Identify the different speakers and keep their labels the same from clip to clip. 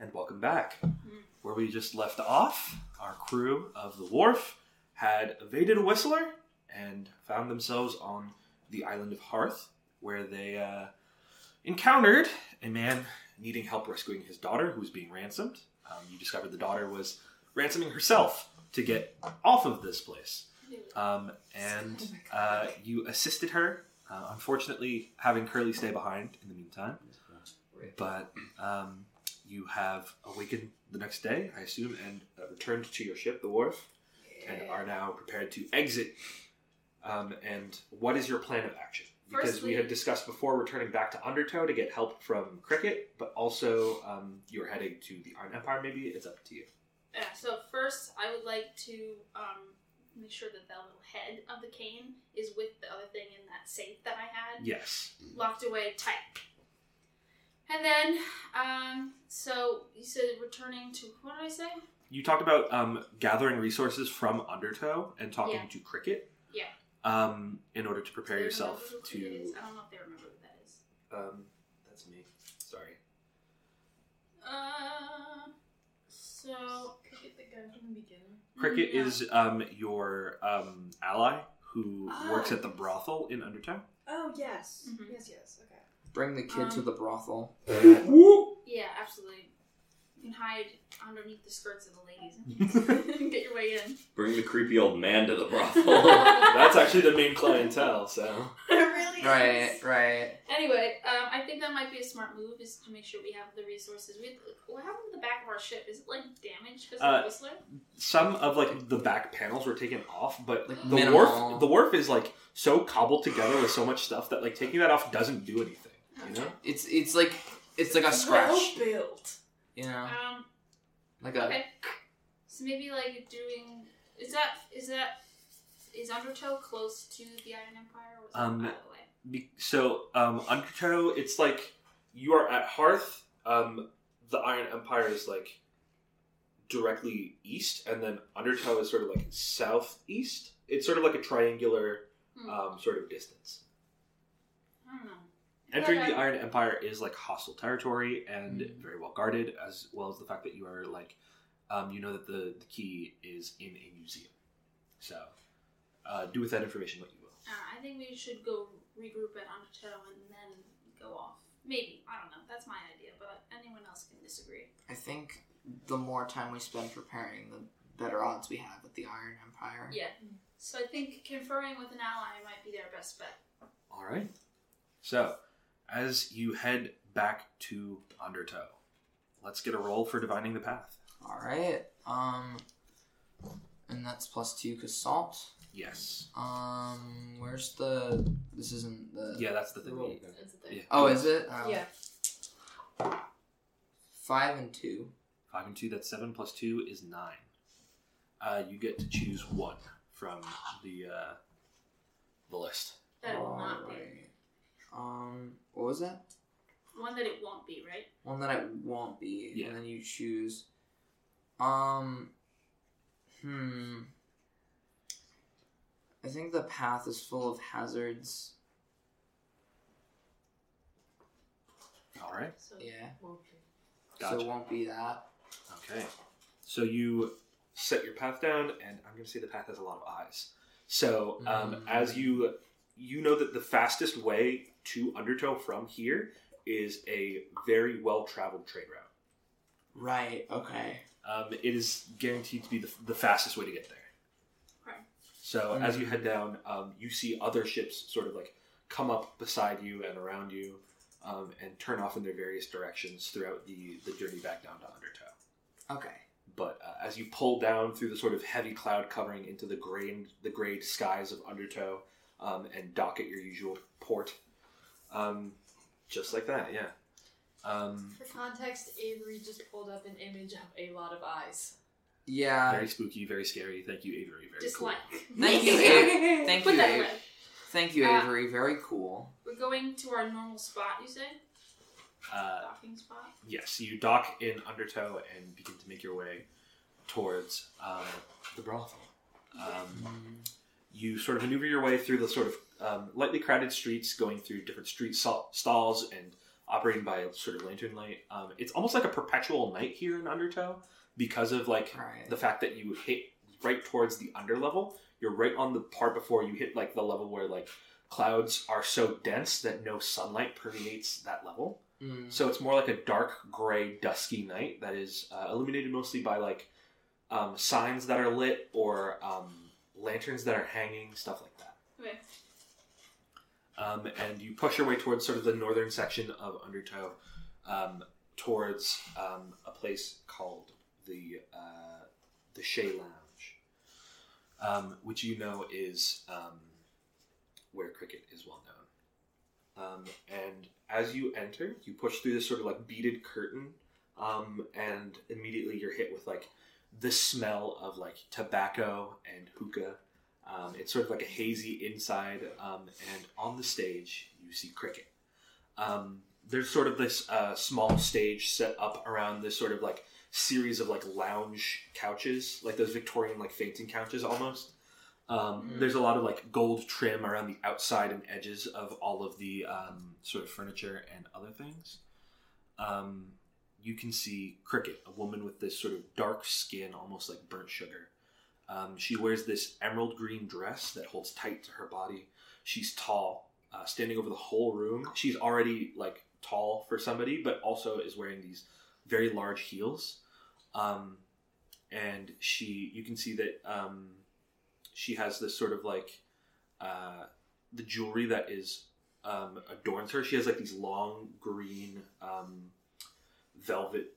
Speaker 1: And welcome back. Where we just left off, our crew of the wharf had evaded a whistler and found themselves on the island of Hearth, where they uh, encountered a man needing help rescuing his daughter who was being ransomed. Um, you discovered the daughter was ransoming herself to get off of this place. Um, and uh, you assisted her, uh, unfortunately, having Curly stay behind in the meantime. But um, you have awakened the next day, I assume, and uh, returned to your ship, the wharf,
Speaker 2: Eh,
Speaker 1: and are now prepared to exit. Um, and what is your plan of action? Because we
Speaker 2: Firstly-
Speaker 1: had discussed before returning back to Undertow to get help from Cricket, but also um, you're heading to the Iron Empire, maybe? It's up to you.
Speaker 2: Yeah, so first, I would like to um, make sure that that little head of the cane is with the other thing in that safe that I had
Speaker 1: Yes.
Speaker 2: locked away tight. And then, um, so you said returning to what did I say?
Speaker 1: You talked about um, gathering resources from Undertow and talking
Speaker 2: Yeah.
Speaker 1: to Cricket.
Speaker 2: Yeah.
Speaker 1: Um, in order to
Speaker 2: Do
Speaker 1: prepare
Speaker 2: they
Speaker 1: yourself
Speaker 2: remember who it
Speaker 1: to.
Speaker 2: is? I don't know if they remember who that is.
Speaker 1: Um, that's me. Sorry.
Speaker 2: Uh, so Mm,
Speaker 3: Cricket the guy from the beginning.
Speaker 1: Cricket
Speaker 2: yeah.
Speaker 1: is um, your um, ally who
Speaker 3: Ah.
Speaker 1: works
Speaker 4: Oh.
Speaker 1: at the brothel in Undertown.
Speaker 3: Oh yes,
Speaker 2: Mhm.
Speaker 3: yes, yes. Okay.
Speaker 5: Bring the kid to
Speaker 2: Um,
Speaker 5: the brothel.
Speaker 2: Yeah, absolutely. You can hide underneath the skirts of the ladies and get your way in.
Speaker 4: Bring the creepy old man to the brothel.
Speaker 2: That's
Speaker 1: actually the main clientele, so.
Speaker 3: really?
Speaker 5: Right, right.
Speaker 2: Anyway, um, I think that might be a smart move is to make sure we have the resources. We what happened to the back of our ship? Is it like damaged because of
Speaker 1: Uh,
Speaker 2: the whistler?
Speaker 1: Some of like the back panels were taken off, but
Speaker 5: Like
Speaker 1: the
Speaker 5: minimal.
Speaker 1: wharf the wharf is like so cobbled together with so much stuff that like taking that off doesn't do anything. You know?
Speaker 5: It's it's like it's like a scratch,
Speaker 3: Well built.
Speaker 5: you know,
Speaker 2: Um,
Speaker 5: like a
Speaker 2: okay. So maybe like doing is that is that is Undertow close to the Iron Empire or is
Speaker 1: Um,
Speaker 2: it out of the way?
Speaker 1: Be- so um, Undertow, it's like you are at Hearth. Um, the Iron Empire is like directly east, and then Undertow is sort of like southeast. It's sort of like a triangular
Speaker 2: Hmm.
Speaker 1: um, sort of distance.
Speaker 2: I don't know.
Speaker 1: Entering
Speaker 2: Okay.
Speaker 1: the Iron Empire is like hostile territory and very well guarded, as well as the fact that you are like, um, you know that the, the key is in a museum. So uh, do with that information what you will.
Speaker 2: Uh, I think we should go regroup at Undertow and then go off. Maybe I don't know. That's my idea, but anyone else can disagree.
Speaker 5: I think the more time we spend preparing, the better odds we have with the Iron Empire.
Speaker 2: Yeah. So I think conferring with an ally might be their best bet.
Speaker 1: All right. So, as you head back to Undertow, let's get a roll for divining the path.
Speaker 5: All right. Um, and that's plus two because salt.
Speaker 1: Yes.
Speaker 5: Um, where's the? This isn't the.
Speaker 1: Yeah, that's the thing.
Speaker 5: Roll.
Speaker 3: That's the
Speaker 1: Yeah.
Speaker 5: Oh, is it? Oh.
Speaker 3: Yeah.
Speaker 5: Five and two.
Speaker 1: Five and two. That's seven plus two is nine. Uh, you get to choose one from the uh, the list.
Speaker 2: That it will not be.
Speaker 5: Alright. Um, what was that?
Speaker 2: One that it won't be, right?
Speaker 5: One that it won't be.
Speaker 1: Yeah.
Speaker 5: And then you choose. Um. Hmm. I think the path is full of hazards.
Speaker 1: All right.
Speaker 3: So
Speaker 5: Yeah. So
Speaker 1: Gotcha.
Speaker 5: it won't be that.
Speaker 1: Okay. So you set your path down, and I'm going to say the path has a lot of eyes. So um,
Speaker 5: Mm.
Speaker 1: as you you know that the fastest way to Undertow from here is a very well traveled trade route.
Speaker 5: Right. Okay.
Speaker 1: Um, it is guaranteed to be the, the fastest way to get there.
Speaker 2: Okay.
Speaker 1: So as you head down, um, you see other ships sort of like come up beside you and around you, um, and turn off in their various directions throughout the the journey back down to Undertow.
Speaker 5: Okay.
Speaker 1: But uh, as you pull down through the sort of heavy cloud covering into the gray the grayed skies of Undertow, um, and dock at your usual port, um, just like that, yeah. Um,
Speaker 3: For context, Avery just pulled up an image of a lot of eyes.
Speaker 5: Yeah.
Speaker 1: very spooky, very scary. Thank you, Avery. Very cool.
Speaker 2: Dislike.
Speaker 5: Thank you, Avery. Thank
Speaker 2: Put
Speaker 5: you,
Speaker 2: that
Speaker 5: Avery.
Speaker 2: away.
Speaker 5: Thank you,
Speaker 2: Uh,
Speaker 5: Avery. Very cool.
Speaker 2: We're going to our normal spot, you say?
Speaker 1: Uh,
Speaker 2: Docking spot?
Speaker 1: Yes, you dock in Undertow and begin to make your way towards um, the brothel. Um, you sort of maneuver your way through the sort of um, lightly crowded streets, going through different street sal- stalls and operating by sort of lantern light. Um, it's almost like a perpetual night here in Undertow because of like
Speaker 5: Alright.
Speaker 1: the fact that you hit right towards the under level. You're right on the part before you hit like the level where like clouds are so dense that no sunlight permeates that level.
Speaker 5: Mm.
Speaker 1: So it's more like a dark gray, dusky night that is uh, illuminated mostly by like um, signs that are lit or um, lanterns that are hanging, stuff like that.
Speaker 2: Okay.
Speaker 1: Um, and you push your way towards sort of the northern section of Undertow, um, towards um, a place called the uh, the Shea Lounge, um, which you know is um, where cricket is well known. Um, and as you enter, you push through this sort of like beaded curtain, um, and immediately you're hit with like the smell of like tobacco and hookah. Um, it's sort of like a hazy inside, um, and on the stage you see cricket. Um, there's sort of this uh, small stage set up around this sort of like series of like lounge couches, like those Victorian like fainting couches almost. Um,
Speaker 2: Mhm.
Speaker 1: There's a lot of like gold trim around the outside and edges of all of the um, sort of furniture and other things. Um, you can see Cricket, a woman with this sort of dark skin, almost like burnt sugar. Um, she wears this emerald green dress that holds tight to her body. She's tall, uh, standing over the whole room. She's already like tall for somebody, but also is wearing these very large heels. Um, and she, you can see that um, she has this sort of like uh, the jewelry that is um, adorns her. She has like these long green um, velvet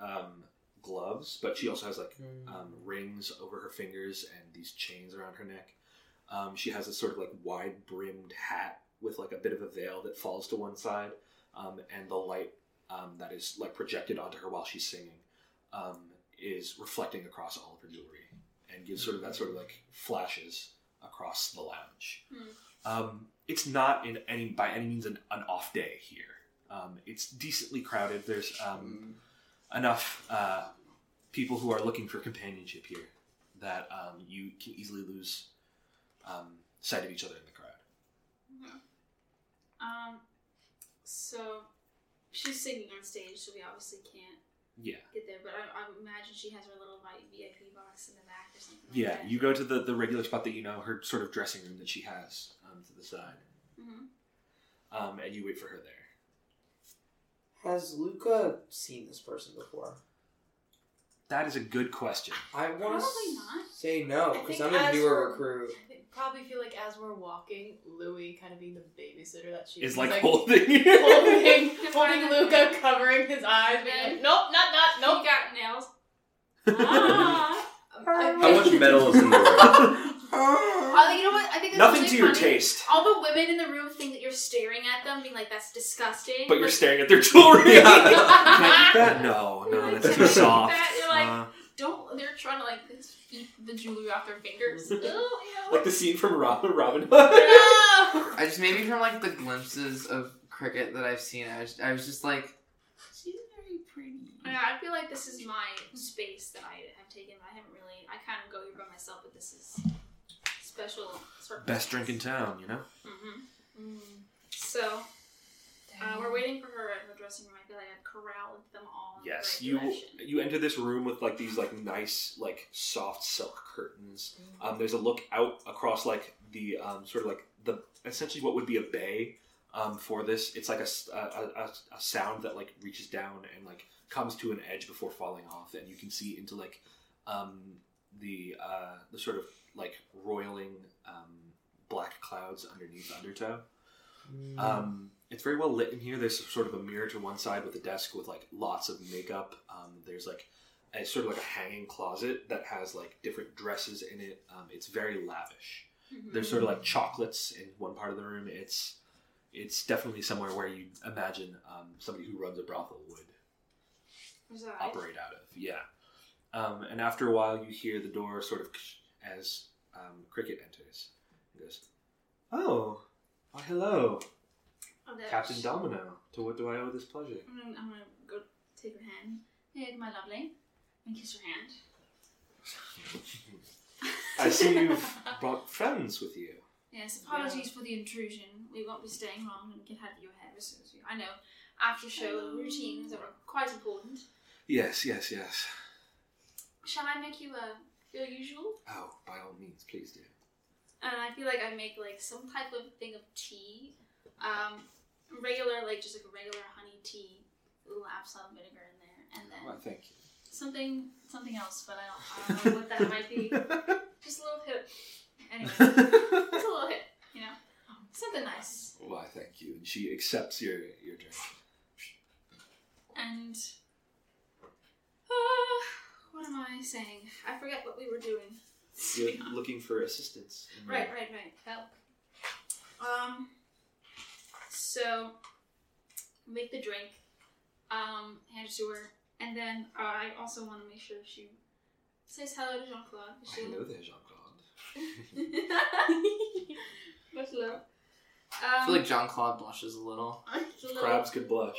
Speaker 1: um, gloves, but she also has like
Speaker 5: Mm.
Speaker 1: um, rings over her fingers and these chains around her neck. Um, she has a sort of like wide brimmed hat with like a bit of a veil that falls to one side, um, and the light um, that is like projected onto her while she's singing um, is reflecting across all of her jewelry and gives sort of that sort of like flashes across the lounge.
Speaker 2: Hmm.
Speaker 1: Um, it's not in any by any means an, an off day here. Um, it's decently crowded. There's um,
Speaker 5: Hmm.
Speaker 1: enough uh, people who are looking for companionship here that um, you can easily lose um, sight of each other in the crowd.
Speaker 2: Mhm. Um, so she's singing on stage, so we obviously can't
Speaker 1: Yeah,
Speaker 2: get there. But I, I imagine she has her little like VIP box in the back or something. like
Speaker 1: yeah.
Speaker 2: that.
Speaker 1: You go to the, the regular spot that you know, her sort of dressing room that she has um, to the side,
Speaker 2: Mhm.
Speaker 1: um, and you wait for her there.
Speaker 5: Has Luca seen this person before?
Speaker 1: That is a good question.
Speaker 5: I want
Speaker 2: Probably
Speaker 5: to
Speaker 2: not.
Speaker 5: say no
Speaker 3: I
Speaker 5: because
Speaker 3: think
Speaker 5: I'm a
Speaker 3: as
Speaker 5: newer
Speaker 3: for-
Speaker 5: recruit.
Speaker 3: I think- probably feel like as we're walking, Louis kind of being the babysitter that she
Speaker 1: Is
Speaker 3: is,
Speaker 1: like, holding you.
Speaker 3: holding, holding Luca, covering his eyes. being like, nope, not that.
Speaker 2: Nope.
Speaker 3: Nope.
Speaker 2: He got nails.
Speaker 3: Ah. I-
Speaker 4: How much metal is in the room?
Speaker 2: Oh, you know what? I think it's
Speaker 1: Nothing
Speaker 2: really
Speaker 1: to your
Speaker 2: funny.
Speaker 1: taste,
Speaker 2: All the women in the room think that you're staring at them, being like, "That's disgusting."
Speaker 1: but you're staring at their jewelry.
Speaker 4: Yeah.
Speaker 1: You can't eat that? No,
Speaker 2: You're
Speaker 1: no,
Speaker 2: like,
Speaker 1: that's
Speaker 2: "Can I
Speaker 1: too
Speaker 2: eat
Speaker 1: soft.
Speaker 2: that?" You're like,
Speaker 1: Uh,
Speaker 2: don't they're trying to like eat the jewelry off their fingers. Ew, ew.
Speaker 1: like the scene from Robin. Robin Hood.
Speaker 2: no.
Speaker 5: I just maybe from like the glimpses of cricket that I've seen, I was, I was just like, she's very pretty.
Speaker 2: Yeah, I feel like this is my space that I have taken. I haven't really. I kind of go here by myself, but this is special.
Speaker 1: Best drink in town, you know.
Speaker 2: Mm-hmm.
Speaker 3: Mm,
Speaker 2: So uh,
Speaker 3: dang.
Speaker 2: we're waiting for her at her dressing room. I feel like I've corralled them all. In
Speaker 1: Yes,
Speaker 2: the
Speaker 1: you
Speaker 2: right direction.
Speaker 1: you enter this room with like these like nice like soft silk curtains. Um, there's a look out across like the um, sort of like the essentially what would be a bay um, for this. It's like a, s- a- a- a- a sound that like reaches down and like comes to an edge before falling off, and you can see into like um, the uh, the sort of like roiling um, black clouds underneath Undertow.
Speaker 4: Mm.
Speaker 1: Um, it's very well lit in here. There's sort of a mirror to one side with a desk with like lots of makeup. Um, there's like a sort of like a hanging closet that has like different dresses in it. Um, it's very lavish.
Speaker 2: Mhm.
Speaker 1: There's sort of like chocolates in one part of the room. It's it's definitely somewhere where you imagine um, somebody who runs a brothel would
Speaker 2: Is that right?
Speaker 1: operate out of. Yeah. Um, and after a while, you hear the door sort of as um, Cricket enters. He goes, "Oh, why hello."
Speaker 2: Oh, that-
Speaker 1: Captain Domino, to what do I owe this pleasure?
Speaker 2: I'm gonna, I'm gonna go take her hand. Hey, my lovely, and kiss her hand.
Speaker 1: I see you've brought friends with you.
Speaker 2: Yes, apologies for the intrusion. We won't be staying long and can have your hair as soon as you. I know. after show routines that were quite important.
Speaker 1: Yes, yes, yes.
Speaker 2: Shall I make you a your usual?
Speaker 1: Oh, by all means, please do.
Speaker 2: And Uh, I feel like I make like some type of thing of tea, um, regular like just like a regular honey tea, a little apple vinegar in there, and then
Speaker 1: Well, thank
Speaker 2: something something else, but I don't, I don't know what that might be.
Speaker 1: you.
Speaker 2: Just a little hit. Anyway, just a
Speaker 1: well,
Speaker 2: little hit, you know, something nice.
Speaker 1: I thank you. And she accepts your your drink.
Speaker 2: And uh, what am I saying? I forget what we were doing.
Speaker 1: You're looking for assistance. in your-
Speaker 2: Right, right, right. Help. Um. So, make the drink. Um, hand it to her, and then I also want to make sure she says hello to Jean Claude.
Speaker 1: Hello there, Jean Claude.
Speaker 2: Much love.
Speaker 5: I
Speaker 2: Um,
Speaker 5: feel like John Claude blushes a little.
Speaker 2: it's a little-
Speaker 1: Crabs could blush.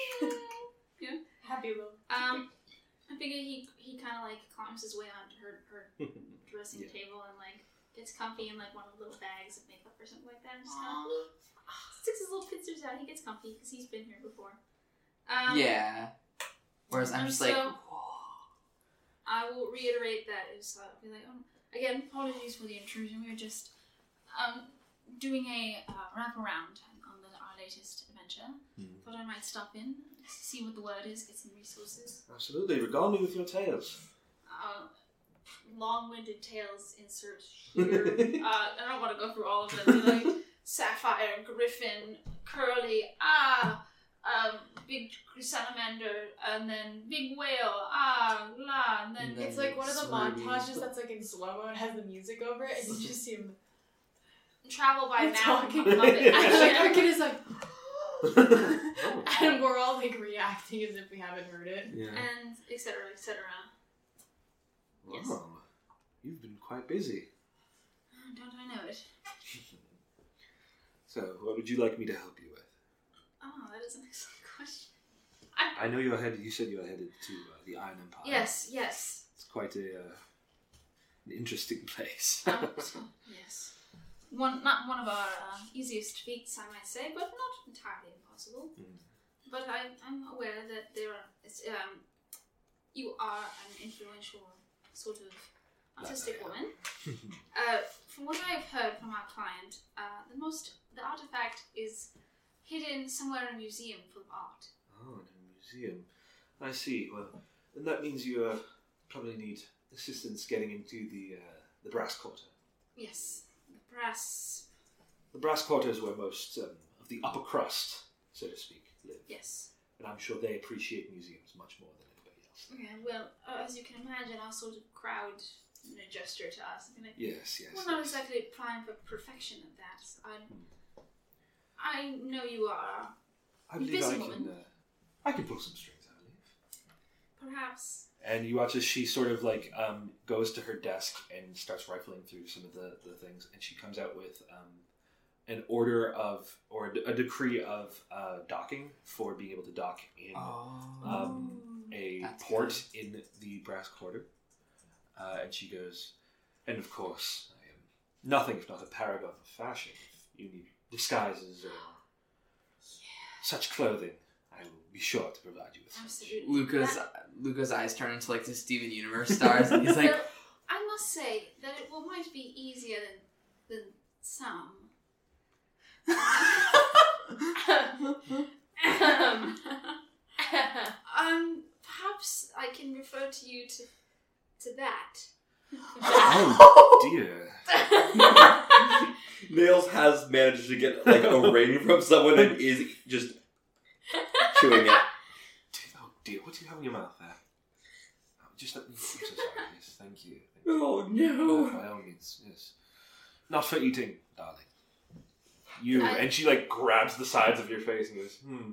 Speaker 3: Happy little.
Speaker 2: Um, I figure he he kind of like climbs his way onto her her dressing
Speaker 1: Yeah.
Speaker 2: table and like gets comfy in like one of the little bags of makeup or something like that. And just kinda sticks his little pincers out. He gets comfy because he's been here before. Um,
Speaker 5: yeah. Whereas
Speaker 2: and
Speaker 5: I'm just like,
Speaker 2: so- I will reiterate that is uh, be like um, again apologies for the intrusion. We were just um, doing a uh, wraparound on the, our latest adventure.
Speaker 1: Hmm.
Speaker 2: Thought I might stop in, see what the word is, get some resources.
Speaker 1: Absolutely. Regale me with your tails.
Speaker 2: uh, long-winded tales insert here. uh, I don't want to go through all of them. They're like sapphire, griffin, curly, ah, um, big salamander, and then big whale, ah, la, and then
Speaker 5: And then-
Speaker 3: It's like one of the
Speaker 5: Sorry.
Speaker 3: montages that's like in slow mo and has the music over it, and you just see him
Speaker 2: travel by
Speaker 3: talking.
Speaker 2: mountain. Love it.
Speaker 3: Actually, like, our
Speaker 2: Actually,
Speaker 3: kid is like,
Speaker 1: Oh.
Speaker 3: and we're all like reacting as if we haven't heard it.
Speaker 1: Yeah.
Speaker 2: and etc. etc. yes.
Speaker 1: Wow. You've been quite busy.
Speaker 2: Oh, Don't I know it?
Speaker 1: So, what would you like me to help you with?
Speaker 2: Oh, that is an excellent question.
Speaker 1: I know you're headed. You said you were headed to uh, the Iron Empire.
Speaker 2: Yes, yes.
Speaker 1: It's quite a uh, an interesting place.
Speaker 2: Um, yes. One, not one of our uh, easiest feats, I might say, but not entirely impossible.
Speaker 1: Mm.
Speaker 2: But I, I'm aware that there are, it's, um, you are an influential sort of artistic
Speaker 1: Like I
Speaker 2: woman. uh, from what I've heard from our client, uh, the most the artifact is hidden somewhere in a museum full of art.
Speaker 1: oh, in a museum. I see. Well, then that means you uh, probably need assistance getting into the uh, the brass quarter.
Speaker 2: Yes, the brass.
Speaker 1: The brass quarter is where most um, of the upper crust, so to speak, live,
Speaker 2: Yes.
Speaker 1: and I'm sure they appreciate museums much more than anybody else.
Speaker 2: Yeah, well, uh, as you can imagine, our sort of crowd you know, gesture to us. and be like,
Speaker 1: Yes, yes.
Speaker 2: We're not exactly prime for perfection at that. I, I know you are.
Speaker 1: I believe I
Speaker 2: busy
Speaker 1: can.
Speaker 2: woman.
Speaker 1: Uh, I can pull some strings. I believe.
Speaker 2: Perhaps
Speaker 1: And you watch as she sort of like um, goes to her desk and starts rifling through some of the, the things, and she comes out with um, an order of or a, de- a decree of uh, docking for being able to dock in
Speaker 5: oh.
Speaker 1: um, a
Speaker 5: That's
Speaker 1: port in the Brass Quarter. Uh, and she goes, and of course, I am nothing if not a paragon of fashion. If you need disguises or such clothing, I will be sure to provide you with. such.
Speaker 2: Absolutely.
Speaker 5: Luca's Luca's eyes turn into like the Steven Universe stars, and he's like,
Speaker 2: Well, I must say that it will, might be easier than, than some. um, perhaps I can refer to you to, to that.
Speaker 1: Oh dear.
Speaker 4: Nails has managed to get like a ring from someone and is just chewing it.
Speaker 1: Oh dear, what do you have in your mouth there? Oh, Just that. I'm so sorry. Yes, thank you. Thank you.
Speaker 4: Oh
Speaker 1: Uh, by all means, yes. Not for eating, darling. You
Speaker 2: I-
Speaker 1: and she like grabs the sides of your face and goes, "Hmm,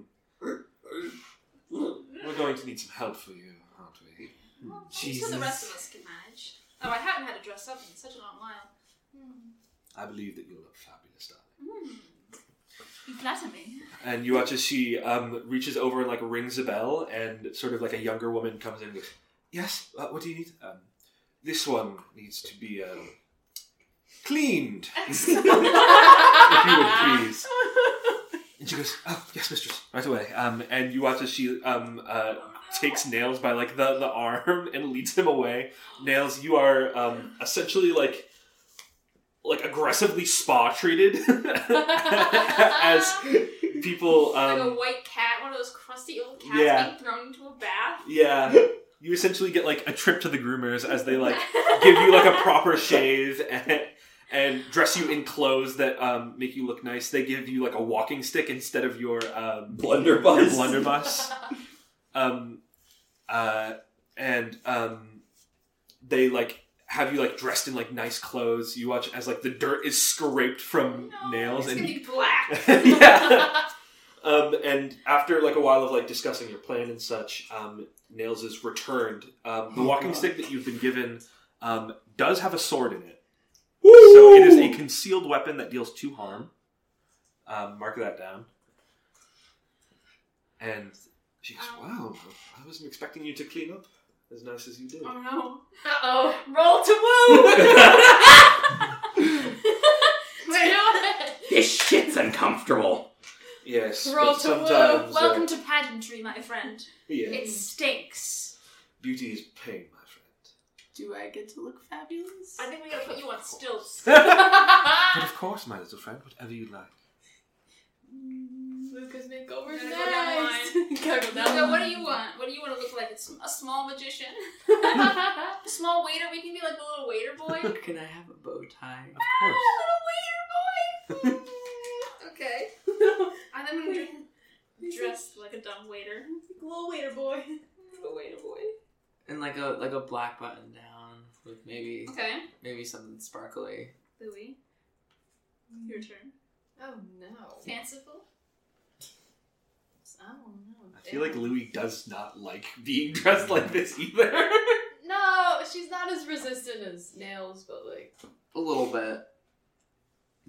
Speaker 1: we're going to need some help for you, aren't we?"
Speaker 2: Well, I'm sure the rest of us can manage. Oh, I haven't had a dress up in such a long while.
Speaker 1: I believe that you look fabulous, darling.
Speaker 2: Mm. You flatter me.
Speaker 1: And you watch as she um, reaches over and like rings a bell, and sort of like a younger woman comes in and goes, "Yes, uh, what do you need? Um, this one needs to be um, cleaned, if you would please." And she goes, "Oh yes, mistress, right away." Um, and you watch as she um uh, takes Nails by like the the arm and leads him away. Nails, you are um essentially like like aggressively spa treated as people
Speaker 2: like a
Speaker 1: um
Speaker 2: white cat, one of those crusty old cats
Speaker 1: Yeah.
Speaker 2: being thrown into a bath.
Speaker 1: yeah you essentially get like a trip to the groomers as they like give you like a proper shave and, and dress you in clothes that um, make you look nice. They give you like a walking stick instead of your um,
Speaker 4: Blunderbuss.
Speaker 1: your blunderbuss. um, uh, and um, they like have you like dressed in like nice clothes. You watch as like the dirt is scraped from
Speaker 2: No,
Speaker 1: nails
Speaker 2: It's
Speaker 1: and
Speaker 2: gonna be black.
Speaker 1: yeah. Um, and after like a while of like discussing your plan and such, um, Nails is returned. Um, the
Speaker 5: Oh,
Speaker 1: walking
Speaker 5: God.
Speaker 1: stick that you've been given um, does have a sword in it, so it is a concealed weapon that deals two harm. Um, mark that down. And she goes,
Speaker 2: Um.
Speaker 1: "Wow, I wasn't expecting you to clean up as nice as you did."
Speaker 2: Oh no.
Speaker 3: Uh oh.
Speaker 2: Roll to woo!
Speaker 3: Wait.
Speaker 4: This shit's uncomfortable.
Speaker 1: Yes,
Speaker 3: Roll
Speaker 1: but
Speaker 3: to woo.
Speaker 1: sometimes uh, Mm.
Speaker 2: Welcome to pageantry, my friend.
Speaker 1: yeah,
Speaker 2: It stinks.
Speaker 1: beauty is pain, my friend.
Speaker 5: Do I get to look fabulous?
Speaker 2: I think we gotta put you on stilts.
Speaker 1: But of course, my little friend, whatever you like.
Speaker 3: Lucas makeover's
Speaker 2: Gotta go down
Speaker 3: next. Gotta go down.
Speaker 2: So what do you want? What do you want to look like? It's a small magician, a small waiter. We can be like the little waiter boy. little waiter
Speaker 5: Can I have a bow tie?
Speaker 1: Of course.
Speaker 2: boy. okay. And I'm gonna dr- dress like a dumb waiter.
Speaker 3: Little waiter boy.
Speaker 2: Little waiter boy.
Speaker 5: And like a like a black button down with maybe
Speaker 2: Okay.
Speaker 5: maybe something sparkly.
Speaker 2: Louis, your turn.
Speaker 3: Oh no.
Speaker 2: Fanciful.
Speaker 3: I don't know.
Speaker 1: I feel like Louis does not like being dressed like this either.
Speaker 3: No, she's not as resistant as nails, but like
Speaker 5: A little bit.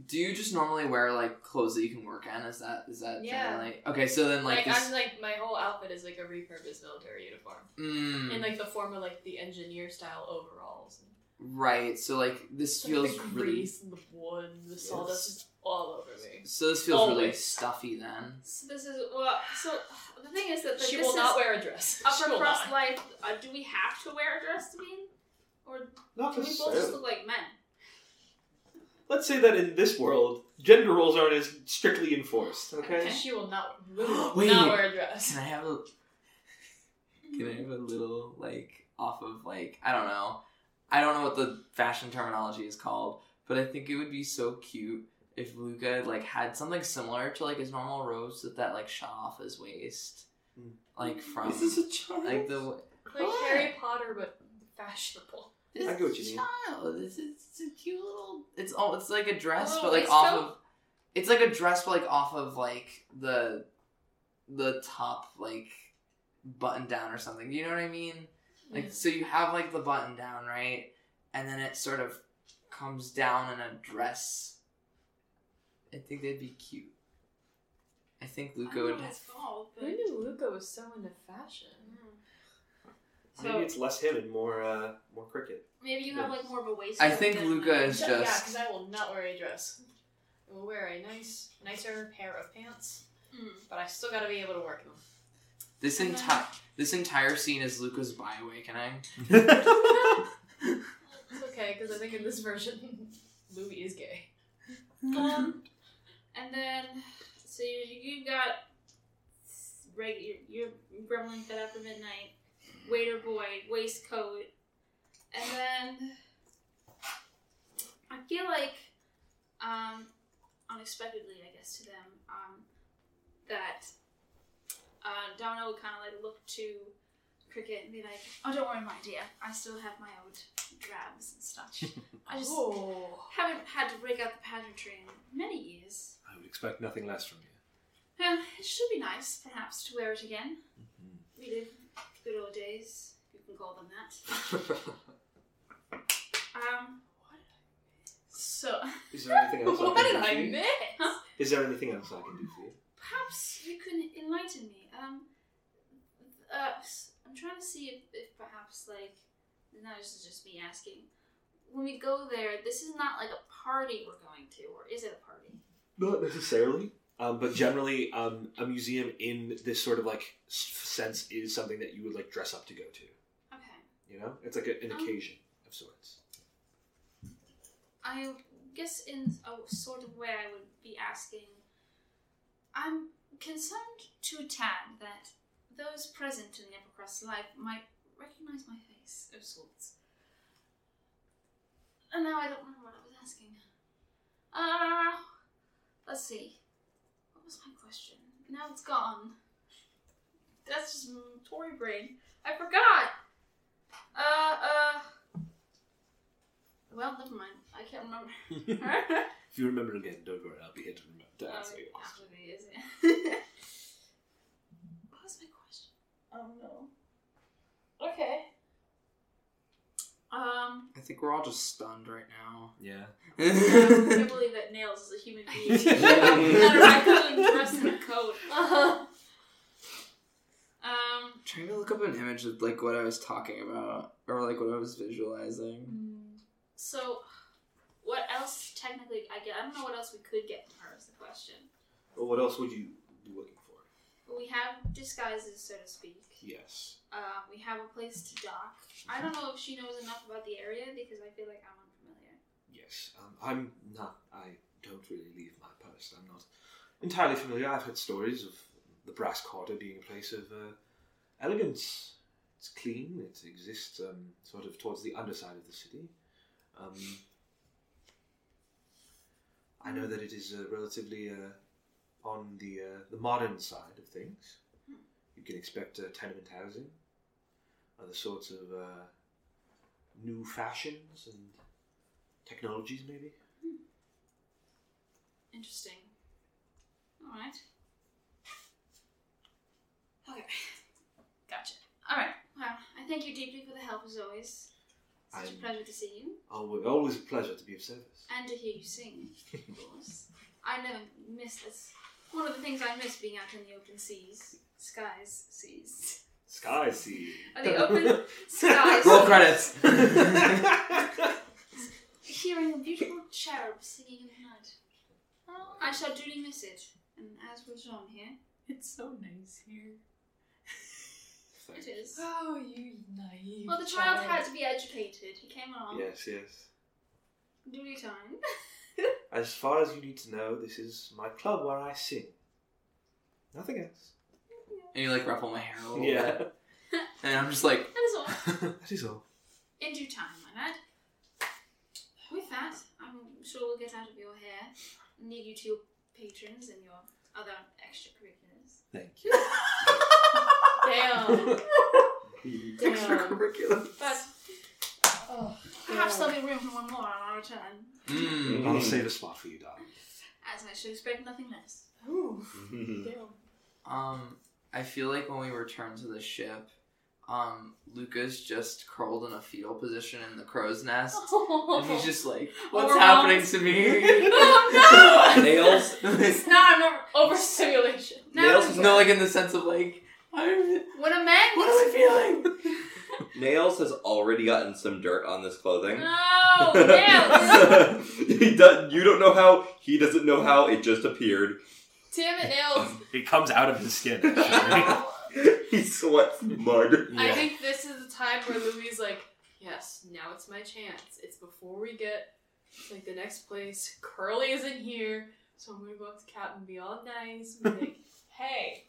Speaker 5: Do you just normally wear like clothes that you can work in? Is that is that
Speaker 3: Yeah.
Speaker 5: generally okay? So then
Speaker 3: like,
Speaker 5: like, this,
Speaker 3: I'm like my whole outfit is like a repurposed military uniform.
Speaker 5: mm,
Speaker 3: In like the form of like the engineer style overalls.
Speaker 5: right. So like this feels
Speaker 3: the
Speaker 5: really
Speaker 3: grease and the wood, and the sawdust is all over me.
Speaker 5: so this feels really
Speaker 3: Always.
Speaker 5: stuffy then.
Speaker 2: So this is well. So the thing is that like,
Speaker 3: she
Speaker 2: this
Speaker 3: will not
Speaker 2: is
Speaker 3: wear a dress. She
Speaker 2: upper
Speaker 3: will
Speaker 2: crust
Speaker 3: not.
Speaker 2: life. Uh, do we have to wear a dress to be? in? Or
Speaker 1: not
Speaker 2: do we both just look like men?
Speaker 1: Let's say that in this world, gender roles aren't as strictly enforced. Okay.
Speaker 3: She will not, will
Speaker 5: Wait.
Speaker 3: not wear a dress.
Speaker 5: Can I have a can I have a little like off of like I don't know. I don't know what the fashion terminology is called, but I think it would be so cute if Luca like had something similar to like his normal robes that that like shot off his waist,
Speaker 1: Hmm.
Speaker 5: like from
Speaker 4: a child?
Speaker 5: like the
Speaker 3: Like Harry Potter, but fashionable.
Speaker 5: this
Speaker 1: I get what you mean.
Speaker 5: child. This is it's a cute little. It's all. It's like a dress,
Speaker 2: little
Speaker 5: but like
Speaker 2: waistcoat?
Speaker 5: off of. It's like a dress, but like off of like the, the top like, button down or something. You know what I mean? Like so, you have like the button down, right? And then it sort of comes down in a dress. I think that'd be cute. I think
Speaker 2: I
Speaker 5: Luca
Speaker 2: don't know
Speaker 5: would.
Speaker 2: what it's called,
Speaker 3: Who
Speaker 2: but-
Speaker 3: knew Luca was so into fashion?
Speaker 1: Maybe it's less him and more uh, more cricket.
Speaker 2: Maybe you have like more of a waistcoat.
Speaker 5: I think
Speaker 2: than-
Speaker 5: Luca is
Speaker 3: Yeah,
Speaker 5: just.
Speaker 3: because I will not wear a dress. I will wear a nice, nicer pair of pants,
Speaker 2: Mm.
Speaker 3: but I still gotta be able to work them.
Speaker 5: This
Speaker 2: And then-
Speaker 5: entire this entire scene is Luca's byway
Speaker 3: It's okay, because I think in this version, Louis is gay.
Speaker 2: Um, and then, so you, you got regular, you're grumbling fed up at midnight, waiter boy, waistcoat, and then I feel like, um, unexpectedly, I guess to them, um, that uh, Domino would kind of like look to Cricket and be like, "Oh, don't worry, my dear, I still have my old drabs and such. I just."
Speaker 3: Oh.
Speaker 2: haven't had to break out the pageantry in many years.
Speaker 1: I would expect nothing less from you.
Speaker 2: Eh, it should be nice, perhaps, to wear it again. Relive good old days, if you can call them that. Um, so
Speaker 1: Is there anything else?
Speaker 3: What
Speaker 1: I can
Speaker 3: did
Speaker 1: do for
Speaker 3: I
Speaker 1: you?
Speaker 3: miss?
Speaker 1: Is there anything else I can do for you?
Speaker 2: perhaps you can enlighten me. Um, uh, s- I'm trying to see if, if perhaps like, no, this is just me asking. When we go there, this is not like a party we're going to, or is it a party?
Speaker 1: Not necessarily. Um, but generally, um, a museum in this sort of like s- sense is something that you would like dress up to go to.
Speaker 2: Okay.
Speaker 1: You know, it's like a, an
Speaker 2: Um.
Speaker 1: occasion of sorts.
Speaker 2: I guess in a sort of way I would be asking I'm concerned to a tad that those present in the Evercross life might recognize my face of sorts. And now I don't remember what I was asking. Uh let's see. What was my question? Now it's gone. That's just mm, Tory brain. I forgot. Uh uh well, never mind. I can't remember. Actually,
Speaker 1: If you remember again, don't worry. I'll be here to remember to answer you.
Speaker 2: is it? what was my question? Oh no. Okay. Um,
Speaker 5: I think we're all just stunned right now.
Speaker 1: Yeah.
Speaker 2: I can't believe that Nails is a human being. Not a raccoon dressed in a coat.
Speaker 3: Uh-huh.
Speaker 2: Um,
Speaker 5: trying to look up an image of like what I was talking about or like what I was visualizing.
Speaker 2: so what else technically I get? I don't know what else we could get from her is the question.
Speaker 1: Well, what else would you be looking for?
Speaker 2: We have disguises, so to speak.
Speaker 1: Yes.
Speaker 2: Uh, we have a place to dock. I don't know if she knows enough about the area because I feel like I'm unfamiliar.
Speaker 1: Yes. Um, I'm not. I don't really leave my post. I'm not entirely familiar. I've heard stories of the Brass Quarter being a place of uh, elegance. It's clean. It exists um, sort of towards the underside of the city. Um, I know that it is uh, relatively uh, on the uh, the modern side of things. You can expect uh, tenement housing, other sorts of uh, new fashions and technologies, maybe.
Speaker 2: Interesting. All right. Okay. Gotcha. All right. Well, I thank you deeply for the help as always. Such
Speaker 1: I'm-
Speaker 2: a pleasure to see you
Speaker 1: Always, always a pleasure to be of service.
Speaker 2: and to hear you sing, of course. I never miss this. One of the things I miss being out in the open seas, skies, seas.
Speaker 1: Sky Sea.
Speaker 2: Are they open? skies.
Speaker 5: Roll credits.
Speaker 2: hearing a beautiful cherub singing in the night. I shall duly miss it, and as will Jean here.
Speaker 3: It's so nice here.
Speaker 2: It is.
Speaker 3: Oh, you naive.
Speaker 2: Well, the child had to be educated. He came along.
Speaker 1: yes, yes.
Speaker 2: Duly time.
Speaker 1: As far as you need to know, this is my club where I sing. Nothing else.
Speaker 5: and you like ruffle my hair a little
Speaker 1: Yeah.
Speaker 5: bit. And I'm just like
Speaker 2: That is all.
Speaker 1: that is all.
Speaker 2: In due time, my lad. With that, I'm sure we'll get out of your hair and leave you to your patrons and your other extracurriculars.
Speaker 1: Thank you.
Speaker 3: Damn.
Speaker 2: Hmm.
Speaker 3: Damn.
Speaker 5: extracurricular.
Speaker 2: But
Speaker 3: Oh,
Speaker 2: perhaps
Speaker 3: God.
Speaker 2: there'll be room for one more on our return,
Speaker 5: Mm.
Speaker 1: I'll save a spot for you, darling.
Speaker 2: as I should expect nothing less.
Speaker 3: Ooh, damn.
Speaker 5: Um, I feel like when we return to the ship, um, Luca's just curled in a fetal position in the crow's nest, and he's just like, "What's
Speaker 3: Oh. Overwhelmed.
Speaker 5: happening to me?"
Speaker 3: oh no!
Speaker 4: Nails.
Speaker 5: Like,
Speaker 3: Now I'm over- overstimulation.
Speaker 2: Now,
Speaker 4: Nails?
Speaker 5: no, like in the sense of like, I'm,
Speaker 2: when a man
Speaker 5: what am I feeling?
Speaker 4: Nails has already gotten some dirt on this clothing.
Speaker 2: No, Nails!
Speaker 4: he does, you don't know how. He doesn't know how. It just appeared.
Speaker 3: Tim and Nails.
Speaker 1: It comes out of his skin.
Speaker 4: he sweats mud.
Speaker 3: I think this is the time where Louis like, yes, now it's my chance. It's before we get like the next place. Curly isn't here, so I'm gonna go up to Cat and be all nice. And be like, hey,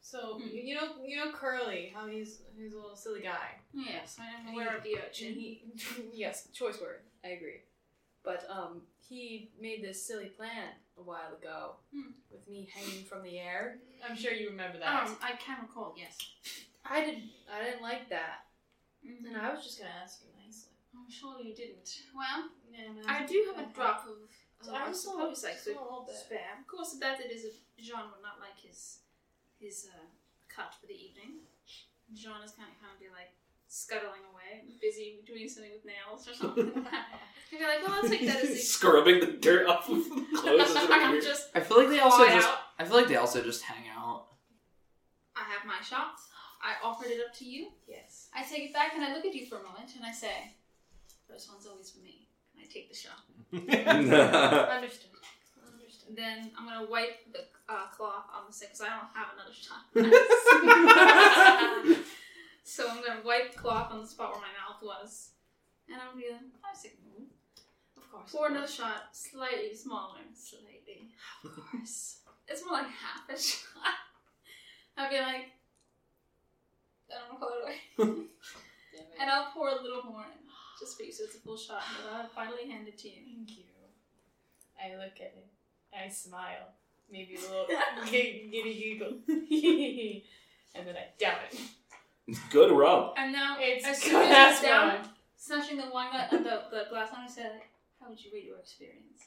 Speaker 3: so you you know you know Curly, how he's he's a little silly guy.
Speaker 2: yes, I am aware of the urchin.
Speaker 3: And he, yes, choice word. I agree. But um, he made this silly plan a while ago
Speaker 2: Hmm.
Speaker 3: with me hanging from the air. I'm sure you remember that.
Speaker 2: Um, I can recall, yes.
Speaker 3: I didn't. I didn't like that,
Speaker 2: Mm,
Speaker 3: and I was just gonna ask you nicely.
Speaker 2: I'm sure you didn't. Well,
Speaker 3: Yeah, no,
Speaker 2: I do have a drop of,
Speaker 3: So
Speaker 2: uh, I
Speaker 3: I'm still-
Speaker 2: suppose I could
Speaker 3: still a little bit.
Speaker 2: spare. Of course, that it is a Jean would not like his his uh, cut for the evening. Jean is kind of kind of be like scuttling away, busy doing something with nails or something. He'd be like, well, I'll take that as a
Speaker 1: Scrubbing the dirt off of the clothes. as it
Speaker 2: I'm
Speaker 1: appears.
Speaker 2: just.
Speaker 5: I feel like they also
Speaker 2: clawed
Speaker 5: just,
Speaker 2: out.
Speaker 5: I feel like they also just hang out.
Speaker 2: I have my shot. I offered it up to you.
Speaker 3: Yes.
Speaker 2: I take it back and I look at you for a moment and I say, "First one's always for me." And I take the shot.
Speaker 4: I
Speaker 3: Understood. Understood.
Speaker 2: Then I'm gonna wipe the uh, cloth on the sink because I don't have another shot. so I'm gonna wipe the cloth on the spot where my mouth was, and I'm gonna I say, "Mm,
Speaker 3: Of course.
Speaker 2: pour another shot, slightly smaller, slightly. Of course, it's more like half a shot. I'll be like, I don't know color it away, and I'll pour a little more in, just for you, so it's a full shot. But I'll finally hand it to you.
Speaker 3: Thank you. I look at it. I smile. Maybe a little gig- giddy giggle. and then I down it.
Speaker 4: Good rub.
Speaker 2: And now
Speaker 3: It's
Speaker 2: as
Speaker 3: good
Speaker 2: soon as
Speaker 3: ass
Speaker 2: it's down,
Speaker 3: rhyme.
Speaker 2: snatching the wine glass, uh, the, the glass on, I said, "How would you rate your experience?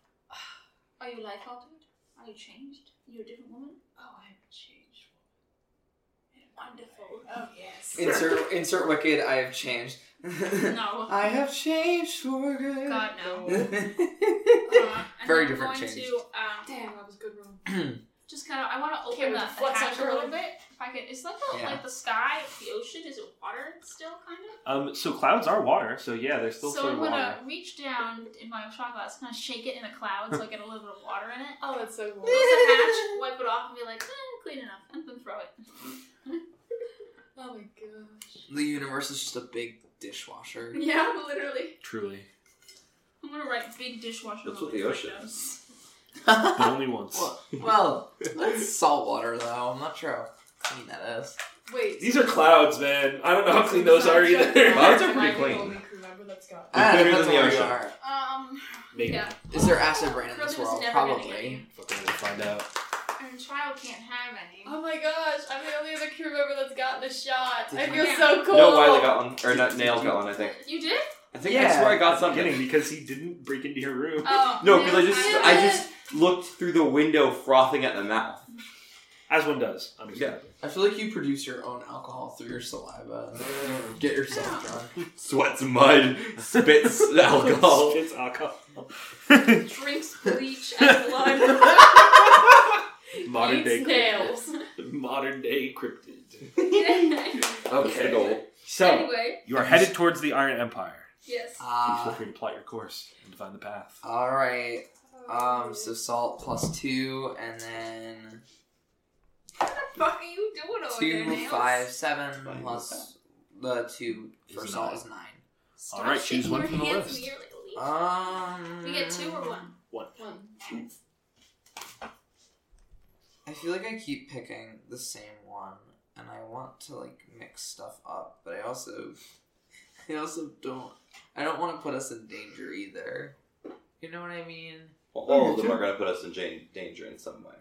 Speaker 2: Are you life altered? Are you changed? You're a different woman.
Speaker 3: Oh, I'm a changed
Speaker 2: Wonderful.
Speaker 3: woman. Oh, yes.
Speaker 5: Insert insert wicked. I have changed.
Speaker 2: No.
Speaker 5: I have changed for good.
Speaker 2: God no.
Speaker 3: No.
Speaker 2: Uh, and
Speaker 5: Very
Speaker 2: I'm
Speaker 5: different
Speaker 2: going
Speaker 5: changed.
Speaker 2: To, um,
Speaker 3: Damn, that was good room.
Speaker 2: just kind of, I want to
Speaker 3: Okay,
Speaker 2: open the,
Speaker 3: with the flex
Speaker 2: hatch
Speaker 3: on
Speaker 2: a
Speaker 3: her.
Speaker 2: little bit. If I can, it's like the,
Speaker 5: Yeah.
Speaker 2: like the sky, the ocean. Is it water still, kind of?
Speaker 1: Um, so clouds are water, so yeah, they're still
Speaker 2: so
Speaker 1: sort
Speaker 2: I'm
Speaker 1: of
Speaker 2: gonna
Speaker 1: water.
Speaker 2: reach down in my shot glass, kind of shake it in the cloud so I get a little bit of water in it.
Speaker 3: Oh, that's so cool.
Speaker 2: Close the hatch, wipe it off, and be like, eh, clean enough, and then throw it.
Speaker 3: Oh my gosh.
Speaker 5: The universe is just a big dishwasher.
Speaker 2: Yeah, literally.
Speaker 1: Truly,
Speaker 2: I'm gonna write big dishwasher.
Speaker 4: That's what
Speaker 2: moments
Speaker 4: the
Speaker 2: right
Speaker 4: ocean
Speaker 2: now.
Speaker 4: is.
Speaker 1: but only once.
Speaker 5: Well- well, that's salt water though. I'm not sure how clean that is.
Speaker 3: Wait.
Speaker 1: These are clouds, man. I don't know how clean those are either.
Speaker 4: Clouds are pretty
Speaker 3: My
Speaker 4: clean.
Speaker 3: only crew member that's got-
Speaker 5: I don't know,
Speaker 4: better
Speaker 5: that's
Speaker 4: than the
Speaker 5: what we
Speaker 4: ocean.
Speaker 5: are.
Speaker 2: Um,
Speaker 1: Maybe.
Speaker 2: yeah.
Speaker 5: Is there acid rain in this
Speaker 2: Curly was
Speaker 5: world?
Speaker 2: never gonna get
Speaker 5: Probably.
Speaker 2: you.
Speaker 1: Fucking we'll find out.
Speaker 2: And a child can't have any.
Speaker 3: Oh my gosh, I'm the only other crew member that's gotten a shot.
Speaker 5: Did
Speaker 3: I
Speaker 5: you-
Speaker 3: feel
Speaker 2: Yeah.
Speaker 3: so cool.
Speaker 4: No, Wiley got one. Or not, Nails got one, I think.
Speaker 2: You did?
Speaker 4: I think
Speaker 5: Yeah.
Speaker 4: I swear I got
Speaker 1: I'm
Speaker 4: something.
Speaker 1: kidding because he didn't break into your room.
Speaker 2: Oh.
Speaker 4: No, because I just
Speaker 3: Yeah.
Speaker 4: I just looked through the window, frothing at the mouth.
Speaker 1: As one does. Understandably.
Speaker 5: I feel like you produce your own alcohol through your saliva. Get yourself drunk.
Speaker 4: Sweats mud, spits alcohol.
Speaker 1: It's alcohol.
Speaker 2: drinks bleach and blood.
Speaker 1: modern day
Speaker 3: Eats nails.
Speaker 1: cryptid. Modern day cryptid.
Speaker 4: That's the goal.
Speaker 1: So
Speaker 2: Anyway,
Speaker 1: you are headed towards the Iron Empire.
Speaker 2: yes.
Speaker 1: Please feel
Speaker 5: Uh,
Speaker 1: free to plot your course and define the path.
Speaker 5: all right. Um. So salt plus two, and then
Speaker 2: What the fuck are you doing over there,
Speaker 5: two,
Speaker 2: Oh, Nails?
Speaker 5: five, seven
Speaker 4: Fine.
Speaker 5: plus the two for
Speaker 1: Is
Speaker 5: salt
Speaker 1: nine.
Speaker 5: is nine.
Speaker 2: Stop
Speaker 1: All right, choose
Speaker 2: shaking
Speaker 1: one
Speaker 2: your
Speaker 1: from the
Speaker 2: hands
Speaker 1: list.
Speaker 2: in the air like a leaf.
Speaker 5: Um.
Speaker 2: we get two or one.
Speaker 3: One.
Speaker 5: I feel like I keep picking the same one, and I want to like mix stuff up, but I also, I also don't. I don't want to put us in danger either. You know what I mean?
Speaker 4: Well, all of them are going to put us in jan- danger in some way.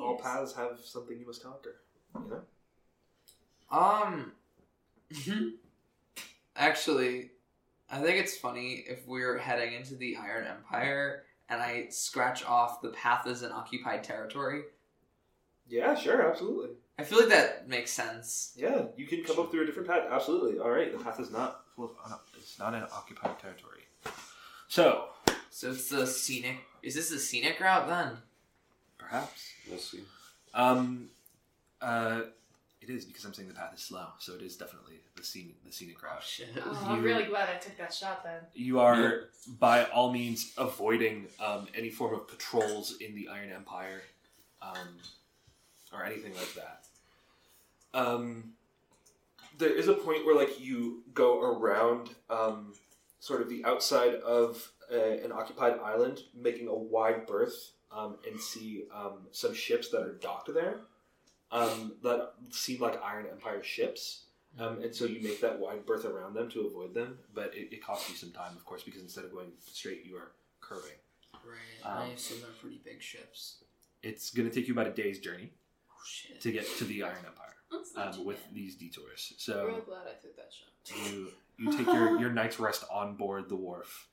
Speaker 1: All paths have something you must conquer. You know?
Speaker 5: Um. actually, I think it's funny if we're heading into the Iron Empire and I scratch off the path as an occupied territory.
Speaker 1: Yeah, sure, absolutely.
Speaker 5: I feel like that makes sense.
Speaker 1: Yeah, you can come up through a different path. Absolutely. All right, the path is not full of it's not an occupied territory. So
Speaker 5: So it's the scenic. Is this the scenic route then?
Speaker 1: perhaps
Speaker 4: We'll see.
Speaker 1: um, uh, it is because I'm saying the path is slow, so it is definitely the scenic the scenic
Speaker 5: Oh
Speaker 1: route.
Speaker 5: shit.
Speaker 3: Oh, I'm
Speaker 1: You-
Speaker 3: really glad I took that shot then.
Speaker 1: You are by all means avoiding um, any form of patrols in the Iron Empire, um, or anything like that. Um, there is a point where like you go around um, sort of the outside of a, an occupied island, making a wide berth, um, and see um, some ships that are docked there um, that seem like Iron Empire ships. Um, and so you make that wide berth around them to avoid them, but it, it costs you some time, of course, because instead of going straight, you are curving.
Speaker 5: Right.
Speaker 1: Um,
Speaker 5: I assume they're pretty big ships.
Speaker 1: It's going to take you about a day's journey
Speaker 5: Oh shit.
Speaker 1: to get to the Iron Empire
Speaker 2: That's not
Speaker 1: um,
Speaker 2: too
Speaker 1: with
Speaker 2: bad.
Speaker 1: these detours.
Speaker 3: I'm real
Speaker 1: So
Speaker 3: glad I took that shot.
Speaker 1: you you take your, your night's rest on board the wharf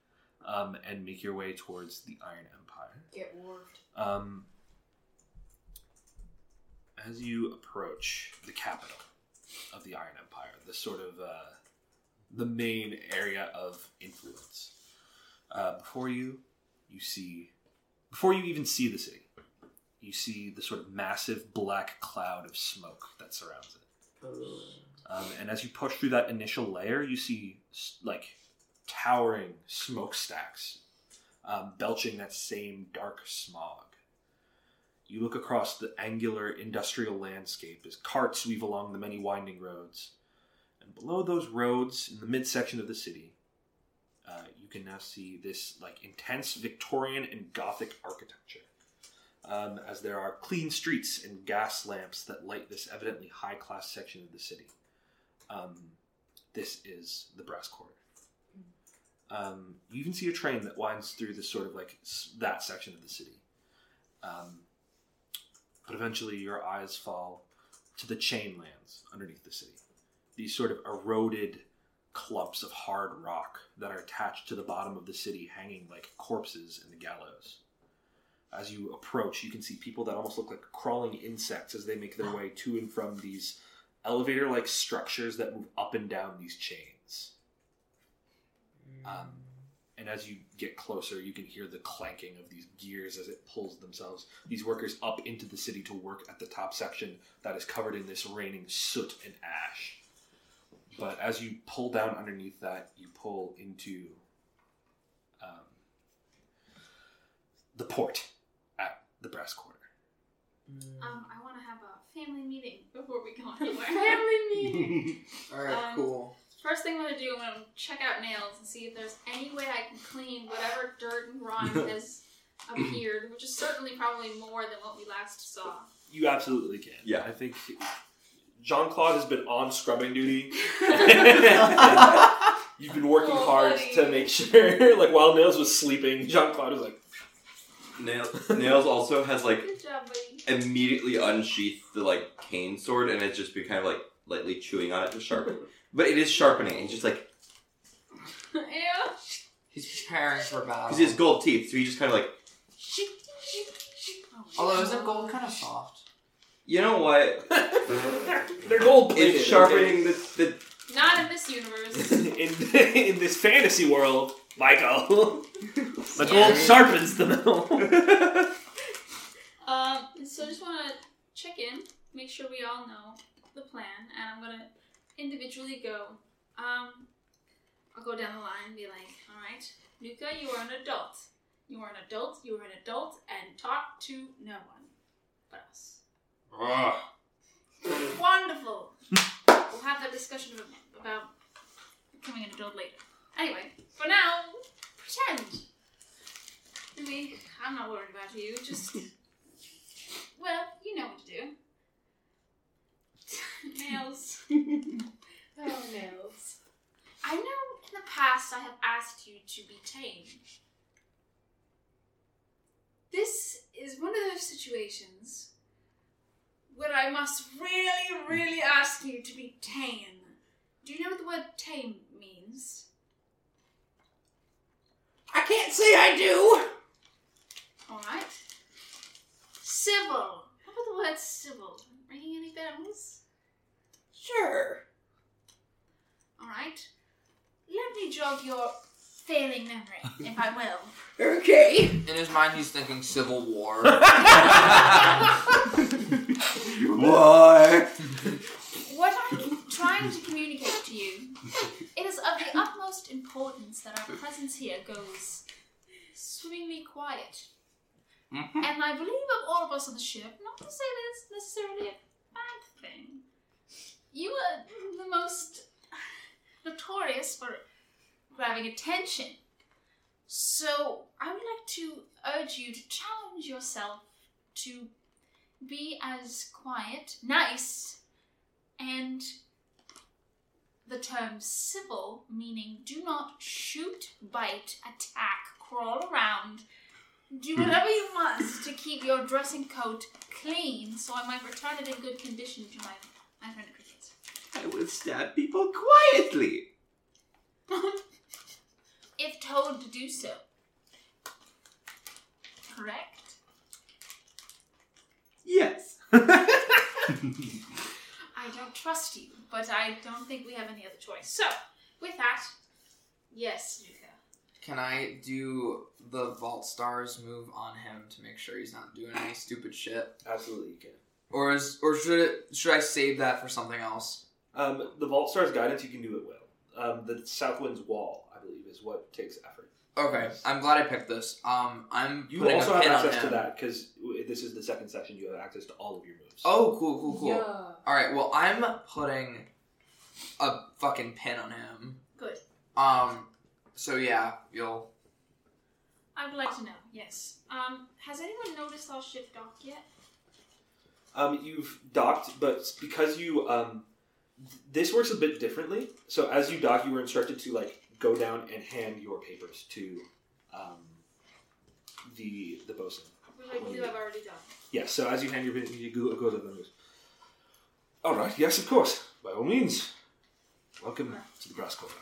Speaker 1: um, and make your way towards the Iron Empire.
Speaker 3: Get warped.
Speaker 1: Um, as you approach the capital of the Iron Empire, the sort of uh, the main area of influence, uh, before you, you see, before you even see the city, you see the sort of massive black cloud of smoke that surrounds it. Um, and as you push through that initial layer, you see s- like towering smokestacks um, belching that same dark smog. You look across the angular industrial landscape as carts weave along the many winding roads. And below those roads, in the midsection of the city, uh, you can now see this like intense Victorian and Gothic architecture. Um, as there are clean streets and gas lamps that light this evidently high class section of the city. Um, this is the brass quarter. Um, you even see a train that winds through this sort of like s- that section of the city. Um, but eventually, your eyes fall to the chain lands underneath the city. These sort of eroded clumps of hard rock that are attached to the bottom of the city, hanging like corpses in the gallows. As you approach, you can see people that almost look like crawling insects as they make their way to and from these elevator like structures that move up and down these chains. Um, and as you get closer, you can hear the clanking of these gears as it pulls themselves, these workers up into the city to work at the top section that is covered in this raining soot and ash. But as you pull down underneath that, you pull into um, the port at the brass quarter.
Speaker 2: Um, I want to have a family meeting before we go anywhere.
Speaker 3: Family meeting.
Speaker 5: All right,
Speaker 2: um,
Speaker 5: cool.
Speaker 2: First thing I'm gonna do, I'm gonna check out nails and see if there's any way I can clean whatever dirt and grime has appeared, which is certainly probably more than what we last saw.
Speaker 1: You absolutely can.
Speaker 4: Yeah.
Speaker 1: I think Jean Claude has been on scrubbing duty You've been working
Speaker 3: Oh,
Speaker 1: hard
Speaker 3: buddy.
Speaker 1: to make sure. Like while Nails was sleeping, Jean Claude was like,
Speaker 4: Nails, Nails also has like
Speaker 2: Good job, buddy.
Speaker 4: immediately unsheathed the like cane sword and has just been kind of like lightly chewing on it to sharpen. But it is sharpening. He's just like
Speaker 2: Ew.
Speaker 5: He's preparing for battle.
Speaker 4: because he has gold teeth, so he just kind of like
Speaker 2: Oh
Speaker 5: Although isn't gold kind of soft?
Speaker 4: you know what?
Speaker 1: "They're gold plated."
Speaker 4: It's sharpening the, the
Speaker 2: Not in this universe.
Speaker 1: in in this fantasy world, Michael. The gold
Speaker 5: Yeah.
Speaker 1: sharpens the metal.
Speaker 2: Um, so I just want to check in, make sure we all know the plan, and I'm gonna individually go. Um, I'll go down the line and be like, all right, Nuka, you are an adult. You are an adult. You are an adult, and talk to no one but us. Wonderful. we'll have that discussion ab- about becoming an adult later. Anyway, for now, pretend. Maybe I'm not worried about you. Just well, you know what to do. Nails.
Speaker 3: Oh, nails.
Speaker 2: I know in the past I have asked you to be tame. This is one of those situations where I must really, really ask you to be tame. Do you know what the word tame means?
Speaker 5: I can't say I do.
Speaker 2: Alright. Civil. How about the word civil? Ringing any bells?
Speaker 5: Sure.
Speaker 2: Alright. Let me jog your failing memory, if I will.
Speaker 5: Okay. In his mind, he's thinking Civil War.
Speaker 4: what?
Speaker 2: What I'm trying to communicate to you, it is of the utmost importance that our presence here goes swimmingly quiet.
Speaker 4: Mm-hmm.
Speaker 5: Mhm.
Speaker 2: And I believe of all of us on the ship, not to say that it's necessarily a bad thing, you are the most notorious for grabbing attention. So I would like to urge you to challenge yourself to be as quiet, nice, and the term civil, meaning do not shoot, bite, attack, crawl around. Do whatever you must to keep your dressing coat clean so I might return it in good condition to my, my friend Cricket.
Speaker 4: I will stab people quietly.
Speaker 2: if told to do so. Correct?
Speaker 4: Yes.
Speaker 2: I don't trust you, but I don't think we have any other choice. So, with that, yes, Luca.
Speaker 5: Can I do the Vault Stars move on him to make sure he's not doing any stupid shit?
Speaker 1: Absolutely, you can.
Speaker 5: Or is or should it, should I save that for something else?
Speaker 1: Um, the Vault Star's guidance, you can do it well. Um, the Southwind's wall, I believe, is what takes effort.
Speaker 5: Okay, I'm glad I picked this. Um, I'm
Speaker 1: You
Speaker 5: putting
Speaker 1: also
Speaker 5: a
Speaker 1: have
Speaker 5: pin on
Speaker 1: access to
Speaker 5: him.
Speaker 1: that because this is the second section. You have access to all of your moves.
Speaker 5: Oh, cool, cool, cool.
Speaker 3: Yeah.
Speaker 5: All right, well, I'm putting a fucking pin on him.
Speaker 2: Good.
Speaker 5: Um, so yeah, you'll.
Speaker 2: I would like to know. Yes. Um, has anyone noticed our ship dock yet?
Speaker 1: Um, you've docked, but because you um, th- this works a bit differently. So as you dock, you were instructed to like go down and hand your papers to um, the the bosun.
Speaker 2: Which I believe I've already done.
Speaker 1: Yes. so as you hand your papers, you go, goes up and goes. All right. Yes, of course. By all means. Welcome to the grass corner.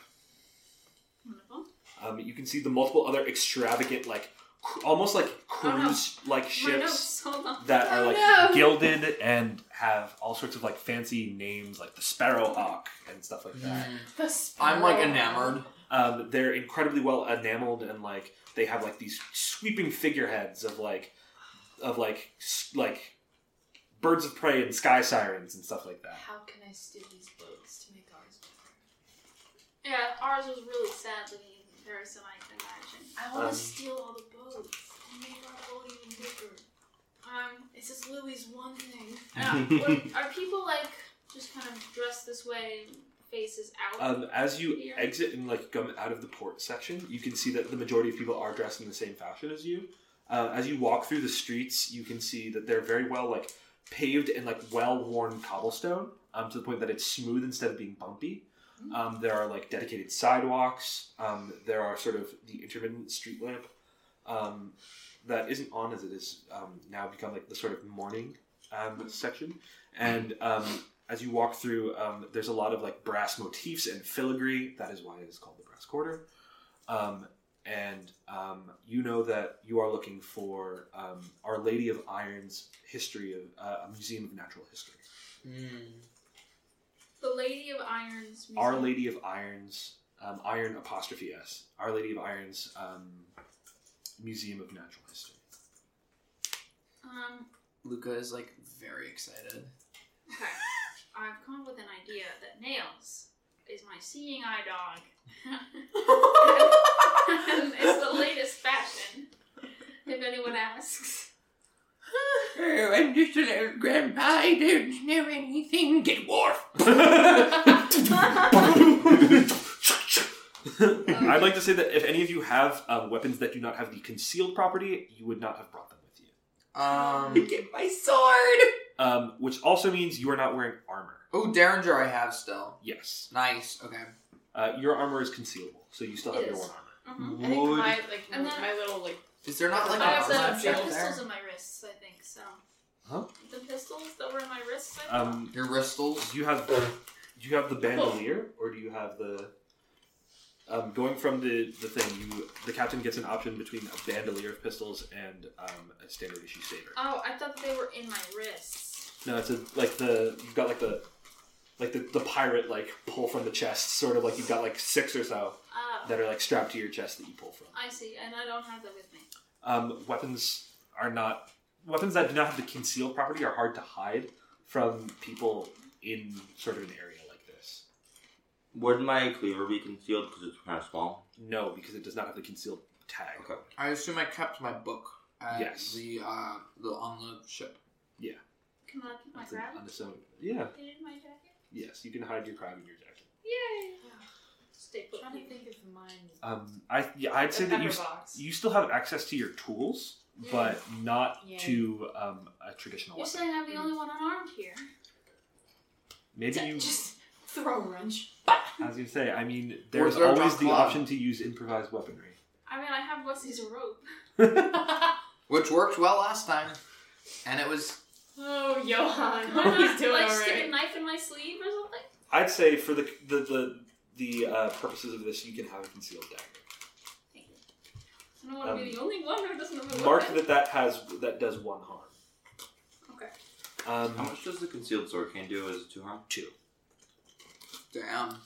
Speaker 2: Wonderful.
Speaker 1: Um, you can see the multiple other extravagant, like cr- almost like
Speaker 2: Oh, no.
Speaker 1: cruise like
Speaker 2: My
Speaker 1: ships
Speaker 2: notes. Hold on.
Speaker 1: that are
Speaker 3: Oh,
Speaker 1: like
Speaker 3: no.
Speaker 1: gilded and have all sorts of like fancy names, like the Sparrow Hawk and stuff
Speaker 5: Mm.
Speaker 1: like
Speaker 5: Mm-hmm.
Speaker 1: that.
Speaker 5: I'm
Speaker 2: Oh.
Speaker 5: like enamored.
Speaker 1: Um, they're incredibly well enameled and like they have like these sweeping figureheads of like of like s- like birds of prey and sky sirens and stuff like that.
Speaker 3: How can I steal these boats to make ours better?
Speaker 2: Yeah, ours was really sadly very similar to imagine. I want to
Speaker 1: Um,
Speaker 2: steal all the boats and make our boat even bigger. Um, it's just Louis' one thing. Now, what- are people like just kind of dressed this way, faces out?
Speaker 1: Um, as you
Speaker 2: Yeah.
Speaker 1: exit and like come out of the port section, you can see that the majority of people are dressed in the same fashion as you. Uh, as you walk through the streets, you can see that they're very well like paved and like well worn cobblestone um, to the point that it's smooth instead of being bumpy. Um, there are like dedicated sidewalks. Um, there are sort of the intermittent street lamp um, that isn't on as it is um, now become like the sort of morning um, section. And um, as you walk through, um, there's a lot of like brass motifs and filigree. That is why it is called the brass quarter. Um, and um, you know that you are looking for um, Our Lady of Irons history of uh, a museum of natural history.
Speaker 5: Mm.
Speaker 2: the Lady of Irons. Museum.
Speaker 1: Our Lady of Irons, um, Iron apostrophe S. Our Lady of Irons um, Museum of Natural History.
Speaker 2: Um,
Speaker 5: Luca is like very excited.
Speaker 2: okay. I've come up with an idea that Nails is my seeing eye dog.
Speaker 5: Oh,
Speaker 2: Um, it's the latest fashion, if anyone asks.
Speaker 5: Oh, I'm just an old grandpa. I don't know anything. Get wharf.
Speaker 1: I'd like to say that if any of you have um, weapons that do not have the concealed property, you would not have brought them with you.
Speaker 5: Um, get my sword.
Speaker 1: Um, which also means you are not wearing armor.
Speaker 5: Oh, Derringer, I have still.
Speaker 1: Yes.
Speaker 5: Nice. Okay.
Speaker 1: Uh, your armor is concealable, so you still have
Speaker 3: It
Speaker 1: your
Speaker 3: is.
Speaker 1: one armor.
Speaker 2: Mhm.
Speaker 3: Mm-hmm. I think my like
Speaker 2: And then-
Speaker 3: my little like
Speaker 5: Is there not like
Speaker 2: I have
Speaker 5: a
Speaker 2: the,
Speaker 3: Armor
Speaker 2: the
Speaker 5: armor
Speaker 3: shield
Speaker 5: check
Speaker 2: pistols
Speaker 5: there?
Speaker 2: in my wrists, I think, so.
Speaker 1: Huh?
Speaker 2: The pistols that were in my wrists, I think.
Speaker 1: Um,
Speaker 5: Your wristles.
Speaker 1: do you have do you have the bandolier or do you have the um, going from the, the thing you the captain gets an option between a bandolier of pistols and um, a standard issue saber.
Speaker 2: oh, I thought they were in my wrists.
Speaker 1: No, it's a, like the you've got like the like the, the pirate like pull from the chest sort of like you've got like six or so
Speaker 2: Oh,
Speaker 1: that are like strapped to your chest that you pull from.
Speaker 2: I see, and I don't have that with me.
Speaker 1: Um, weapons are not weapons that do not have the concealed property are hard to hide from people in sort of an area like this.
Speaker 4: Would my cleaver be concealed because it's kind of small?
Speaker 1: No, because it does not have the concealed tag.
Speaker 4: Okay.
Speaker 5: I assume I kept my book. At
Speaker 1: Yes.
Speaker 5: The uh, the on the ship.
Speaker 2: Can I keep my
Speaker 1: It's an
Speaker 2: crab?
Speaker 1: unassuming- Yeah.
Speaker 2: Get it in my jacket?
Speaker 1: Yes, you can hide your crab in your jacket.
Speaker 2: Yay! Stay put.
Speaker 3: trying to think of mine.
Speaker 1: Um, I yeah, I'd say that you s-
Speaker 3: box.
Speaker 1: you still have access to your tools, but not
Speaker 3: Yeah.
Speaker 1: to um, a traditional
Speaker 2: You're
Speaker 1: weapon.
Speaker 2: saying I'm the only one unarmed here.
Speaker 1: Maybe you.
Speaker 3: just throw a wrench.
Speaker 1: I was gonna say. I mean, there's
Speaker 5: there a
Speaker 1: always
Speaker 5: drop
Speaker 1: the
Speaker 5: cloth?
Speaker 1: option to use improvised weaponry.
Speaker 2: I mean, I have what's his rope.
Speaker 5: Which worked well last time. And it was
Speaker 3: oh, Johan,
Speaker 2: Why not,
Speaker 3: he's doing
Speaker 2: like,
Speaker 3: all
Speaker 2: stick a
Speaker 3: right.
Speaker 2: knife in my sleeve or something?
Speaker 1: I'd say for the the the, the uh, purposes of this, you can have a concealed dagger.
Speaker 2: Thank you. I don't want to be
Speaker 1: Um,
Speaker 2: the only one who doesn't have a weapon.
Speaker 1: Mark that that has that does one harm.
Speaker 2: Okay.
Speaker 4: How
Speaker 1: Um,
Speaker 4: much does the concealed sword can do? Is it two harm?
Speaker 1: two.
Speaker 5: damn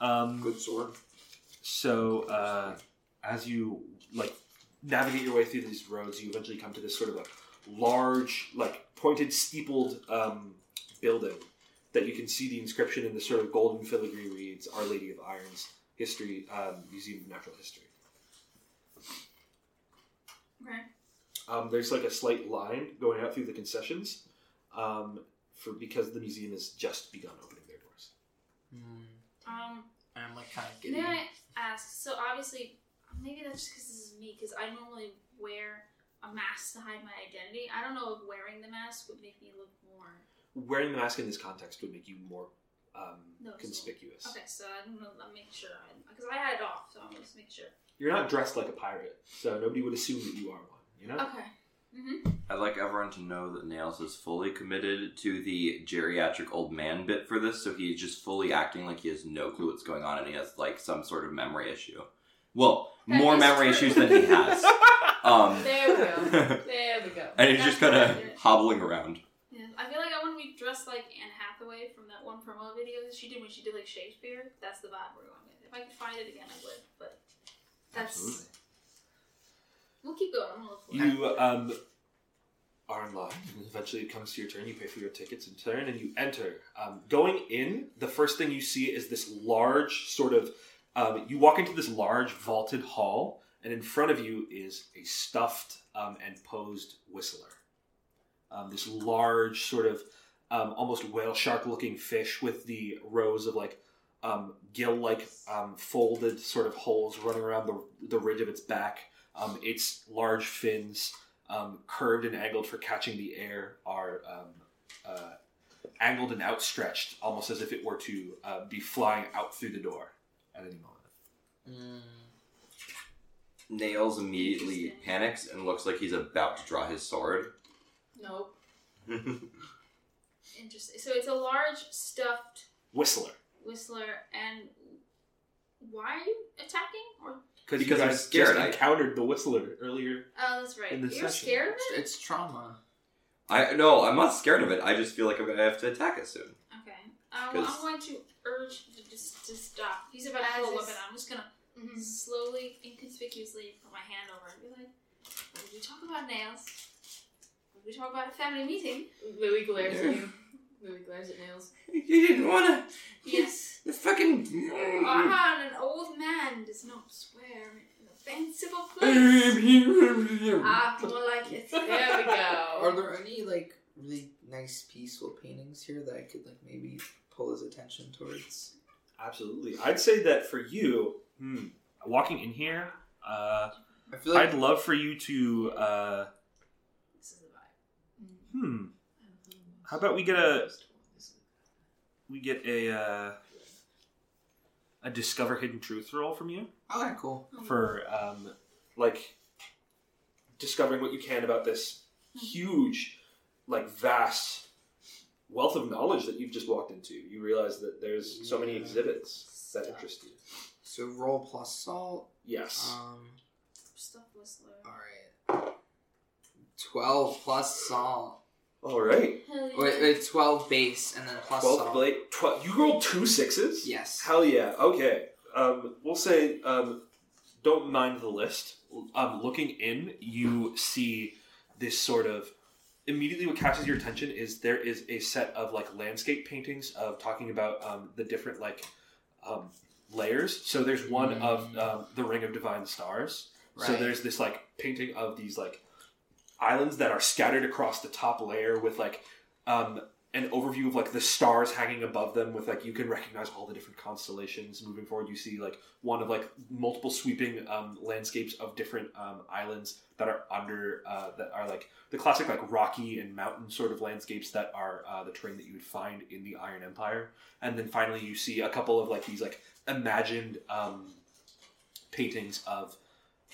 Speaker 1: Um,
Speaker 5: good sword.
Speaker 1: so uh, as you like navigate your way through these roads, you eventually come to this sort of a large, like pointed, steepled um, building that you can see the inscription in the sort of golden filigree reads "Our Lady of Irons History um, Museum of Natural History."
Speaker 2: Okay.
Speaker 1: Um, there's like a slight line going out through the concessions, um, for because the museum has just begun opening their doors.
Speaker 5: Mm,
Speaker 2: Um,
Speaker 5: I'm like kind of
Speaker 2: Can
Speaker 5: giddy.
Speaker 2: I ask? So obviously, maybe that's just because this is me, because I normally wear a mask to hide my identity. I don't know if wearing the mask would make me look more.
Speaker 1: Wearing the mask in this context would make you more um,
Speaker 2: Noticeable.
Speaker 1: conspicuous.
Speaker 2: Okay, so I don't know. I'll make sure. Because I had it off, so I'm just make sure.
Speaker 1: You're not dressed like a pirate, so nobody would assume that you are one. You know.
Speaker 2: Okay. Mm-hmm.
Speaker 4: I'd like everyone to know that Nails is fully committed to the geriatric old man bit for this, so he's just fully acting like he has no clue what's going on and he has like some sort of memory issue. Well,
Speaker 2: That
Speaker 4: more
Speaker 2: is
Speaker 4: memory
Speaker 2: true.
Speaker 4: issues than he has. Um,
Speaker 3: There we go.
Speaker 4: and
Speaker 3: There we go.
Speaker 4: he's just kind of hobbling around.
Speaker 2: Yeah, I feel like I want to be dressed like Anne Hathaway from that one promo video that she did when she did like Shakespeare. That's the vibe we're going with. If I could find it again, I would. But that's we'll keep going. I'm gonna look for it.
Speaker 1: You um, are in line, and eventually it comes to your turn. You pay for your tickets in turn, and you enter. Um, going in, the first thing you see is this large sort of. Um, you walk into this large vaulted hall, and in front of you is a stuffed um, and posed whistler. Um, this large sort of um, almost whale shark looking fish with the rows of like um, gill like um, folded sort of holes running around the, the ridge of its back. Um, its large fins, um, curved and angled for catching the air, are um, uh, angled and outstretched, almost as if it were to uh, be flying out through the door at any moment.
Speaker 5: Mm,
Speaker 4: Nails immediately panics and looks like he's about to draw his sword.
Speaker 3: Nope.
Speaker 2: Interesting. So it's a large stuffed
Speaker 1: Whistler,
Speaker 2: Whistler, and why are you attacking? Or
Speaker 1: because you
Speaker 4: Because I'm
Speaker 1: guys
Speaker 4: scared,
Speaker 1: just
Speaker 4: I-
Speaker 1: encountered the Whistler earlier.
Speaker 2: oh, that's right.
Speaker 1: In
Speaker 2: You're
Speaker 1: the session.
Speaker 2: scared of
Speaker 5: it's-
Speaker 2: it.
Speaker 5: it's trauma.
Speaker 4: I no, I'm not scared of it. I just feel like I'm gonna have to attack it soon.
Speaker 2: Okay. Uh, well, I'm
Speaker 4: Because-
Speaker 2: going to urge you to just to stop. He's about
Speaker 3: As
Speaker 2: to blow
Speaker 3: is-
Speaker 2: up, and I'm just gonna
Speaker 3: Mhm.
Speaker 2: slowly, inconspicuously, put my hand over and be like, "What did we talk about nails? What did we talk about at family meeting?"
Speaker 3: Louis glares at you. Louis glares at nails.
Speaker 4: You didn't wanna.
Speaker 2: Yes.
Speaker 4: The fucking.
Speaker 2: Ah, and an old man does not swear in an offensible place.
Speaker 5: Are
Speaker 2: ah, more like it.
Speaker 3: There we go.
Speaker 5: there any like really nice peaceful paintings here that I could like maybe pull his attention towards?
Speaker 1: Absolutely, I'd say that for you. Hmm, walking in here, uh,
Speaker 5: I feel like
Speaker 1: I'd love for you to. Uh,
Speaker 2: This is the vibe.
Speaker 1: hmm, How about we get a- we get a uh, a discover hidden truth roll from you.
Speaker 5: okay, cool.
Speaker 1: for um, like discovering what you can about this huge, like vast wealth of knowledge that you've just walked into. You realize that there's so many
Speaker 2: Hmm.
Speaker 1: exhibits that interest you.
Speaker 5: So roll plus salt.
Speaker 1: Yes.
Speaker 5: Um,
Speaker 2: Stuff whistler.
Speaker 5: all right. Twelve plus salt.
Speaker 1: All right.
Speaker 2: Hell yeah.
Speaker 5: Wait, wait, twelve base and then plus
Speaker 1: Twelve
Speaker 5: salt.
Speaker 1: blade. Tw- you rolled two sixes.
Speaker 5: Yes.
Speaker 1: Hell yeah. Okay. Um, we'll say um, don't mind the list. Um, looking in, you see this sort of. Immediately, what catches your attention is there is a set of like landscape paintings of talking about um, the different like um, layers. So there's one of
Speaker 5: Mm.
Speaker 1: um, the Ring of Divine Stars. So
Speaker 5: Right.
Speaker 1: there's this like painting of these like islands that are scattered across the top layer with like um, an overview of like the stars hanging above them with like you can recognize all the different constellations moving forward you see like one of like multiple sweeping um, landscapes of different um, islands that are under uh, that are like the classic like rocky and mountain sort of landscapes that are uh, the terrain that you would find in the iron empire and then finally you see a couple of like these like imagined um, paintings of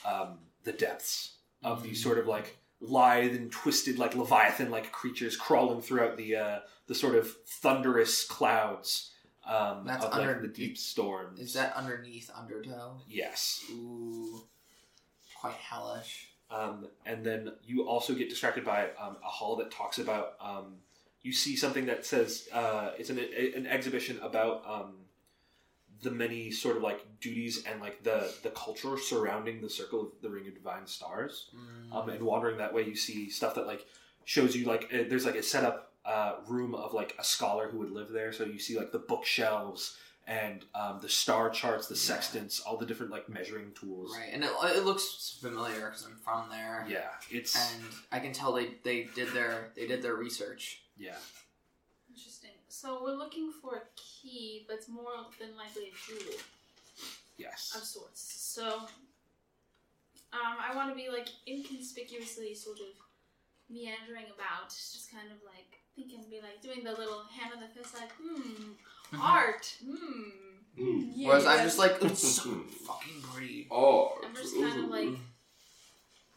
Speaker 1: um, the depths of
Speaker 5: Mm.
Speaker 1: these sort of like lithe and twisted like leviathan like creatures crawling throughout the uh, the sort of thunderous clouds um,
Speaker 5: That's
Speaker 1: of like
Speaker 5: under-
Speaker 1: the deep storms.
Speaker 5: Is that underneath undertow?
Speaker 1: yes?
Speaker 5: Ooh, quite hellish.
Speaker 1: Um, and then you also get distracted by um, a hall that talks about. Um, you see something that says uh, it's an, an exhibition about um, the many sort of like duties and like the the culture surrounding the circle of the Ring of Divine Stars.
Speaker 5: Mm.
Speaker 1: um, and wandering that way you see stuff that like shows you like uh, there's like a set up uh, room of like a scholar who would live there so you see like the bookshelves and um, the star charts, the sextants, all the different like measuring tools.
Speaker 5: Right, and it, uh, it looks familiar because I'm from there,
Speaker 1: Yeah, it's
Speaker 5: and I can tell they, they did their they did their research.
Speaker 1: yeah.
Speaker 2: Interesting. So we're looking for a key, but it's more than likely a jewel of
Speaker 1: Yes.
Speaker 2: sorts. So um, I want to be like inconspicuously sort of meandering about, just kind of like thinking, be like doing the little hand on the fist, like hmm, art, hmm.
Speaker 4: Mm.
Speaker 3: Yeah,
Speaker 5: Whereas I'm
Speaker 3: yeah.
Speaker 5: just like it's so fucking pretty.
Speaker 4: Oh.
Speaker 2: I'm just kind of like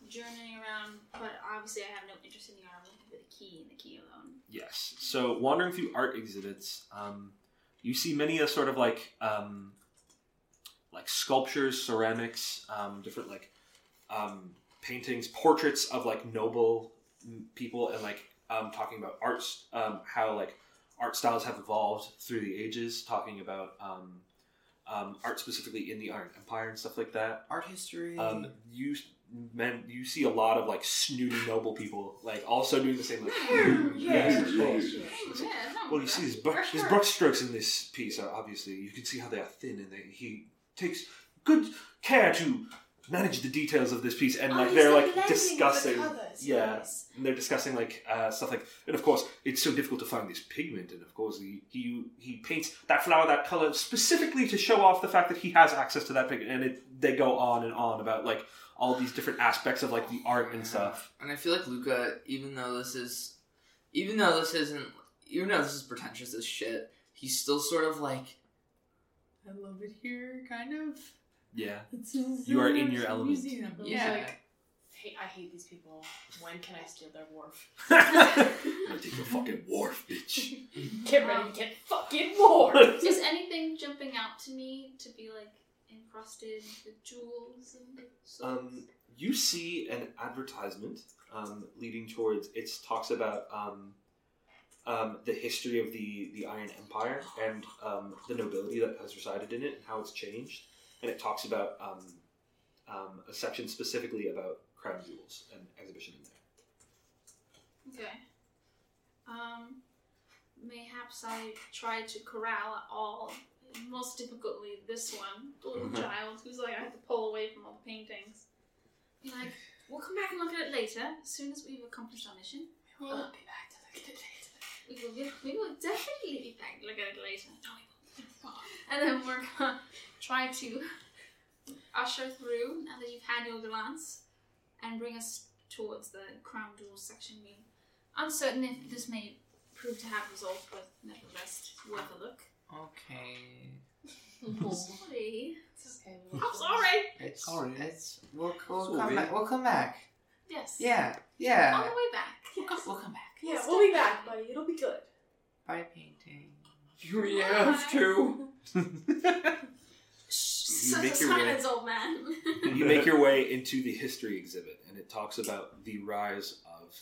Speaker 2: journeying around, but obviously I have no interest in the art. I'm looking for the key and the key alone.
Speaker 1: Yes. So wandering through art exhibits, um, you see many a sort of like um, like sculptures, ceramics, um, different like um, paintings, portraits of like noble m- people, and like um, talking about arts, um, how like art styles have evolved through the ages, talking about um, um, art specifically in the Iron Empire and stuff like that.
Speaker 5: Art history.
Speaker 1: Um, you men, you see a lot of like snooty noble people, like also doing the same like.
Speaker 4: yeah, yeah.
Speaker 2: Yeah, no,
Speaker 1: Well, you see, his brush,
Speaker 2: for
Speaker 1: his
Speaker 2: sure.
Speaker 1: brush strokes in this piece are obviously you can see how they are thin, and they, he takes good care to manage the details of this piece,
Speaker 3: Oh,
Speaker 1: and like they're like discussing, yeah. and they're discussing like uh, stuff like, and of course it's so difficult to find this pigment, and of course he he, he paints that flower that color specifically to show off the fact that he has access to that pigment, and it, they go on and on about like all these different aspects of like the art and stuff.
Speaker 5: And I feel like Luca, even though this is, even though this isn't, even though this is pretentious as shit, he's still sort of like, I love it here, kind of.
Speaker 1: Yeah,
Speaker 3: It's just
Speaker 1: You
Speaker 3: so
Speaker 1: are in
Speaker 3: much
Speaker 1: your element.
Speaker 3: museum. It's
Speaker 5: Yeah.
Speaker 3: Like, hey, I hate these people. When can I steal their wharf?
Speaker 1: I'm gonna take the fucking wharf, bitch.
Speaker 3: Get ready to get fucking wharf.
Speaker 2: Is anything jumping out to me to be like encrusted with jewels and sorts?
Speaker 1: Um, you see an advertisement um, leading towards it talks about um, um, the history of the, the Iron Empire and um, the nobility that has resided in it and how it's changed. And it talks about um, um, a section specifically about crown jewels and exhibition in there.
Speaker 2: Okay. Um, mayhaps I tried to corral all, most difficultly this one, the little child who's like, I have to pull away from all the paintings. Be like, we'll come back and look at it later, as soon as we've accomplished our mission.
Speaker 3: We will not be back to look at it later.
Speaker 2: We will, get, we will definitely be back and look at it later. No, we won't. And then we're gonna try to usher through, now that you've had your glance, and bring us towards the crown jewels section. We're uncertain if this may prove to have results, but nevertheless, it's worth a look.
Speaker 5: Okay,
Speaker 2: Sorry.
Speaker 3: It's okay, we'll-
Speaker 2: I'm sorry.
Speaker 5: it's
Speaker 1: Alright.
Speaker 5: it's we'll, we'll
Speaker 4: It's
Speaker 5: come
Speaker 4: okay.
Speaker 5: back. We'll come back.
Speaker 2: Yes.
Speaker 5: Yeah,
Speaker 2: On the
Speaker 5: yeah.
Speaker 2: way back.
Speaker 3: Yes.
Speaker 5: We'll come back.
Speaker 3: Oh. Yeah, we'll be back, buddy. It'll be good.
Speaker 5: Bye, painting.
Speaker 2: We have
Speaker 5: to.
Speaker 2: Shh,
Speaker 1: make your way.
Speaker 2: silence, old man.
Speaker 1: you make your way into the history exhibit, and it talks about the rise of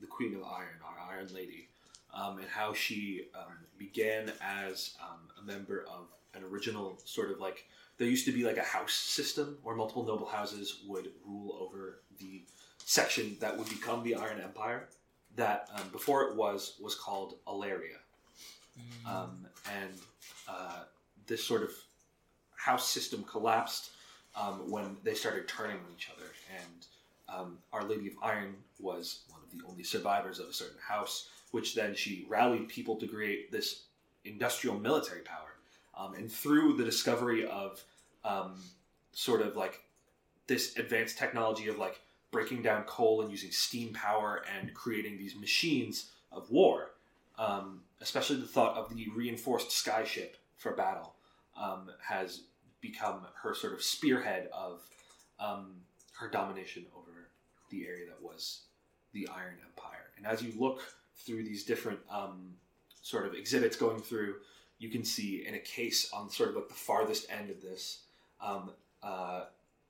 Speaker 1: the Queen of Iron, our Iron Lady, um, and how she um, began as um, a member of an original sort of like there used to be like a house system where multiple noble houses would rule over the section that would become the Iron Empire. That um, before it was was called Alaria, um, and uh, this sort of house system collapsed um, when they started turning on each other. And um, Our Lady of Iron was one of the only survivors of a certain house, which then she rallied people to create this industrial military power. Um, and through the discovery of um, sort of like this advanced technology of like breaking down coal and using steam power and creating these machines of war, um, especially the thought of the reinforced skyship for battle, um, has become her sort of spearhead of um, her domination over the area that was the Iron Empire. And as you look through these different um, sort of exhibits going through, you can see in a case on sort of like the farthest end of this, um, uh,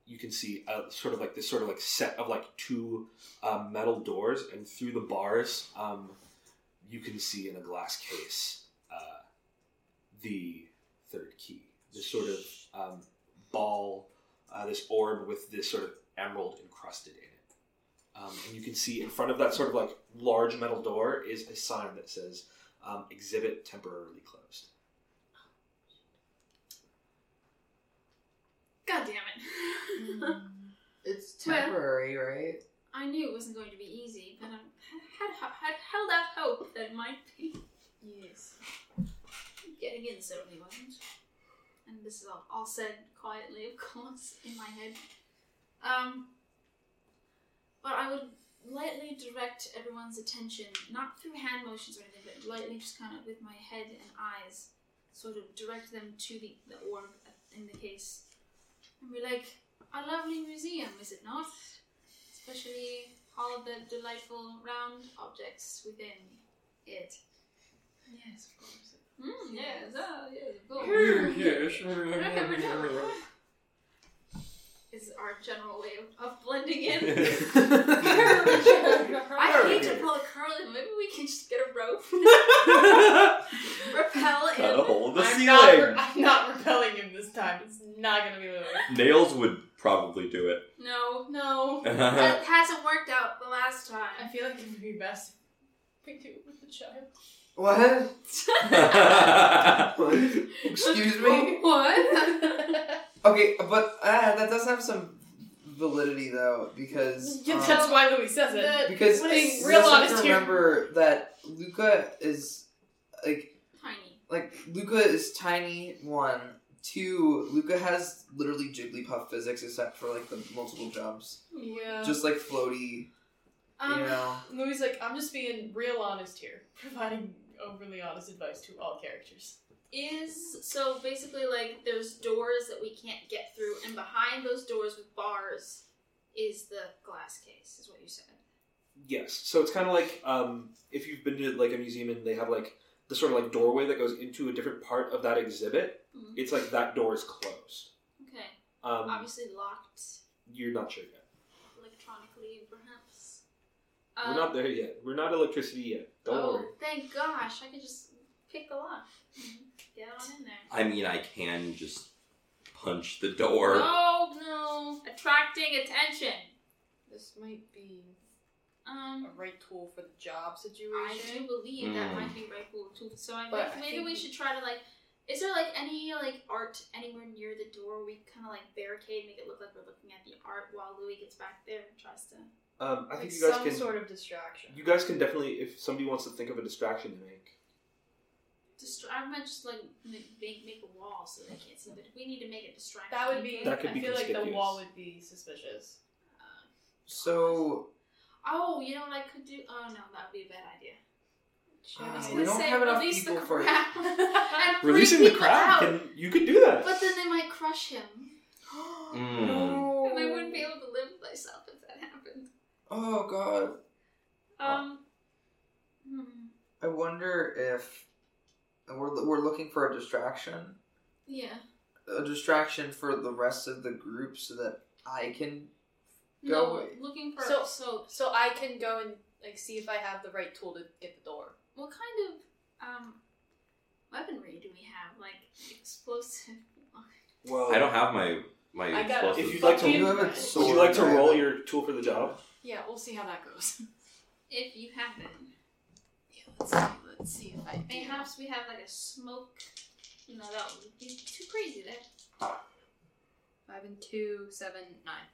Speaker 1: you can see a, sort of like this sort of like set of like two um, metal doors, and through the bars, um, you can see in a glass case uh, the third key. This sort of um, ball, uh, this orb with this sort of emerald encrusted in it. Um, and you can see in front of that sort of like large metal door is a sign that says um, "Exhibit temporarily closed."
Speaker 2: damn
Speaker 5: Mm.
Speaker 2: it.
Speaker 3: Mm.
Speaker 5: It's
Speaker 2: Well-
Speaker 5: temporary, right?
Speaker 2: I knew it wasn't going to be easy, but I had, had, had held out hope that it might be.
Speaker 3: Yes.
Speaker 2: Getting in certainly wasn't. And this is all, all said quietly, of course, in my head. Um, but I would lightly direct everyone's attention, not through hand motions or anything, but lightly just kind of with my head and eyes, sort of direct them to the, the orb in the case. And be like, a lovely museum, is it not? Especially all of the delightful round objects within it.
Speaker 3: Yes, of course.
Speaker 2: Mm, yes, ah, yes, of
Speaker 3: Here,
Speaker 2: course. Is our general way of- of blending in. I hate to pull a curl in. Maybe we can just get a rope, rappel in.
Speaker 4: Cut a hole in the
Speaker 3: I'm, not re-
Speaker 4: ceiling.
Speaker 3: I'm not repelling him this time. It's not gonna be moving.
Speaker 4: Nails would probably do it.
Speaker 2: No,
Speaker 3: No.
Speaker 1: Uh-huh.
Speaker 2: that hasn't worked out the last
Speaker 3: I
Speaker 2: time.
Speaker 3: feel like it would be best if we do it with the child.
Speaker 5: What? Excuse me?
Speaker 2: What?
Speaker 5: Okay, but uh, that does have some validity though, because
Speaker 3: Yeah,
Speaker 5: um,
Speaker 3: that's why Louis says it.
Speaker 2: The
Speaker 5: because
Speaker 3: What is-
Speaker 5: you
Speaker 3: real
Speaker 5: also have
Speaker 3: honest
Speaker 5: to
Speaker 3: here.
Speaker 5: remember that Luca is like
Speaker 2: tiny.
Speaker 5: like Luca is tiny one. Two, Luca has literally Jigglypuff physics except for like the multiple jumps,
Speaker 3: yeah.
Speaker 5: just like floaty,
Speaker 2: Um,
Speaker 5: you know.
Speaker 3: Louis is like, I'm just being real honest here, providing overly honest advice to all characters.
Speaker 2: Is so basically like there's doors that we can't get through, and behind those doors with bars is the glass case. Is what you said.
Speaker 1: Yes. So it's kind of like um, if you've been to like a museum and they have like the sort of like doorway that goes into a different part of that exhibit.
Speaker 2: Mhm.
Speaker 1: It's like that door is closed.
Speaker 2: Okay.
Speaker 1: Um,
Speaker 2: Obviously locked
Speaker 1: you're not sure yet.
Speaker 2: electronically, perhaps. Um,
Speaker 1: We're not there yet. We're not electricity yet. Don't
Speaker 2: oh,
Speaker 1: worry.
Speaker 2: thank gosh! I could just pick the lock. Get on in there.
Speaker 4: I mean, I can just punch the door.
Speaker 2: No, no, attracting attention.
Speaker 3: This might be
Speaker 2: Um,
Speaker 3: right tool for the job
Speaker 2: I do believe that
Speaker 4: Mm.
Speaker 1: Hmm.
Speaker 2: might be right cool too. So I
Speaker 3: But I
Speaker 2: maybe
Speaker 3: think
Speaker 2: we
Speaker 3: we-
Speaker 2: should try to like. Is there like any like art anywhere near the door? We kind of like barricade, make it look like we're looking at the art while Louis gets back there and tries to.
Speaker 1: Um, I
Speaker 3: like
Speaker 1: think you guys
Speaker 3: some
Speaker 1: can.
Speaker 3: sort of distraction.
Speaker 1: You guys can definitely, if somebody wants to think of a distraction to make.
Speaker 2: Distra- I meant just like ma- make make a wall so they can't see, but we need to make it distracting.
Speaker 3: that would be.
Speaker 1: That could
Speaker 3: I
Speaker 1: be
Speaker 3: feel like the
Speaker 1: conspicuous.
Speaker 3: wall would be suspicious.
Speaker 2: Uh,
Speaker 5: So
Speaker 2: Oh, you know what I could do? Oh no, that would be a bad idea.
Speaker 5: Uh,
Speaker 2: I was
Speaker 5: we
Speaker 2: gonna
Speaker 5: don't
Speaker 2: say
Speaker 5: have enough
Speaker 2: release
Speaker 5: people
Speaker 2: the
Speaker 5: for-
Speaker 2: crab. And freak
Speaker 1: Releasing the
Speaker 2: people
Speaker 1: crowd,
Speaker 2: out.
Speaker 1: can, you could do that.
Speaker 2: But then they might crush him,
Speaker 4: Mm.
Speaker 5: no.
Speaker 2: and I wouldn't be able to live with myself if that happened.
Speaker 5: Oh god.
Speaker 2: Um. hmm,
Speaker 5: I wonder if we're we're looking for a distraction,
Speaker 2: Yeah.
Speaker 5: a distraction for the rest of the group, so that I can. Go
Speaker 2: No,
Speaker 5: away.
Speaker 2: looking for so,
Speaker 3: So- So I can go and like see if I have the right tool to get the door.
Speaker 2: what kind of um weaponry do we have? Like explosive.
Speaker 1: well,
Speaker 4: I don't have my my
Speaker 3: I got
Speaker 4: explosives.
Speaker 1: If you'd like to-
Speaker 3: fucking-
Speaker 5: You have a
Speaker 1: Would
Speaker 5: sword.
Speaker 1: you like to roll your tool for the job?
Speaker 3: Yeah, we'll see how that goes.
Speaker 2: If you have it,
Speaker 3: Yeah, let's see. Let's see if I do.
Speaker 2: mayhaps we have like a smoke. No, that would be too crazy. There.
Speaker 3: Five and two, seven, nine.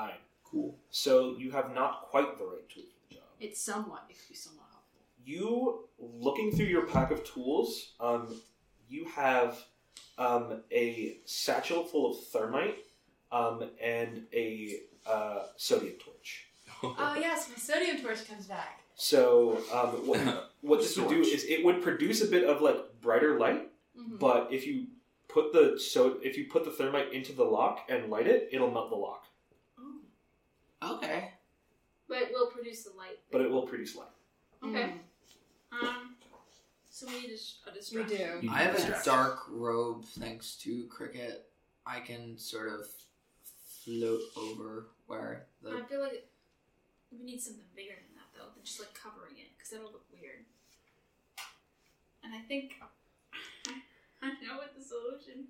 Speaker 1: Nine.
Speaker 5: Cool.
Speaker 1: So you have not quite the right tool for the job.
Speaker 3: It's somewhat. It could be somewhat helpful.
Speaker 1: You looking through your pack of tools, um, you have um, a satchel full of thermite um, and a uh, sodium torch.
Speaker 3: Oh yes, my sodium torch comes back.
Speaker 1: So um, what, what this would do
Speaker 4: Torch.
Speaker 1: is it would produce a bit of like brighter light,
Speaker 3: Mm-hmm.
Speaker 2: Mm-hmm.
Speaker 1: but if you put the so if you put the thermite into the lock and light it, it'll melt the lock,
Speaker 5: Okay.
Speaker 2: But it will produce the light.
Speaker 1: but it will produce light.
Speaker 2: Okay. Um. So we need a, sh- a
Speaker 3: we
Speaker 2: distraction.
Speaker 3: do.
Speaker 5: I have a dark robe thanks to cricket. I can sort of float over where the
Speaker 2: I feel like we need something bigger than that, though, than just like covering it, because that'll look weird. And I think I know what the solution.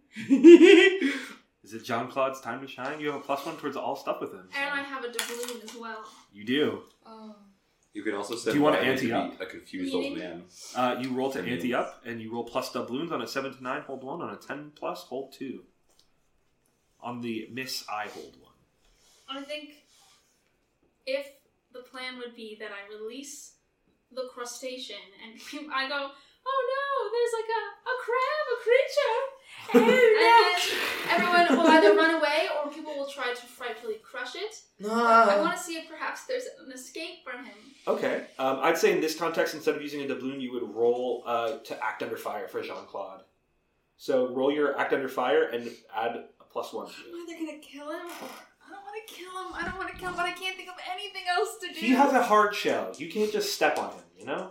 Speaker 1: is it John Claude's time to shine? You have a plus one towards all stuff with him.
Speaker 2: And I have a doubloon as well.
Speaker 1: You do.
Speaker 3: Oh.
Speaker 4: You can also send
Speaker 1: Do you want to
Speaker 4: Ryan
Speaker 1: ante
Speaker 4: be
Speaker 1: up?
Speaker 4: a confused old man.
Speaker 1: Uh, you roll to
Speaker 4: Ten
Speaker 1: ante
Speaker 4: minutes.
Speaker 1: up, and you roll plus doubloons on a seven to nine, hold one on a ten plus, hold two. on the miss I hold one.
Speaker 2: I think if the plan would be that I release the crustacean and I go, oh no, there's like a, a crab, a creature. And, and then everyone will either run away or people will try to frightfully crush it. I want to see if perhaps there's an escape from him.
Speaker 1: Okay, um, I'd say in this context, instead of using a doubloon, you would roll uh, to act under fire for Jean Claude. So roll your act under fire and add a plus one. To it.
Speaker 2: I'm either gonna kill him or I don't want to kill him. I don't want to kill him, but I can't think of anything else to do.
Speaker 1: He has a hard shell. You can't just step on him. You know.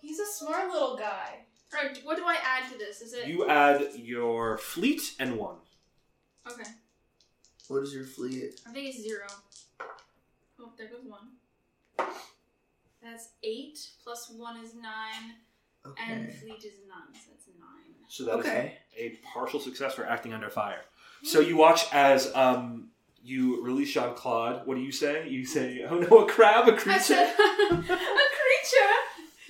Speaker 3: He's a smart little guy.
Speaker 2: Or what do I add to this? Is it
Speaker 1: You add your fleet and one.
Speaker 2: okay?
Speaker 5: What is your fleet?
Speaker 2: I think it's zero. Oh, there goes one. That's eight plus one is nine, and fleet is nine, so that's nine.
Speaker 1: So that is
Speaker 5: Okay.
Speaker 1: a partial success for acting under fire. So you watch as um, you release Jean Claude. What do you say? You say, "Oh no, a crab, a
Speaker 2: I
Speaker 1: creature."
Speaker 2: said, a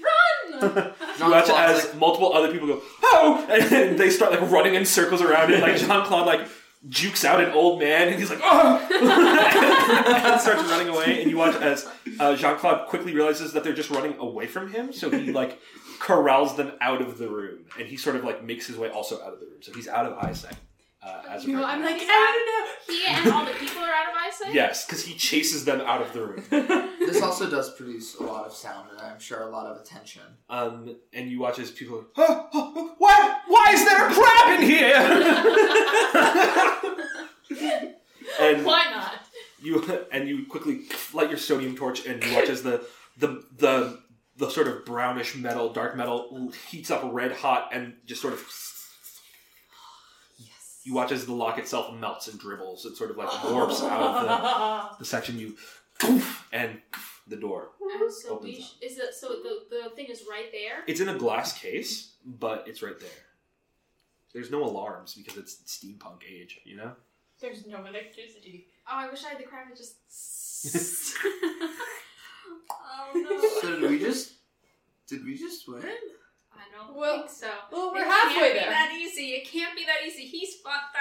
Speaker 2: creature, run!
Speaker 1: You watch as multiple other people go, "Oh!" and then they start like running in circles around it. Like Jean Claude like jukes out an old man, and he's like, "Oh!" and starts running away. And you watch as uh, Jean Claude quickly realizes that they're just running away from him. So he like corrals them out of the room, and he sort of like makes his way also out of the room. So he's out of eyesight. Uh, as of
Speaker 3: You know,
Speaker 1: right
Speaker 3: I'm
Speaker 1: now.
Speaker 3: like, I
Speaker 2: He and all the people are out of eyesight?
Speaker 1: Yes, because he chases them out of the room.
Speaker 3: don't know.
Speaker 5: this also does produce a lot of sound and I'm sure a lot of attention.
Speaker 1: Um, and you watch as people are, oh, oh, oh, why, why is there a crab in here? and
Speaker 3: Why not?
Speaker 1: you and you quickly light your sodium torch and you watch as the the the the sort of brownish metal, dark metal heats up red hot and just sort of
Speaker 3: Yes.
Speaker 1: you watch as the lock itself melts and dribbles. It sort of like warps out of the, the section you and the door.
Speaker 2: And so we
Speaker 1: Opens
Speaker 2: sh- is it so the, the thing is right there?
Speaker 1: It's in a glass case, but it's right there. There's no alarms because it's steampunk age, you know?
Speaker 3: There's no electricity.
Speaker 2: Oh, I wish I had the crab to just. oh no!
Speaker 5: So did we just did we just win?
Speaker 2: I don't
Speaker 3: Well,
Speaker 2: think so.
Speaker 3: Well,
Speaker 2: it
Speaker 3: we're
Speaker 2: can't
Speaker 3: halfway
Speaker 2: be
Speaker 3: there.
Speaker 2: that easy. It can't be that easy. He's fucked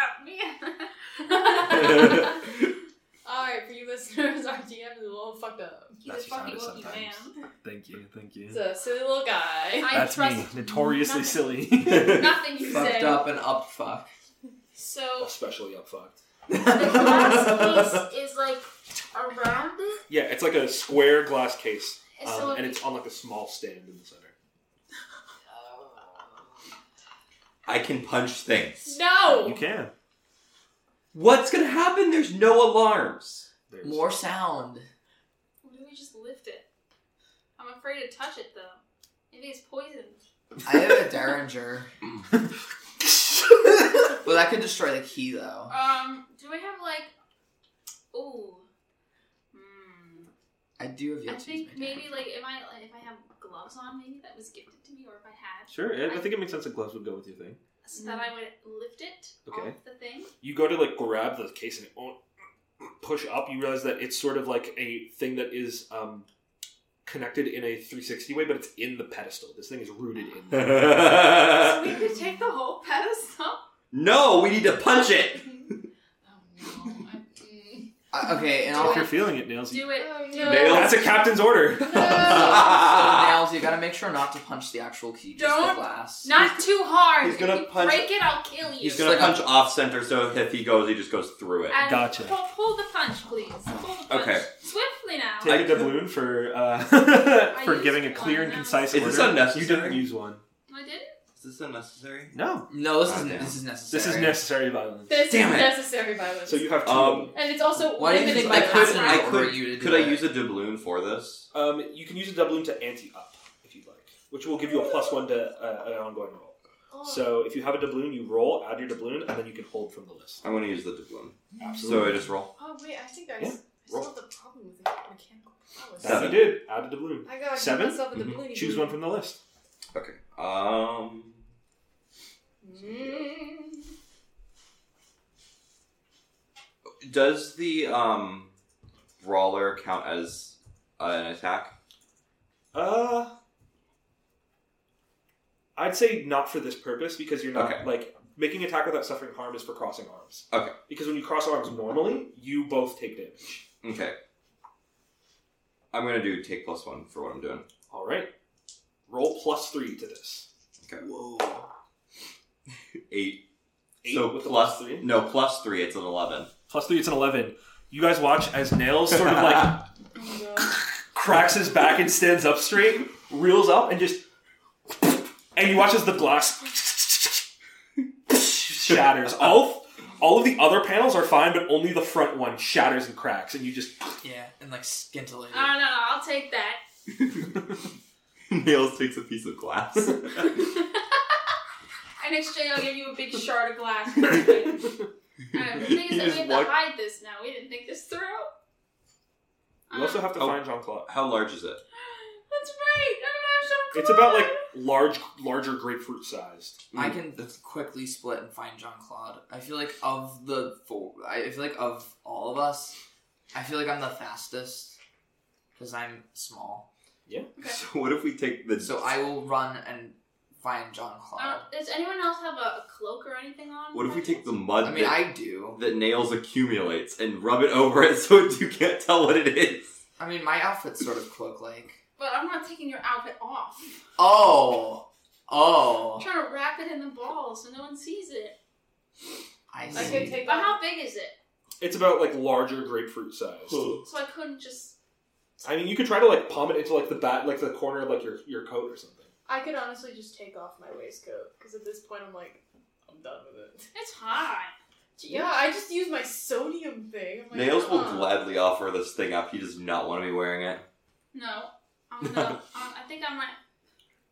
Speaker 2: up, man.
Speaker 3: All right, for you listeners, our DM is a little fucked up.
Speaker 2: He's
Speaker 1: That's
Speaker 2: a
Speaker 1: just how it
Speaker 2: fucking
Speaker 1: is
Speaker 2: wookie man.
Speaker 1: sometimes. Thank you, thank you.
Speaker 3: He's a silly little guy.
Speaker 2: I
Speaker 1: That's me,
Speaker 2: trust
Speaker 1: notoriously
Speaker 2: nothing-
Speaker 1: silly.
Speaker 2: Nothing you
Speaker 5: Fucked
Speaker 2: say.
Speaker 5: up and up fuck.
Speaker 2: So
Speaker 1: Especially up fucked.
Speaker 2: the glass case is like around it.
Speaker 1: Yeah, it's like a square glass case,
Speaker 2: And
Speaker 1: um,
Speaker 2: so if
Speaker 1: and
Speaker 2: you-
Speaker 1: it's on like a small stand in the center.
Speaker 4: I can punch things.
Speaker 3: No.
Speaker 1: You can.
Speaker 4: What's gonna happen? There's no alarms.
Speaker 1: There's
Speaker 5: More sound.
Speaker 2: What if we just lift it? I'm afraid to touch it though. Maybe it's poisoned.
Speaker 5: I have a derringer. Well that could destroy the key though.
Speaker 2: Um, do I have like? Ooh. Hmm.
Speaker 5: I do have
Speaker 2: I
Speaker 5: yet to use
Speaker 2: think
Speaker 5: my
Speaker 2: maybe like if I like, if I have gloves on, maybe that was gifted to me, or if I had,
Speaker 1: Sure, I I think it makes sense that gloves would go with your thing.
Speaker 2: so that
Speaker 4: Mm-hmm.
Speaker 2: I would lift it
Speaker 1: Okay.
Speaker 2: off the thing.
Speaker 1: you go to like grab the case and it won't push up you realize that it's sort of like a thing that is um connected in a 360 way but it's in the pedestal this thing is rooted in
Speaker 2: So we could take the whole pedestal.
Speaker 4: no, we need to punch it.
Speaker 3: Oh no. I, mm.
Speaker 5: derringer. Uh, okay, and
Speaker 2: Do
Speaker 5: I'll
Speaker 1: if you're feeling it nails you
Speaker 2: Do it.
Speaker 3: Oh
Speaker 2: no.
Speaker 4: Nails.
Speaker 1: that's a captain's order
Speaker 5: So,
Speaker 4: He's
Speaker 5: Nails, you gotta make sure not to punch the actual key, just
Speaker 2: Don't-
Speaker 5: the glass.
Speaker 2: Not too hard.
Speaker 4: He's gonna
Speaker 2: if you
Speaker 4: punch-
Speaker 2: break it, I'll kill you.
Speaker 4: gonna
Speaker 5: like a-
Speaker 4: punch off center, so if he goes, he just goes through it.
Speaker 2: And
Speaker 1: Gotcha.
Speaker 2: Pull, pull the punch, please. Pull the punch.
Speaker 4: Okay.
Speaker 2: Swiftly now.
Speaker 1: take
Speaker 4: I-
Speaker 1: a doubloon for uh for
Speaker 2: used
Speaker 1: giving a
Speaker 2: one,
Speaker 1: clear and
Speaker 2: no.
Speaker 1: concise
Speaker 4: Is
Speaker 1: order
Speaker 4: this unnecessary?
Speaker 1: you didn't use one
Speaker 2: No, I didn't.
Speaker 4: Is this unnecessary?
Speaker 1: no
Speaker 5: No, this is
Speaker 4: Goddamn.
Speaker 5: this is necessary.
Speaker 1: this is necessary violence
Speaker 3: This
Speaker 4: Damn
Speaker 3: is
Speaker 4: it.
Speaker 3: necessary violence.
Speaker 1: so you have two
Speaker 4: Um,
Speaker 1: of them.
Speaker 3: and it's also
Speaker 5: Why do you
Speaker 3: limited
Speaker 5: think
Speaker 3: by
Speaker 5: I couldn't?
Speaker 3: password.
Speaker 5: I
Speaker 4: Could-
Speaker 5: could. You to do
Speaker 4: Could I
Speaker 5: it?
Speaker 4: use a doubloon for this?
Speaker 1: um you can use a doubloon to ante up if you'd like which will give you a plus one to uh, an ongoing roll
Speaker 2: Oh.
Speaker 1: So if you have a doubloon, you roll, add your doubloon, and then you can hold from the list.
Speaker 4: I'm gonna use the doubloon.
Speaker 1: Absolutely.
Speaker 4: So I just roll.
Speaker 3: Oh wait, I think I,
Speaker 1: Yeah.
Speaker 3: s- I
Speaker 1: Roll.
Speaker 3: solved the problem with the mechanical powers.
Speaker 1: That
Speaker 4: Seven.
Speaker 1: you did. Add a doubloon.
Speaker 3: I gotta
Speaker 1: Seven? Mm-hmm.
Speaker 3: give myself a
Speaker 4: Mhm.
Speaker 3: doubloon.
Speaker 1: Choose one from the list.
Speaker 4: Okay. Um.
Speaker 3: Mm.
Speaker 4: Does the um brawler count as uh, an attack?
Speaker 1: Uh, I'd say not for this purpose because you're not
Speaker 4: Okay.
Speaker 1: like Making attack without suffering harm is for crossing arms.
Speaker 4: Okay.
Speaker 1: Because when you cross arms normally, you both take damage.
Speaker 4: Okay. I'm gonna do take plus one for what I'm doing.
Speaker 1: All right. Roll plus three to this.
Speaker 5: Whoa.
Speaker 4: Eight.
Speaker 1: Eight
Speaker 4: so
Speaker 1: with the
Speaker 4: plus-
Speaker 1: plus three.
Speaker 4: No, plus three. It's an eleven.
Speaker 1: Plus three, it's an eleven. You guys watch as Nails sort of like cracks his back and stands up straight, reels up, and just. And you watch as the glass shatters. All, all of the other panels are fine, but only the front one shatters and cracks, and you just.
Speaker 5: Yeah, and like scintillated.
Speaker 2: I don't know. I'll take that.
Speaker 4: Nails takes a piece of glass.
Speaker 2: And next day I'll give you a big shard of glass. Alright, the thing is that we
Speaker 4: You just
Speaker 2: have
Speaker 4: walk-
Speaker 2: to hide this now. We didn't think this through.
Speaker 1: You also
Speaker 2: Uh,
Speaker 1: have to
Speaker 4: Oh.
Speaker 1: find Jean Claude.
Speaker 4: How large is it?
Speaker 2: That's right. I don't have some
Speaker 1: It's about like large, larger grapefruit sized.
Speaker 4: Mm.
Speaker 5: I can quickly split and find Jean Claude. I feel like of the four, I feel like of all of us, I feel like I'm the fastest because I'm small.
Speaker 2: Okay.
Speaker 4: So what if we take the?
Speaker 5: So I will run and find Jean Claude.
Speaker 2: Uh, does anyone else have a, a cloak or anything on?
Speaker 4: What if we take the mud
Speaker 5: I mean,
Speaker 4: that,
Speaker 5: I do.
Speaker 4: that nails accumulates and rub it over it so you can't tell what it is?
Speaker 5: I mean, my outfit's sort of cloak like.
Speaker 2: But I'm not taking your outfit off.
Speaker 5: Oh,
Speaker 2: I'm
Speaker 5: oh,
Speaker 2: trying to wrap it in the ball so no one sees it.
Speaker 5: I
Speaker 3: I could
Speaker 5: see.
Speaker 3: take
Speaker 2: But how big is it?
Speaker 1: It's about like larger grapefruit sized.
Speaker 2: So I couldn't just.
Speaker 1: I mean, you could try to like palm it into like the bat, like the corner of like your, your coat or something.
Speaker 3: I could honestly just take off my waistcoat because at this point I'm like, I'm done with it.
Speaker 2: It's hot.
Speaker 3: Yeah, I just use my sodium thing. I'm like,
Speaker 4: Nails will
Speaker 3: "Huh."
Speaker 4: gladly offer this thing up. He does not want to be wearing it.
Speaker 2: No. I'm gonna. um, I think I might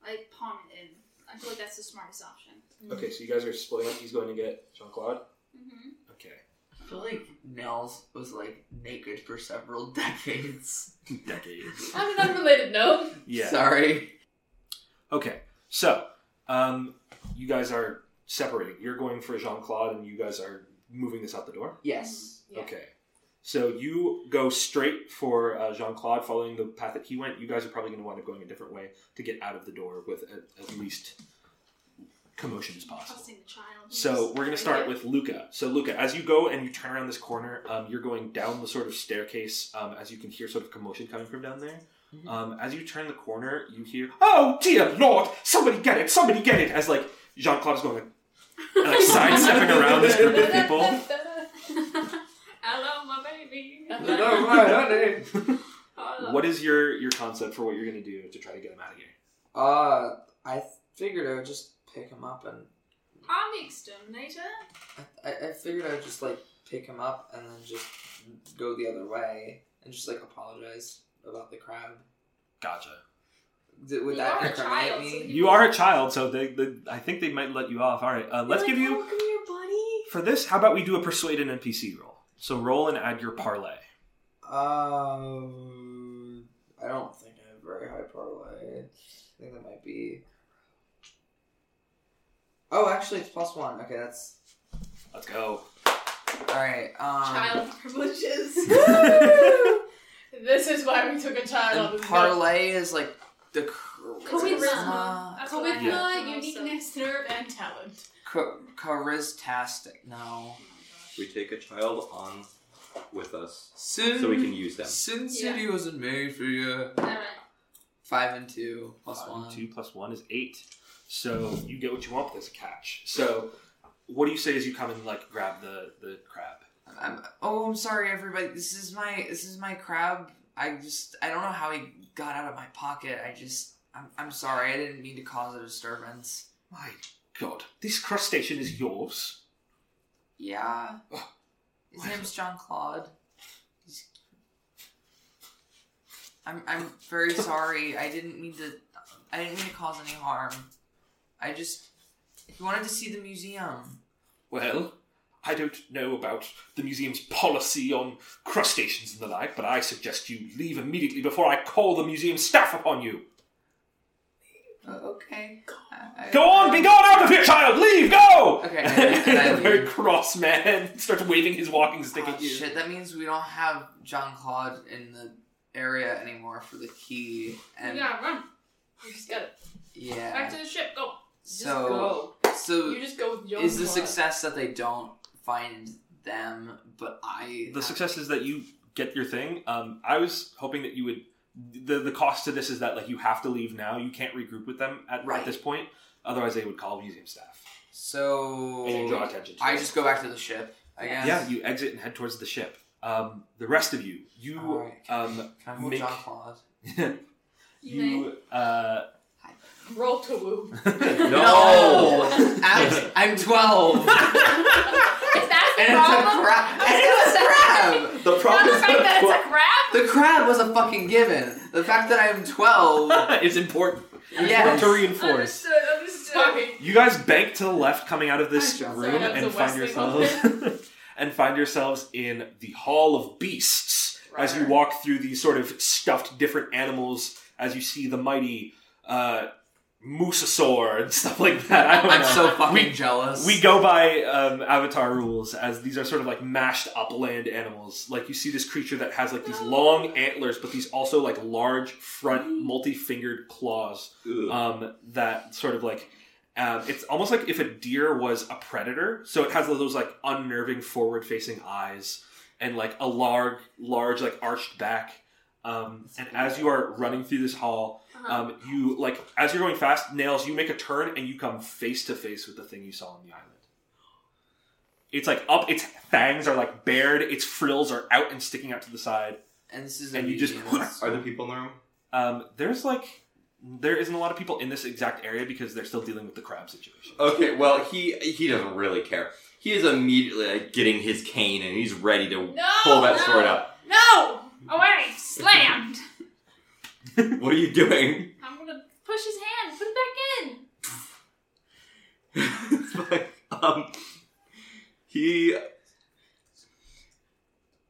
Speaker 2: like palm it in. I feel like that's the smartest option.
Speaker 1: Okay, so you guys are splitting up. He's going to get Jean Claude.
Speaker 2: Mm-hmm.
Speaker 1: Okay.
Speaker 5: I feel like Nels was like naked for several decades.
Speaker 1: Decades.
Speaker 3: On an unrelated note,
Speaker 1: Yeah.
Speaker 5: Sorry.
Speaker 1: Okay, so um, you guys are separating. You're going for Jean Claude, and you guys are moving this out the door.
Speaker 5: Yes.
Speaker 3: Yeah.
Speaker 1: Okay, so you go straight for uh, Jean Claude, following the path that he went. You guys are probably going to wind up going a different way to get out of the door with a, at least commotion as possible.
Speaker 2: Trusting the child.
Speaker 1: So we're gonna start
Speaker 2: with.
Speaker 1: with Luca. So Luca, as you go and you turn around this corner, um, you're going down the sort of staircase. Um, as you can hear sort of commotion coming from down there.
Speaker 3: Mm-hmm.
Speaker 5: Mhm.
Speaker 1: Um, as you turn the corner, you hear, "Oh dear lord! Somebody get it! Somebody get it!" As like Jean Claude is going like, and, like sidestepping around this group of people.
Speaker 2: Hello, my baby.
Speaker 3: Hello,
Speaker 2: Hello.
Speaker 1: What is your your concept for what you're gonna do to try to get him out of here?
Speaker 5: Uh, I figured I would just pick him up and
Speaker 2: I'm the exterminator.
Speaker 5: I, I- I figured I would just like pick him up and then just go the other way and just like apologize about the crab.
Speaker 1: Gotcha.
Speaker 5: Th- Would
Speaker 2: You
Speaker 5: that
Speaker 2: are a
Speaker 5: incriminate
Speaker 2: child, so
Speaker 5: me?
Speaker 1: You are a child, so they, they I think they might let you off. All right, uh, let's
Speaker 3: Like,
Speaker 1: give you
Speaker 3: "Oh, come here, buddy.
Speaker 1: for this. How about we do a persuade an NPC roll? So roll and add your parlay.
Speaker 5: Um, I don't think I have very high parlay. I think that might be. Oh, actually, it's plus one. Okay, that's
Speaker 1: Let's go.
Speaker 5: all right. Um,
Speaker 2: Child privileges.
Speaker 3: This is why we took a child
Speaker 5: and
Speaker 3: off
Speaker 5: parlay is like the
Speaker 2: Charisma.
Speaker 5: charisma.
Speaker 2: That's what I have.
Speaker 3: nerve, and talent.
Speaker 5: Cha- charistastic. No.
Speaker 4: We take a child on with us
Speaker 5: Sin,
Speaker 4: so we can use them.
Speaker 5: Sin
Speaker 2: Yeah.
Speaker 5: City wasn't made for you.
Speaker 2: Alright.
Speaker 5: Five and two plus
Speaker 1: Five and
Speaker 5: one.
Speaker 1: Two plus one is eight. So you get what you want, but there's a catch. So what do you say as you come and like grab the the crab?
Speaker 5: I'm, oh, I'm sorry, everybody. This is my this is my crab. I just I don't know how he got out of my pocket. I just I'm, I'm sorry. I didn't mean to cause a disturbance.
Speaker 1: My God, this crustacean is yours.
Speaker 5: Yeah. His name's John Claude. He's- I'm I'm very sorry. I didn't mean to. I didn't mean to cause any harm. I just he wanted to see the museum.
Speaker 1: Well, I don't know about the museum's policy on crustaceans and the like, but I suggest you leave immediately before I call the museum staff upon you.
Speaker 5: Uh,
Speaker 1: Oh,
Speaker 5: okay. I- I-
Speaker 1: Go on, be gone out of here, child! Leave, go!
Speaker 5: Okay, and I- and I
Speaker 1: very
Speaker 5: leave.
Speaker 1: cross man starts waving his walking stick
Speaker 5: Oh,
Speaker 1: at you.
Speaker 5: shit, that means we don't have John Claude in the area anymore for the key.
Speaker 2: We
Speaker 5: And yeah,
Speaker 2: gotta run.
Speaker 3: We just gotta.
Speaker 2: Back to the ship. Go.
Speaker 3: Just
Speaker 5: So,
Speaker 3: go.
Speaker 5: so
Speaker 3: You just go with your
Speaker 5: is the
Speaker 3: blood.
Speaker 5: success that they don't find them, but I
Speaker 1: The success is that you get your thing. Um, I was hoping that you would. The, the cost to this is that like you have to leave now. You can't regroup with them at,
Speaker 5: Right.
Speaker 1: at this point. Otherwise, they would call museum staff and draw
Speaker 5: So
Speaker 1: attention. to
Speaker 5: I
Speaker 1: it.
Speaker 5: just go back to the ship. I guess.
Speaker 1: yeah. You exit and head towards the ship. Um, the rest of you, you
Speaker 5: All right.
Speaker 1: um,
Speaker 5: Can I hold
Speaker 1: Make-
Speaker 5: John Claude?
Speaker 1: you uh,
Speaker 3: Roll to woo.
Speaker 4: No!
Speaker 5: Abs- I'm twelve. and
Speaker 2: Is that the problem? Not
Speaker 5: it's a crab. And it's a crab.
Speaker 4: The problem
Speaker 2: the
Speaker 4: is
Speaker 2: fact that
Speaker 4: that
Speaker 2: it's a crab?
Speaker 5: The crab was a fucking given. The fact that I'm 12.
Speaker 1: it's important.
Speaker 5: yes.
Speaker 1: Important to reinforce.
Speaker 2: Understood, understood.
Speaker 3: Sorry.
Speaker 1: You guys bank to the left coming out of this
Speaker 5: Sorry,
Speaker 1: room
Speaker 3: that was
Speaker 1: and
Speaker 3: a
Speaker 1: find
Speaker 3: Wesley
Speaker 1: yourselves and find yourselves in the Hall of Beasts as you
Speaker 5: Right.
Speaker 1: walk through these sort of stuffed different animals as you see the mighty uh Moosasaur and stuff like that. I don't
Speaker 5: I'm
Speaker 1: know.
Speaker 5: so fucking
Speaker 1: We-
Speaker 5: jealous.
Speaker 1: we go by um, Avatar rules, as these are sort of like mashed up land animals. Like you see this creature that has like these long antlers, but these also like large front, multi-fingered claws
Speaker 4: a.
Speaker 1: um, that sort of like um, it's almost like if a deer was a predator. So it has those like unnerving forward-facing eyes and like a large, large like arched back. Um, and as you are running through this hall,
Speaker 2: Uh-huh.
Speaker 1: um, you like as you're going fast, nails. You make a turn and you come face to face with the thing you saw on the island. It's like up. Its fangs are like bared. Its frills are out and sticking out to the side.
Speaker 5: And this is
Speaker 1: And
Speaker 5: a
Speaker 1: you just-
Speaker 5: museum.
Speaker 4: Are there people in the room?
Speaker 1: Um, there's like there isn't a lot of people in this exact area because they're still dealing with the crab situation.
Speaker 4: Okay, well, he he doesn't really care. He is immediately like, getting his cane and he's ready to
Speaker 2: No!
Speaker 4: um, pull that
Speaker 2: no,
Speaker 4: sword up.
Speaker 2: No! Away! Slammed!
Speaker 4: What are you doing?
Speaker 2: I'm gonna push his hand, put it back in!
Speaker 4: It's like, um, he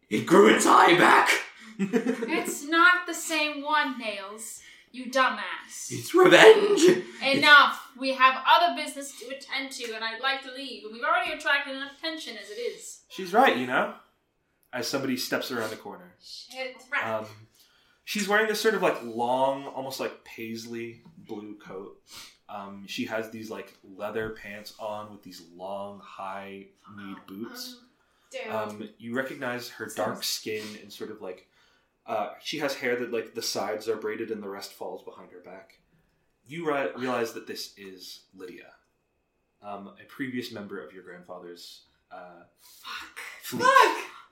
Speaker 4: he grew its eye back.
Speaker 2: It's not the same one, Nails. You dumbass.
Speaker 4: It's revenge.
Speaker 2: Enough. We have other business to attend to, and I'd like to leave. And we've already attracted enough attention as it is.
Speaker 1: She's right, you know. As somebody steps around the corner,
Speaker 2: Shit.
Speaker 1: um, she's wearing this sort of like long, almost like paisley blue coat. Um, she has these like leather pants on with these long, high kneed
Speaker 2: Um,
Speaker 1: boots.
Speaker 2: Damn.
Speaker 1: Um, you recognize her dark skin and sort of like uh, she has hair that like the sides are braided and the rest falls behind her back. You ri- realize that this is Lydia, um, a previous member of your grandfather's uh, fleet.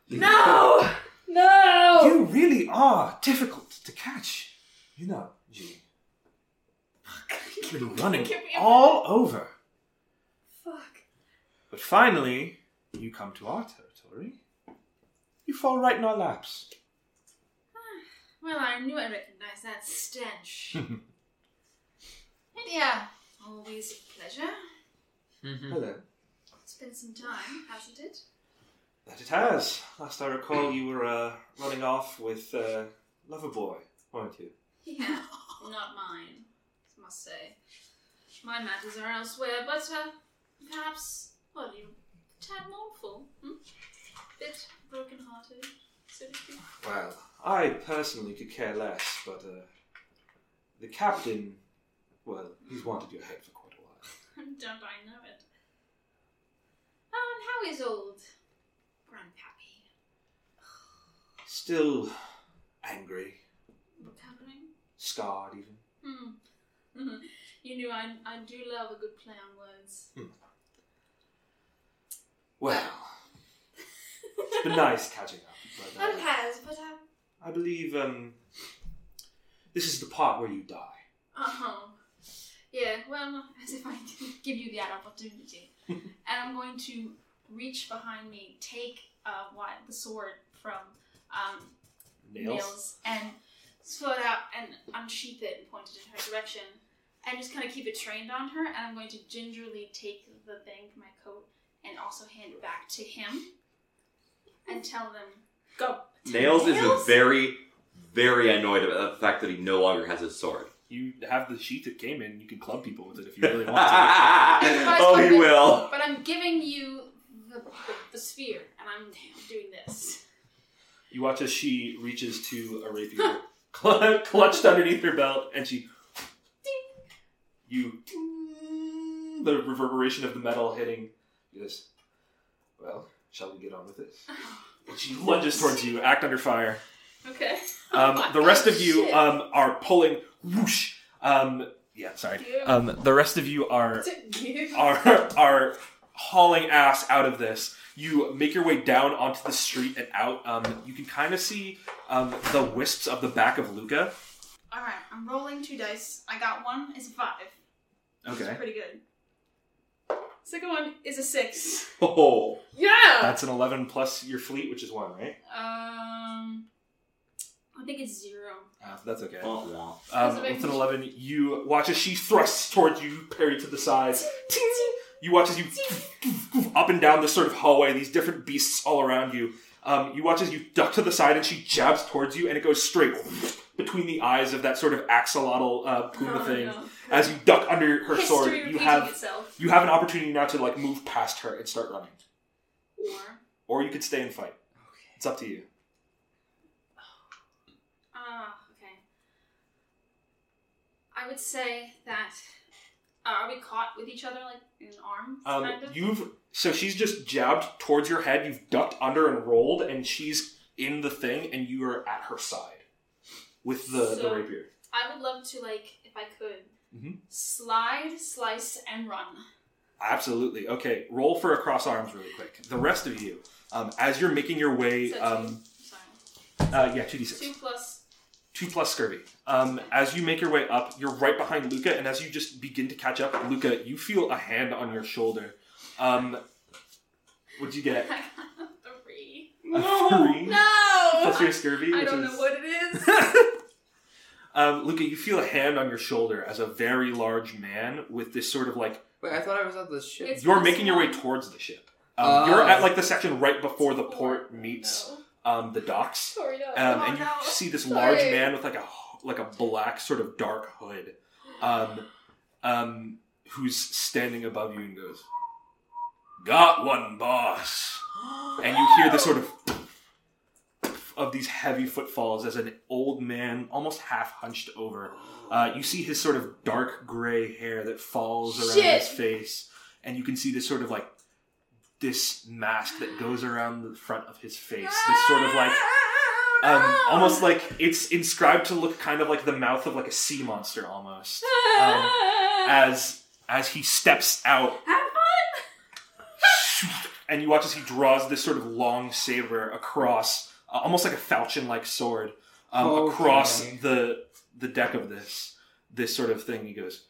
Speaker 3: No! No!
Speaker 2: Oh.
Speaker 1: You really are difficult to catch. You know, G. You've been running
Speaker 2: Give me a
Speaker 1: all over.
Speaker 3: Fuck.
Speaker 1: But finally, you come to our territory. You fall right in our laps.
Speaker 2: Well, I knew I recognized that stench. Lydia, always a pleasure.
Speaker 5: Mhm.
Speaker 1: Hello.
Speaker 2: It's been some time, hasn't it?
Speaker 1: That it has. Last I recall, you were uh, running off with uh, Loverboy, weren't you?
Speaker 2: Yeah, not mine, I must say. My matters are elsewhere, but uh, perhaps, well, you tad mournful, hmm? Bit broken-hearted, so to speak.
Speaker 1: Well, I personally could care less, but uh, the captain, well, he's wanted your head for quite a while.
Speaker 2: Don't I know it? Oh, and how is old Grandpappy
Speaker 1: Still angry,
Speaker 2: recovering?
Speaker 1: scarred even.
Speaker 2: Hmm. you knew I, I do love a good play on words.
Speaker 1: Well, it's been nice catching up, but
Speaker 2: That
Speaker 1: uh,
Speaker 2: has, but um,
Speaker 1: I believe um, this is the part where you die.
Speaker 2: Oh, yeah. Well, as if I didn't give you that opportunity. and I'm going to reach behind me, take uh, what the sword from um,
Speaker 1: Nails.
Speaker 2: and sort out and unsheath it and point it in her direction. And just kind of keep it trained on her. And I'm going to gingerly take the thing from my coat and also hand it back to him and tell them, "Go."
Speaker 4: Nails is
Speaker 2: Nails?
Speaker 4: very very annoyed about the fact that he no longer has his sword.
Speaker 1: You have the sheet that came in. You can club people with it if you really want to.
Speaker 4: oh, he will.
Speaker 2: But I'm giving you the, the, the sphere, and I'm doing this.
Speaker 1: You watch as she reaches to a rapier, cl- clutched underneath her belt, and she. You "Bing," the reverberation of the metal hitting. He goes, Well, shall we get on with this? And she lunges towards you. Act under fire.
Speaker 2: Okay.
Speaker 1: Um, the rest of you
Speaker 2: Shit.
Speaker 1: um, are pulling. Whoosh. Um, yeah, sorry. Um, the rest of you are are are hauling ass out of this. You make your way down onto the street and out. Um, you can kind of see um, the wisps of the back of Luca.
Speaker 2: All right. I'm rolling two dice. I got one. It's a five. It's
Speaker 1: Okay.
Speaker 2: pretty good. Second one is a six.
Speaker 1: Oh,
Speaker 3: Yeah.
Speaker 1: that's an eleven plus your fleet, which is one, right?
Speaker 2: Um, I think it's zero.
Speaker 1: Uh, that's okay.
Speaker 4: Wah, wah.
Speaker 1: Um,
Speaker 3: Doesn't make
Speaker 1: with an
Speaker 3: much-
Speaker 1: 11, you watch as she thrusts towards you, you parry to the sides. You watch as you up and down this sort of hallway, these different beasts all around you. Um, you watch as you duck to the side and she jabs towards you and it goes straight between the eyes of that sort of axolotl uh, puma
Speaker 2: Oh,
Speaker 1: thing.
Speaker 2: no.
Speaker 1: As you duck under her
Speaker 2: History
Speaker 1: sword, you
Speaker 2: repeating
Speaker 1: have
Speaker 2: itself.
Speaker 1: you have an opportunity now to like move past her and start running,
Speaker 2: Or
Speaker 1: or you could stay and fight. It's up to you.
Speaker 2: ah, okay. I would say that uh, are we caught with each other like in an arm?
Speaker 1: Um,
Speaker 2: kind of?
Speaker 1: you've so she's just jabbed towards your head. You've ducked under and rolled, and she's in the thing, and you are at her side with the, the
Speaker 2: So-
Speaker 1: rapier.
Speaker 2: I would love to like if I could
Speaker 1: Mhm.
Speaker 2: slide, slice, and run.
Speaker 1: Absolutely. Okay, roll for across arms really quick. The rest of you, um, as you're making your way,
Speaker 2: So two-
Speaker 1: um,
Speaker 2: sorry,
Speaker 1: uh, yeah, two d six.
Speaker 2: two plus.
Speaker 1: two plus scurvy. Um, as you make your way up, you're right behind Luca, and as you just begin to catch up, Luca, you feel a hand on your shoulder. Um, what'd you get?
Speaker 2: three.
Speaker 1: A three
Speaker 3: No.
Speaker 1: plus your scurvy.
Speaker 3: I
Speaker 1: which
Speaker 3: don't
Speaker 1: is...
Speaker 3: know what it is.
Speaker 1: um, Luca, you feel a hand on your shoulder as a very large man with this sort of like
Speaker 5: Wait, I thought I was at the ship.
Speaker 2: It's-
Speaker 1: you're
Speaker 2: plus
Speaker 1: making your way
Speaker 2: one.
Speaker 1: towards the ship. Um,
Speaker 5: Oh.
Speaker 1: You're at like the section right before the
Speaker 2: Four.
Speaker 1: port meets
Speaker 3: No.
Speaker 1: um, the docks,
Speaker 3: Sorry, no.
Speaker 1: um,
Speaker 3: Oh,
Speaker 1: and you
Speaker 3: no.
Speaker 1: see this large
Speaker 3: Sorry.
Speaker 1: man with like a like a black sort of dark hood, um, um, who's standing above you and goes, "Got one, boss." and you hear the sort of of these heavy footfalls as an old man, almost half hunched over. Uh, you see his sort of dark gray hair that falls around
Speaker 3: Shit.
Speaker 1: his face, and you can see this sort of like this mask that goes around the front of his face. This sort of like
Speaker 2: Ah,
Speaker 1: um, almost like it's inscribed to look kind of like the mouth of like a sea monster almost. Um, as as he steps out
Speaker 2: Have
Speaker 1: and you watch as he draws this sort of long saber across, uh, almost like a falchion like sword, um,
Speaker 5: Okay.
Speaker 1: across the the deck of this this sort of thing. He goes,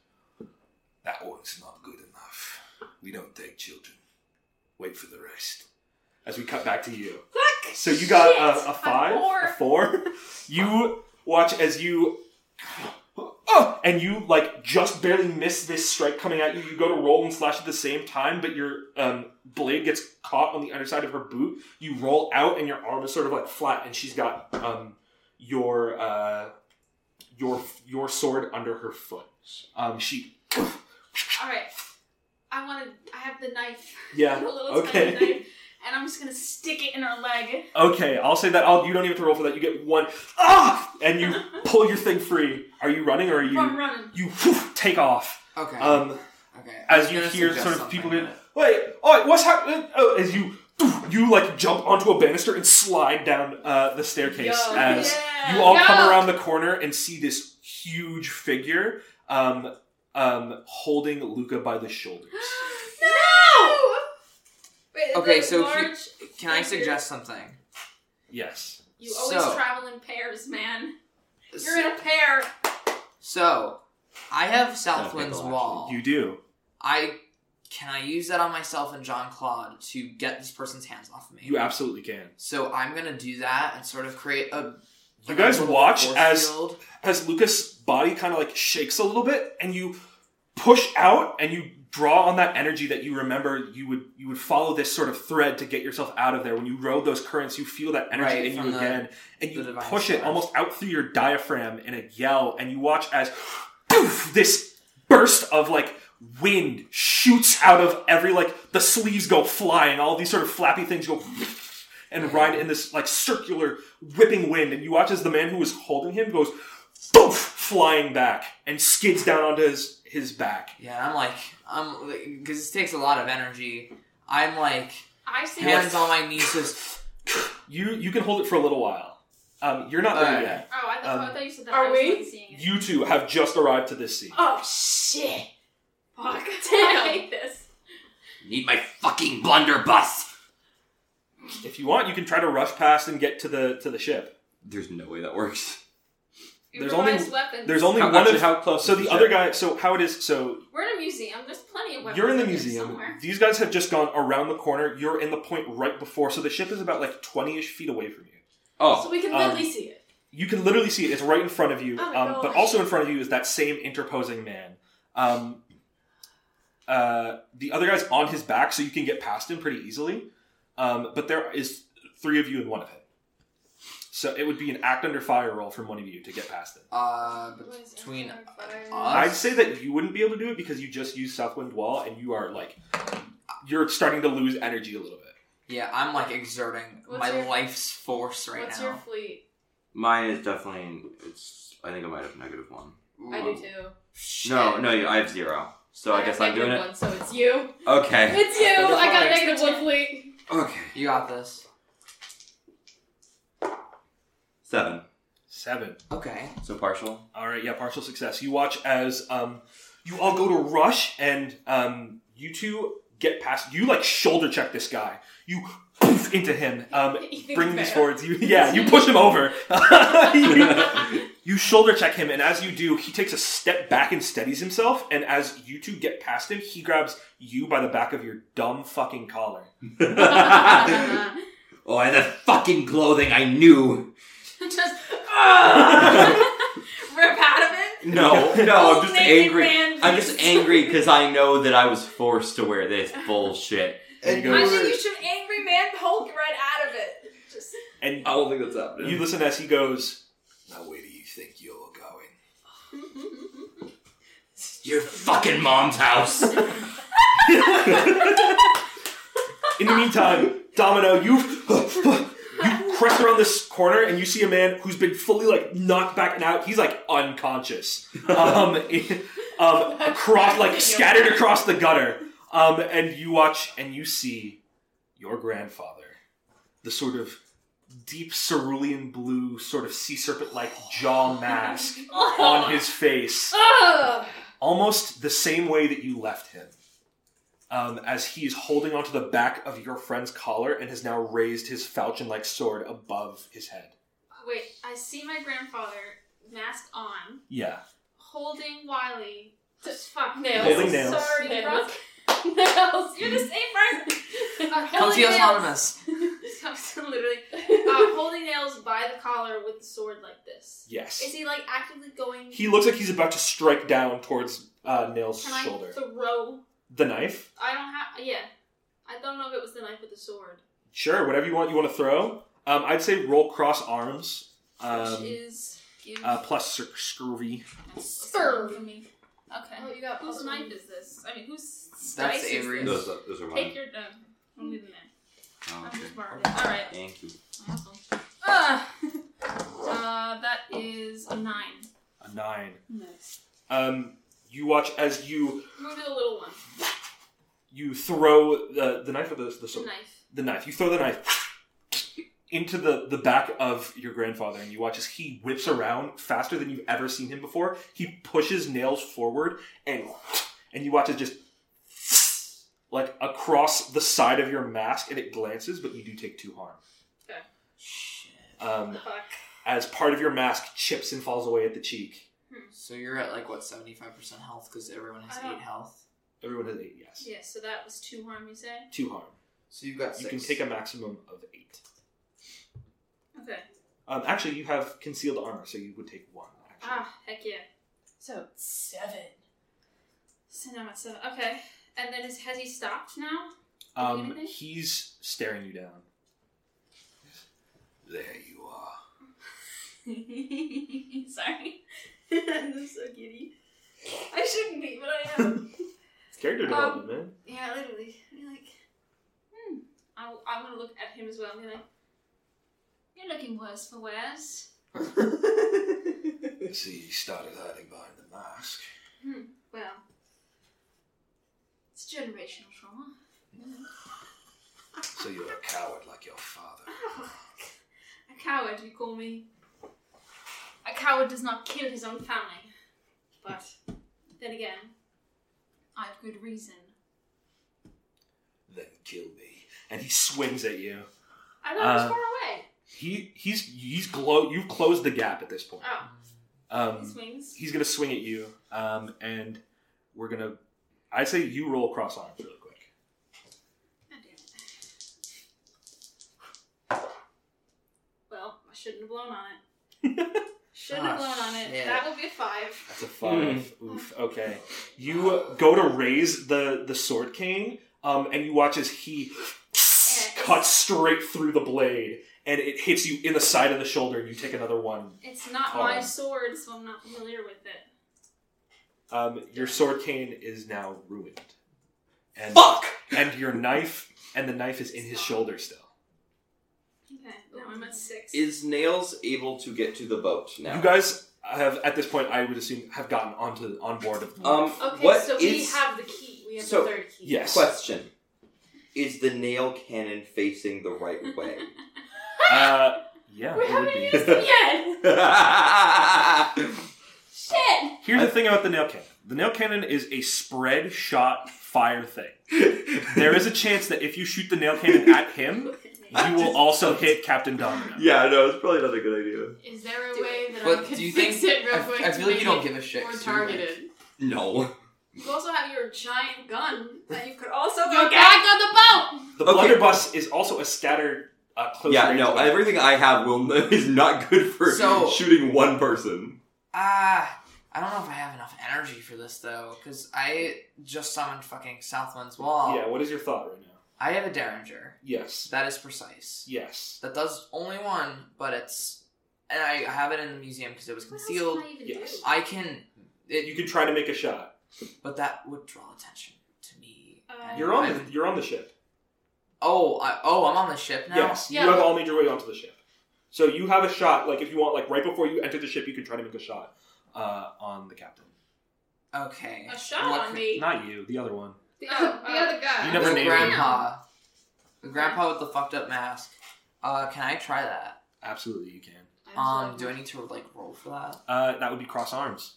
Speaker 1: "That one's not good enough. We don't take children. Wait for the rest." As we cut back to you, so you got
Speaker 2: Shit!
Speaker 1: a, a
Speaker 2: I'm
Speaker 1: five,
Speaker 2: poor.
Speaker 1: a four. You watch as you. Oh, and you like just barely miss this strike coming at you. You go to roll and slash at the same time, but your um, blade gets caught on the underside of her boot. You roll out, and your arm is sort of like flat, and she's got um, your uh, your your sword under her foot. Um, she
Speaker 2: All right. I want to. I have the knife.
Speaker 1: yeah
Speaker 2: the little
Speaker 1: okay.
Speaker 2: tiny knife, and I'm just gonna stick it in her leg.
Speaker 1: okay. I'll say that. I'll, you don't even have to roll for that. You get one ah, and you pull your thing free. Are you running or are you?
Speaker 2: If I'm running.
Speaker 1: you whew, take off.
Speaker 5: okay.
Speaker 1: Um,
Speaker 5: okay.
Speaker 1: as
Speaker 5: I was
Speaker 1: you
Speaker 5: gonna
Speaker 1: hear
Speaker 5: suggest
Speaker 1: sort of people
Speaker 5: something,
Speaker 1: get- wait, oh, what's happening? Oh, as you you like jump onto a banister and slide down uh, the staircase
Speaker 3: Yo.
Speaker 1: as
Speaker 2: yeah.
Speaker 1: you all come
Speaker 3: Yo.
Speaker 1: around the corner and see this huge figure um, um, holding Luca by the shoulders.
Speaker 3: no. Wait, it's
Speaker 5: Okay,
Speaker 3: like
Speaker 5: so if you-
Speaker 3: large.
Speaker 5: but- Can I suggest something?
Speaker 1: Yes.
Speaker 2: You always
Speaker 5: So-
Speaker 2: travel in pairs, man. You're in a pair.
Speaker 5: So, I have Southwind's
Speaker 4: Technical,
Speaker 5: wall.
Speaker 1: You do.
Speaker 5: I can I use that on myself and John Claude to get this person's hands off me.
Speaker 1: You absolutely can.
Speaker 5: so I'm gonna do that and sort of create a.
Speaker 1: You guys watch
Speaker 5: force
Speaker 1: as-
Speaker 5: field.
Speaker 1: As Luca's body kind of like shakes a little bit and you push out and you draw on that energy that you remember you would you would follow this sort of thread to get yourself out of there when you rode those currents you feel that energy
Speaker 5: Right,
Speaker 1: in you
Speaker 5: from the-
Speaker 1: again and
Speaker 5: the
Speaker 1: you
Speaker 5: divine
Speaker 1: push it
Speaker 5: stars.
Speaker 1: almost out through your diaphragm in a yell and you watch as poof, this burst of like wind shoots out of every like the sleeves go flying all these sort of flappy things go and ride in this like circular whipping wind and you watch as the man who was holding him goes poof, flying back and skids down onto his his back.
Speaker 5: Yeah, and I'm like, I'm because this takes a lot of energy. I'm like
Speaker 2: I see.
Speaker 1: You're
Speaker 5: hands on my knees, just
Speaker 1: You you can hold it for a little while. Um, you're not there
Speaker 5: Alright.
Speaker 1: yet.
Speaker 2: oh, I thought,
Speaker 1: Um,
Speaker 2: I thought you said that.
Speaker 3: Are
Speaker 2: I was
Speaker 3: we?
Speaker 2: not Seeing it.
Speaker 1: You two have just arrived to this scene.
Speaker 2: oh shit! Fuck! I
Speaker 3: Damn.
Speaker 2: hate this.
Speaker 4: Need my fucking blunderbuss.
Speaker 1: If you want, you can try to rush past and get to the to the ship.
Speaker 4: There's no way that works.
Speaker 1: There's only-
Speaker 2: Improvised weapons.
Speaker 1: There's only
Speaker 4: How-
Speaker 1: one
Speaker 4: actually,
Speaker 1: of
Speaker 4: how close?
Speaker 1: so
Speaker 4: is
Speaker 1: the
Speaker 4: ship?
Speaker 1: other guy. So how it is? So
Speaker 2: We're in a museum. There's plenty of weapons.
Speaker 1: You're in the
Speaker 2: in there
Speaker 1: museum.
Speaker 2: somewhere.
Speaker 1: These guys have just gone around the corner. You're in the point right before, so the ship is about like 20 ish feet away from you.
Speaker 4: Oh,
Speaker 3: So we can
Speaker 1: Um,
Speaker 3: literally see it.
Speaker 1: You can literally see it. It's right in front of you.
Speaker 3: Oh my
Speaker 1: um, but
Speaker 3: gosh.
Speaker 1: also in front of you is that same interposing man. Um, uh, the other guy's on his back, so you can get past him pretty easily. Um, but there is three of you and one of him. So it would be an act under fire roll from one of you to get past him.
Speaker 5: uh,
Speaker 3: What is
Speaker 5: between
Speaker 3: that? Fire.
Speaker 5: us-
Speaker 1: I'd say that you wouldn't be able to do it because you just used Southwind Wall and you are like, you're starting to lose energy a little bit.
Speaker 5: yeah, I'm like exerting
Speaker 3: What's
Speaker 5: my
Speaker 3: your-
Speaker 5: life's force right
Speaker 3: What's
Speaker 5: now.
Speaker 3: your fleet?
Speaker 4: mine is definitely. It's. I think I might have negative one.
Speaker 3: I
Speaker 5: Ooh,
Speaker 3: do too.
Speaker 5: shit.
Speaker 4: No, no, you- I have zero. So I,
Speaker 3: have
Speaker 4: guess I'm doing
Speaker 3: negative
Speaker 4: it.
Speaker 3: One, so it's you.
Speaker 4: Okay.
Speaker 3: It's you.
Speaker 5: That's
Speaker 3: I got a
Speaker 5: fine.
Speaker 3: negative one fleet.
Speaker 4: Okay.
Speaker 5: you got this.
Speaker 4: Seven.
Speaker 1: Seven.
Speaker 5: Okay,
Speaker 4: So partial.
Speaker 1: All right, yeah, partial success. You watch as um, you all go to rush, and um, you two get past. You like shoulder check this guy. You poof into him. Um,
Speaker 3: Ethan
Speaker 1: bring these
Speaker 3: failed.
Speaker 1: forwards. You yeah, you push him over. you, you shoulder check him, and as you do, he takes a step back and steadies himself. And as you two get past him, he grabs you by the back of your dumb fucking collar.
Speaker 4: oh, and that fucking clothing I knew.
Speaker 2: Just ah! rip out of it.
Speaker 4: No, no, I'm
Speaker 2: Old
Speaker 4: just
Speaker 2: Navy
Speaker 4: angry.
Speaker 2: brand
Speaker 4: I'm just
Speaker 2: boots.
Speaker 4: angry because I know that I was forced to wear this bullshit.
Speaker 1: There you
Speaker 5: And
Speaker 1: go.
Speaker 2: I
Speaker 5: you
Speaker 2: think
Speaker 5: were-
Speaker 2: you should angry man Hulk right out of it. Just
Speaker 1: And
Speaker 4: don't think that's happening.
Speaker 1: you listen as he goes. Now where do you think you're going?
Speaker 4: Your fucking mom's house.
Speaker 1: In the meantime, Domino, you you crest around this corner and you see a man who's been fully like knocked back and out. He's like unconscious, um, in- um, across like scattered across the gutter. Um, and you watch and you see your grandfather, the sort of deep cerulean blue, sort of sea serpent like jaw mask
Speaker 2: Oh
Speaker 1: on his face
Speaker 3: Ugh.
Speaker 1: almost the same way that you left him. Um, as he is holding onto the back of your friend's collar and has now raised his falchion like sword above his head.
Speaker 2: wait. I see my grandfather mask on,
Speaker 1: Yeah.
Speaker 2: holding Wiley. Just
Speaker 3: Just
Speaker 2: fuck
Speaker 3: nails.
Speaker 1: Holding nails.
Speaker 2: Sorry,
Speaker 3: Nails.
Speaker 2: Brooke.
Speaker 3: Nails.
Speaker 2: You're the same person. Uh,
Speaker 5: come
Speaker 2: holding
Speaker 5: see
Speaker 2: nails.
Speaker 5: autonomous.
Speaker 2: Literally,
Speaker 3: Um,
Speaker 2: uh, holding nails by the collar with the sword like this. Is
Speaker 1: Yes.
Speaker 2: he like actively going?
Speaker 1: He looks like he's about to strike down towards uh, Nail's
Speaker 2: Can I
Speaker 1: shoulder.
Speaker 2: throw?
Speaker 1: the knife?
Speaker 2: I don't have. Yeah, I don't know if it was the knife with the sword,
Speaker 1: Sure, whatever you want, you want to throw. Um, I'd say roll cross arms.
Speaker 2: which
Speaker 1: Um,
Speaker 2: is give
Speaker 1: uh, plus cir- scurvy.
Speaker 3: Serve.
Speaker 2: for me. Okay.
Speaker 3: Oh, you got
Speaker 2: Whose knife is this? I mean, whose
Speaker 5: That's
Speaker 2: dice
Speaker 5: Avery's.
Speaker 2: is this?
Speaker 4: those, are- those are
Speaker 2: Take
Speaker 4: mine.
Speaker 2: your. Uh, I'll leave it there.
Speaker 4: Oh,
Speaker 2: I'm
Speaker 4: okay.
Speaker 2: just borrowing it. All right.
Speaker 4: Thank you.
Speaker 2: Uh, uh, that is a nine.
Speaker 1: A nine.
Speaker 3: Nice.
Speaker 1: Um, you watch as you
Speaker 2: Move to the little one.
Speaker 1: you throw the, the knife or the, the
Speaker 2: The
Speaker 1: sword?
Speaker 2: knife.
Speaker 1: the knife. You throw the knife into the, the back of your grandfather, and you watch as he whips around faster than you've ever seen him before. He pushes nails forward, and and you watch it just like across the side of your mask, and it glances, but you do take two harm. Um,
Speaker 2: Fuck.
Speaker 1: as part of your mask chips and falls away at the cheek.
Speaker 5: So you're at like what seventy five percent health because everyone has
Speaker 2: I don't-
Speaker 5: eight health.
Speaker 1: Everyone has eight, yes.
Speaker 2: Yeah. So that was two harm. You say?
Speaker 1: Two harm.
Speaker 5: So you've got
Speaker 1: You can take a maximum of eight.
Speaker 2: Okay.
Speaker 1: Um, actually, you have concealed armor, so you would take one. Actually.
Speaker 2: Ah, heck yeah.
Speaker 3: So seven.
Speaker 2: So now it's seven. Okay. And then is, has he stopped now? Do
Speaker 1: Um,
Speaker 2: anything?
Speaker 1: he's staring you down. There you are.
Speaker 2: Sorry. I'm so giddy. I shouldn't be, but I am.
Speaker 1: It's character development, man.
Speaker 2: yeah, literally. I'm like, hmm. I, I'm gonna look at him as well. I'm gonna. You're looking worse for wears.
Speaker 1: See, he started hiding behind the mask.
Speaker 2: Hmm, Well, Generational trauma.
Speaker 1: So you're a coward like your father.
Speaker 2: Oh, A coward, you call me. A coward does not kill his own family. But then again, I have good reason.
Speaker 1: Then kill me. And he swings at you.
Speaker 2: I thought it was
Speaker 1: Uh,
Speaker 2: far away.
Speaker 1: He he's he's glow. You've closed the gap at this point.
Speaker 2: Oh, he
Speaker 1: Um,
Speaker 2: swings.
Speaker 1: he's gonna swing at you, um, and we're gonna. I'd say you roll cross arms really quick.
Speaker 2: God damn it. Well, I shouldn't have blown on it. shouldn't have
Speaker 5: Ah,
Speaker 2: blown on it.
Speaker 5: shit.
Speaker 2: That will be a five.
Speaker 1: That's a five. Oof. Okay. You go to raise the the sword cane, um, and you watch as he cuts straight through the blade, and it hits you in the side of the shoulder, and you take another one.
Speaker 2: It's not
Speaker 1: Oh.
Speaker 2: my sword, so I'm not familiar with it.
Speaker 1: Um, your sword cane is now ruined, and
Speaker 5: Fuck!
Speaker 1: and your knife and the knife is in his shoulder still.
Speaker 2: Okay, now I'm at six.
Speaker 4: Is Nails able to get to the boat now?
Speaker 1: You guys have at this point, I would assume, have gotten onto on board of. The
Speaker 4: Um,
Speaker 3: Okay,
Speaker 4: what
Speaker 3: so we
Speaker 4: is-
Speaker 3: have the key. We have
Speaker 4: So-
Speaker 3: the third key.
Speaker 1: Yes.
Speaker 4: Question. Is the nail cannon facing the right way?
Speaker 1: uh, yeah,
Speaker 2: We
Speaker 1: it would
Speaker 2: haven't
Speaker 1: be.
Speaker 2: used it yet!
Speaker 4: okay.
Speaker 2: Shit!
Speaker 1: Here's the thing about the nail cannon. The nail cannon is a spread shot fire thing. There is a chance that if you shoot the nail cannon at him, you will also hit Captain Domino.
Speaker 4: Yeah, no, it's probably not a good idea.
Speaker 3: Is there a
Speaker 2: Do
Speaker 3: way that I
Speaker 5: But
Speaker 3: can
Speaker 5: do you
Speaker 3: fix
Speaker 5: think-
Speaker 3: it real
Speaker 5: I-
Speaker 3: quick? to
Speaker 5: I feel like
Speaker 3: make
Speaker 5: you don't
Speaker 3: it
Speaker 5: give a shit,
Speaker 3: More
Speaker 5: too, like-
Speaker 3: targeted.
Speaker 4: No.
Speaker 2: You also have your giant gun that you could also go
Speaker 3: Oh, Okay. Oh,
Speaker 2: back on the boat!
Speaker 1: The
Speaker 4: Okay.
Speaker 1: blunderbuss is also a scattered uh, close
Speaker 4: Yeah,
Speaker 1: range
Speaker 4: no,
Speaker 1: weapon.
Speaker 4: everything I have will is not good for
Speaker 5: So-
Speaker 4: shooting one person.
Speaker 5: Ah, I don't know if I have enough energy for this though, because I just summoned fucking Southwind's Wall.
Speaker 1: Yeah, what is your thought right now?
Speaker 5: I have a Derringer.
Speaker 1: Yes.
Speaker 5: That is precise.
Speaker 1: Yes.
Speaker 5: That does only one, but it's and I have it in the museum because it was
Speaker 2: What else
Speaker 5: concealed.
Speaker 2: can I even
Speaker 1: Yes.
Speaker 2: do?
Speaker 5: I can, it,
Speaker 1: You can try to make a shot.
Speaker 5: but that would draw attention to me.
Speaker 2: Uh,
Speaker 5: and
Speaker 1: You're on
Speaker 5: I-
Speaker 1: the, you're on the ship.
Speaker 5: Oh, I, oh, I'm on the ship now.
Speaker 1: Yes.
Speaker 3: Yeah,
Speaker 1: you have
Speaker 3: but-
Speaker 1: all made your way onto the ship. So you have a shot, like if you want, like right before you enter the ship, you can try to make a shot uh, on the captain.
Speaker 5: Okay.
Speaker 2: A shot
Speaker 5: What-
Speaker 2: on me.
Speaker 1: Not you, the other one.
Speaker 2: The,
Speaker 3: Oh,
Speaker 2: other- the
Speaker 3: oh.
Speaker 2: other guy.
Speaker 1: You never
Speaker 5: the
Speaker 1: named
Speaker 5: grandpa. The grandpa with the fucked up mask. Uh, can I try that?
Speaker 1: Absolutely, you can.
Speaker 2: Oh,
Speaker 5: Um, do I need to like roll for that?
Speaker 1: Uh, that would be cross arms.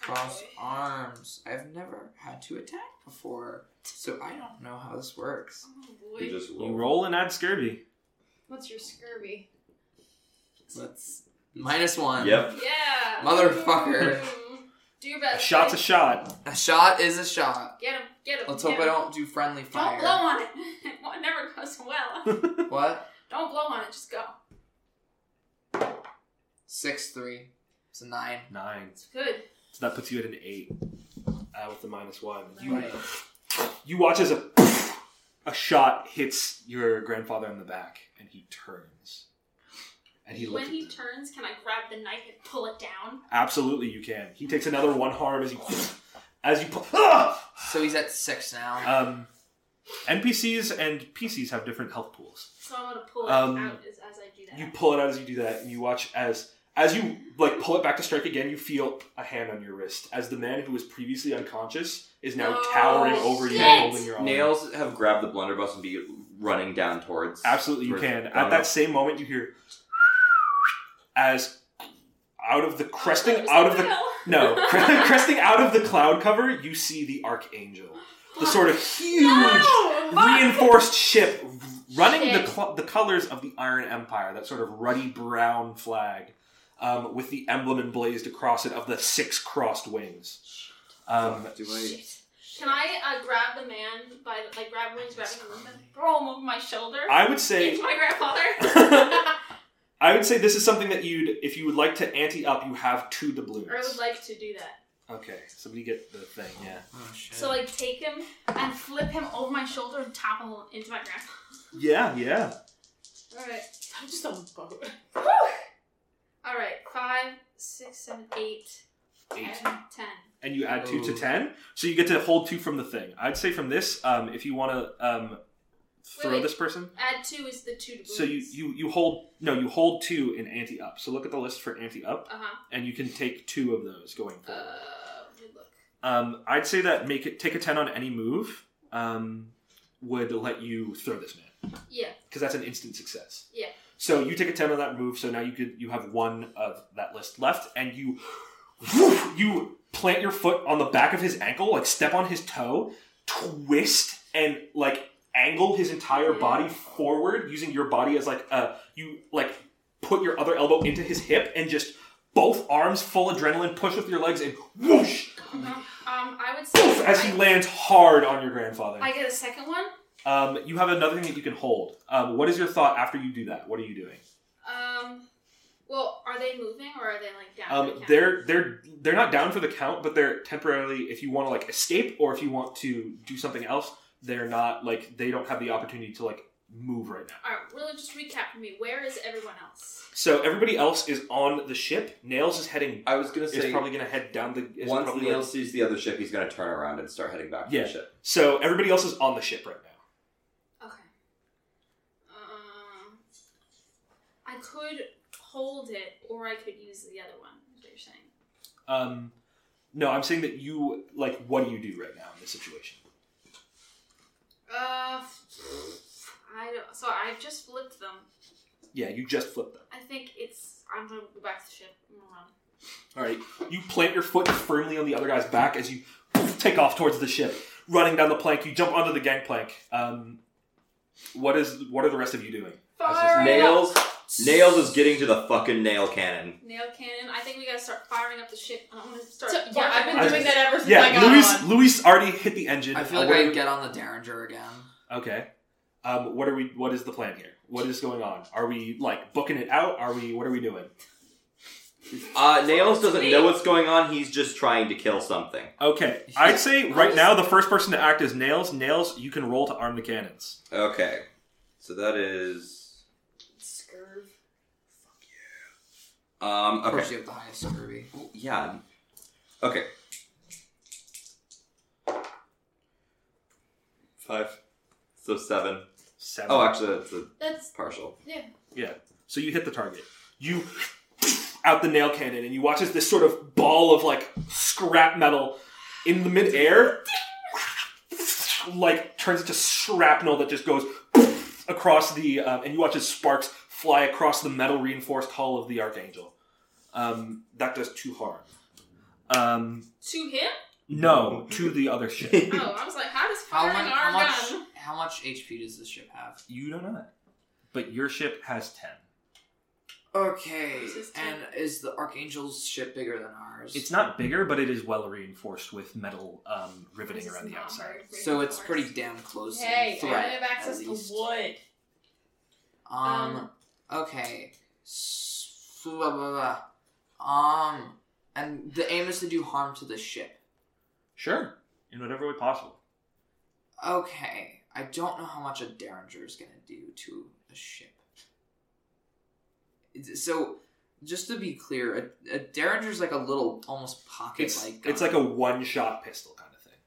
Speaker 5: Cross arms. I've never had to attack before, so I don't know how this works.
Speaker 3: Oh
Speaker 4: You
Speaker 3: boy.
Speaker 4: just roll.
Speaker 1: You roll and add scurvy.
Speaker 3: What's your scurvy?
Speaker 5: Let's minus one.
Speaker 4: Yep.
Speaker 2: Yeah.
Speaker 5: Motherfucker.
Speaker 2: Mm. Do your
Speaker 1: A
Speaker 2: best.
Speaker 1: shot's a shot.
Speaker 5: A shot is a shot.
Speaker 2: Get him. Get him.
Speaker 5: Let's hope I don't do friendly
Speaker 2: Don't
Speaker 5: fire.
Speaker 2: blow on it. it never goes well.
Speaker 5: What?
Speaker 2: don't blow on it. Just go.
Speaker 5: Six three. It's a nine.
Speaker 1: Nine.
Speaker 2: It's good.
Speaker 1: So that puts you at an eight uh, with the minus one. You,
Speaker 5: Right.
Speaker 1: you watch as a a shot hits your grandfather in the back, and he turns. And he looks.
Speaker 2: when he turns, can I grab the knife and pull it down?
Speaker 1: Absolutely, you can. He takes another one harm as you as you pull. Ah!
Speaker 5: So he's at six now.
Speaker 1: Um, NPCs and PCs have different health pools.
Speaker 2: So I'm gonna pull it
Speaker 1: Um,
Speaker 2: out as, as I do that.
Speaker 1: You pull it out as you do that, and you watch as as you like pull it back to strike again. You feel a hand on your wrist as the man who was previously unconscious is now
Speaker 3: No,
Speaker 1: towering over you,
Speaker 2: shit!
Speaker 1: and holding your arm.
Speaker 4: Nails have grabbed the blunderbuss and be running down towards.
Speaker 1: Absolutely, you
Speaker 4: towards
Speaker 1: can.
Speaker 4: Domino.
Speaker 1: At that same moment, you hear as out of the
Speaker 2: Oh,
Speaker 1: cresting
Speaker 2: I'm so
Speaker 1: out of the
Speaker 2: well.
Speaker 1: no cresting out of the cloud cover, you see the archangel, the sort of huge
Speaker 2: No!
Speaker 1: reinforced ship running the
Speaker 2: Shit.
Speaker 1: cl- the colors of the Iron Empire, that sort of ruddy brown flag, um, with the emblem emblazed across it of the six crossed wings. Um,
Speaker 4: Do I?
Speaker 2: Shit. Can I uh, grab the man by the, like grab him when he's grabbing him and throw him over my shoulder?
Speaker 1: I would say
Speaker 2: It's my grandfather.
Speaker 1: I would say this is something that you'd if you would like to ante up, you have two doubloons.
Speaker 2: I would like to do that.
Speaker 1: Okay, somebody get the thing. Yeah.
Speaker 5: Oh shit.
Speaker 2: So like take him and flip him over my shoulder and topple him into my grandpa.
Speaker 1: Yeah, yeah.
Speaker 2: Alright.
Speaker 3: I'm just on a boat.
Speaker 2: Alright, five, six, seven, eight,
Speaker 1: Eight.
Speaker 2: and ten.
Speaker 1: And you add two to
Speaker 5: Ooh.
Speaker 1: ten, so you get to hold two from the thing. I'd say from this, um, if you want to um, throw
Speaker 2: Wait, wait.
Speaker 1: this person.
Speaker 2: Add two is the two to
Speaker 1: So you, you you hold no you hold two in anti up. So look at the list for anti up,
Speaker 2: Uh-huh.
Speaker 1: and you can take two of those going
Speaker 2: Uh
Speaker 1: forward.
Speaker 2: let me look.
Speaker 1: Um, I'd say that make it take a ten on any move, um, would let you throw this man
Speaker 2: Yeah.
Speaker 1: because that's an instant success.
Speaker 2: Yeah.
Speaker 1: So you take a ten on that move. So now you could you have one of that list left, and you woof, you plant your foot on the back of his ankle, like step on his toe, twist, and like angle his entire
Speaker 3: Yeah.
Speaker 1: body forward using your body as like uh you like put your other elbow into his hip and just both arms full adrenaline push with your legs and whoosh
Speaker 2: Um, I would say
Speaker 1: poof, as he
Speaker 2: I,
Speaker 1: lands hard on your grandfather.
Speaker 2: I get a second one.
Speaker 1: Um, you have another thing that you can hold. Um, what is your thought after you do that? What are you doing?
Speaker 2: Um, well, are they moving or are they like down? for the
Speaker 1: Um,
Speaker 2: count?
Speaker 1: they're they're they're not down for the count, but they're temporarily. If you want to like escape or if you want to do something else, they're not like they don't have the opportunity to like move right now.
Speaker 2: All right, really, just recap for me. Where is everyone else?
Speaker 1: So everybody else is on the ship. Nails is heading.
Speaker 4: I was gonna
Speaker 1: Is
Speaker 4: say
Speaker 1: probably gonna head down the. Is
Speaker 4: once
Speaker 1: probably
Speaker 4: Neil sees the other ship, he's gonna turn around and start heading back to
Speaker 1: Yeah.
Speaker 4: the ship.
Speaker 1: so everybody else is on the ship right now.
Speaker 2: Okay. Um, I could hold it, or I could use the other one. Is what you're saying?
Speaker 1: Um, no, I'm saying that you like. What do you do right now in this situation?
Speaker 2: Uh, I don't. So I've just flipped them.
Speaker 1: Yeah, you just flipped them.
Speaker 2: I think it's. I'm gonna go back to the ship. I'm gonna run.
Speaker 1: All right, you plant your foot firmly on the other guy's back as you take off towards the ship, running down the plank. You jump onto the gangplank. Um, what is? What are the rest of you doing? That's just
Speaker 2: Fire it up.
Speaker 4: Nails, Nails is getting to the fucking nail cannon.
Speaker 2: Nail cannon. I think we gotta start firing up the ship. I'm gonna start.
Speaker 3: So, yeah, I've
Speaker 1: I
Speaker 3: been doing that ever since I
Speaker 1: Yeah,
Speaker 3: got
Speaker 1: Luis.
Speaker 3: on.
Speaker 1: Luis already hit the engine.
Speaker 5: I feel
Speaker 1: Uh,
Speaker 5: like
Speaker 1: what
Speaker 5: I
Speaker 1: are we-
Speaker 5: get on the Derringer again.
Speaker 1: Okay. Um, what are we? What is the plan here? What is going on? Are we like booking it out? Are we? What are we doing?
Speaker 4: Uh, Nails
Speaker 2: Me.
Speaker 4: doesn't know what's going on. He's just trying to kill something.
Speaker 1: Okay, I'd say right now the first person to act is Nails. Nails, you can roll to arm the cannons.
Speaker 4: Okay, so that is
Speaker 3: Scurve.
Speaker 4: um.
Speaker 5: Of course,
Speaker 4: Okay.
Speaker 5: you have the highest Kirby.
Speaker 4: Ooh, Yeah. Okay. Five. So seven.
Speaker 1: Seven.
Speaker 4: Oh, actually, that's a
Speaker 2: That's
Speaker 4: partial.
Speaker 1: So you hit the target. You out the nail cannon, and you watch as this sort of ball of like scrap metal in the midair, like turns into shrapnel that just goes across the, um, and you watch as sparks fly across the metal reinforced hull of the archangel. Um, that does two harm. Um,
Speaker 2: to him.
Speaker 1: no, to the other ship.
Speaker 2: Oh, I was like, how does
Speaker 5: How,
Speaker 2: firing
Speaker 5: many,
Speaker 2: our
Speaker 5: how
Speaker 2: gun?
Speaker 5: much? How much HP does this ship have?
Speaker 1: you don't know that, but your ship has ten.
Speaker 5: Okay,
Speaker 3: This is ten.
Speaker 5: and is the Archangel's ship bigger than ours?
Speaker 1: It's not bigger, but it is well reinforced with metal um, riveting
Speaker 2: This is
Speaker 1: around the
Speaker 2: not
Speaker 1: outside.
Speaker 2: very great
Speaker 5: so it's
Speaker 2: force.
Speaker 5: pretty damn close. in
Speaker 3: Hey, I
Speaker 5: threat,
Speaker 3: have
Speaker 5: at
Speaker 3: access to
Speaker 5: least.
Speaker 3: wood.
Speaker 5: Um. Okay. S- blah, blah, blah. Um. And the aim is to do harm to the ship.
Speaker 1: Sure. In whatever way possible.
Speaker 5: Okay. I don't know how much a derringer is gonna do to a ship. Is- So, just to be clear, a, a derringer is like a little, almost
Speaker 1: It's
Speaker 5: pocket-like.
Speaker 1: it's like a one shot pistol kind of thing.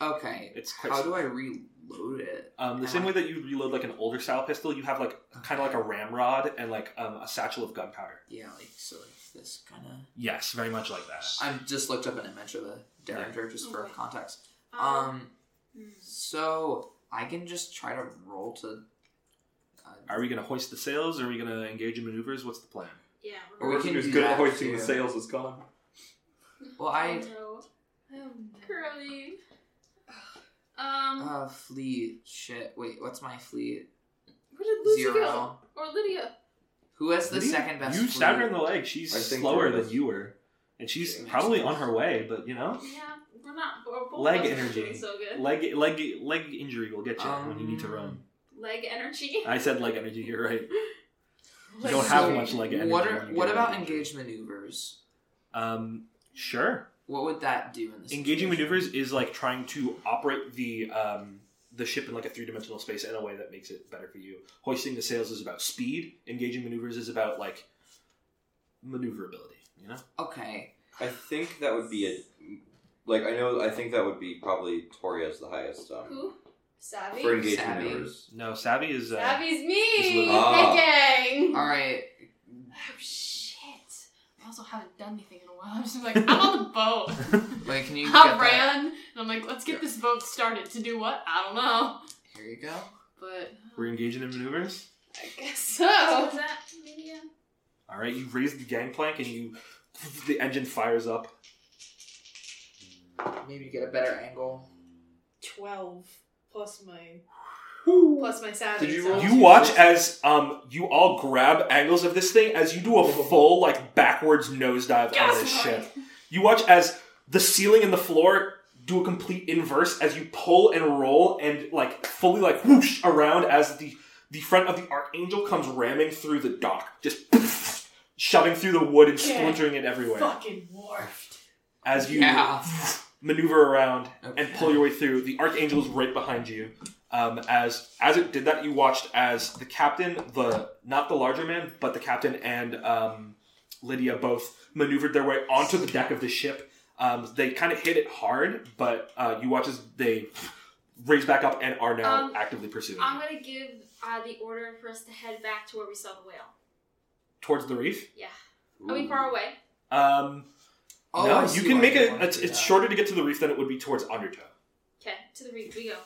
Speaker 5: a. Okay.
Speaker 1: It's quite
Speaker 5: How do I reload it?
Speaker 1: um, the same way that you reload like an older style pistol, you have like kind of like a ramrod and like um, a satchel of gunpowder.
Speaker 5: Yeah, like so, like this kind of.
Speaker 1: Yes, very much like that.
Speaker 5: I just looked up an image of a derringer just for
Speaker 2: Okay.
Speaker 5: context.
Speaker 2: Um,
Speaker 5: Um. So I can just try to roll to. Uh,
Speaker 1: Are we going to hoist the sails? Are we going to engage in maneuvers? What's the plan?
Speaker 2: yeah.
Speaker 5: Or we can do that too.
Speaker 4: sails is gone.
Speaker 5: well, I
Speaker 2: know.
Speaker 3: Oh, no.
Speaker 2: Curly. Um,
Speaker 5: uh flee. Shit. Wait, what's my flee?
Speaker 2: where did Lucy go?
Speaker 5: Zero.
Speaker 2: Or Lydia?
Speaker 5: Who has the
Speaker 1: Lydia,
Speaker 5: second best?
Speaker 1: You
Speaker 5: flee?
Speaker 1: stabbed her in the leg. She's
Speaker 4: I think
Speaker 1: slower
Speaker 4: there
Speaker 1: than
Speaker 4: is.
Speaker 1: you were. And she's
Speaker 5: Yeah,
Speaker 1: probably
Speaker 5: she's-
Speaker 1: on her way, but you know,
Speaker 2: Yeah, we're not. We're both
Speaker 1: Leg
Speaker 2: of us aren't
Speaker 1: energy.
Speaker 2: doing So good.
Speaker 1: leg leg leg injury will get you when you need to run.
Speaker 5: Um,
Speaker 2: Leg energy.
Speaker 1: I said leg energy. You're right. You
Speaker 3: Like,
Speaker 1: don't
Speaker 5: so
Speaker 1: have much leg energy.
Speaker 5: What
Speaker 1: when
Speaker 5: are
Speaker 1: you
Speaker 5: what
Speaker 1: get
Speaker 5: about
Speaker 1: leg injury.
Speaker 5: engaged maneuvers?
Speaker 1: Um, sure.
Speaker 5: What would that do in this?
Speaker 1: engaging
Speaker 5: situation?
Speaker 1: maneuvers is like trying to operate the um, the ship in like a three dimensional space in a way that makes it better for you. Hoisting the sails is about speed. Engaging maneuvers is about like maneuverability. You know,
Speaker 5: Okay.
Speaker 4: I think that would be a. Like, I know, I think that would be probably Toria's the highest. Um,
Speaker 2: Who?
Speaker 3: Savvy?
Speaker 4: for engagement
Speaker 5: Savvy.
Speaker 4: maneuvers.
Speaker 1: no savvy is uh,
Speaker 3: Savvy's
Speaker 1: Just
Speaker 3: me!
Speaker 1: live-
Speaker 4: Ah.
Speaker 3: Hey, gang!
Speaker 5: All right.
Speaker 3: Oh shit! I also haven't done anything in a while. I'm just like, I'm on the boat.
Speaker 5: Wait, can you
Speaker 3: I
Speaker 5: get that?
Speaker 3: ran. And I'm like, let's get this vote started. To do what? I don't know.
Speaker 5: Here you go.
Speaker 3: But
Speaker 1: We're engaging in maneuvers.
Speaker 3: I guess
Speaker 2: So
Speaker 5: Oh.
Speaker 3: so.
Speaker 2: is that media?
Speaker 1: All right, you raise the gangplank and you, the engine fires up.
Speaker 5: Maybe get a better angle.
Speaker 3: Twelve plus my
Speaker 1: You
Speaker 3: plus my Saturday.
Speaker 5: Did you roll?
Speaker 1: watch as um you all grab angles of this thing as you do a full like backwards nosedive on this ship. You watch as the ceiling and the floor do a complete inverse as you pull and roll and like fully like whoosh around as the the front of the archangel comes ramming through the dock, just poof, shoving through the wood and
Speaker 3: Yeah.
Speaker 1: splintering it everywhere.
Speaker 3: Fucking warped.
Speaker 1: As you
Speaker 5: Yeah.
Speaker 1: maneuver around and
Speaker 5: Okay.
Speaker 1: pull your way through, the archangel is right behind you. Um, as as it did that, you watched as the captain, the not the larger man, but the captain and um, Lydia both maneuvered their way onto the deck of the ship. Um, they kind of hit it hard, but uh, you watch as they raise back up and are now
Speaker 2: Um,
Speaker 1: actively pursuing
Speaker 2: I'm
Speaker 1: you.
Speaker 2: gonna give uh, the order for us to head back to where we saw the whale.
Speaker 1: towards the reef.
Speaker 2: Yeah. Are we far away?
Speaker 1: Um,
Speaker 5: Oh, I
Speaker 1: no,
Speaker 5: see
Speaker 1: you can
Speaker 5: why
Speaker 1: make
Speaker 5: you
Speaker 1: it.
Speaker 5: wanna
Speaker 1: It's,
Speaker 5: do
Speaker 1: it's
Speaker 5: that.
Speaker 1: shorter to get to the reef than it would be towards Undertow.
Speaker 2: Okay, to the reef we go.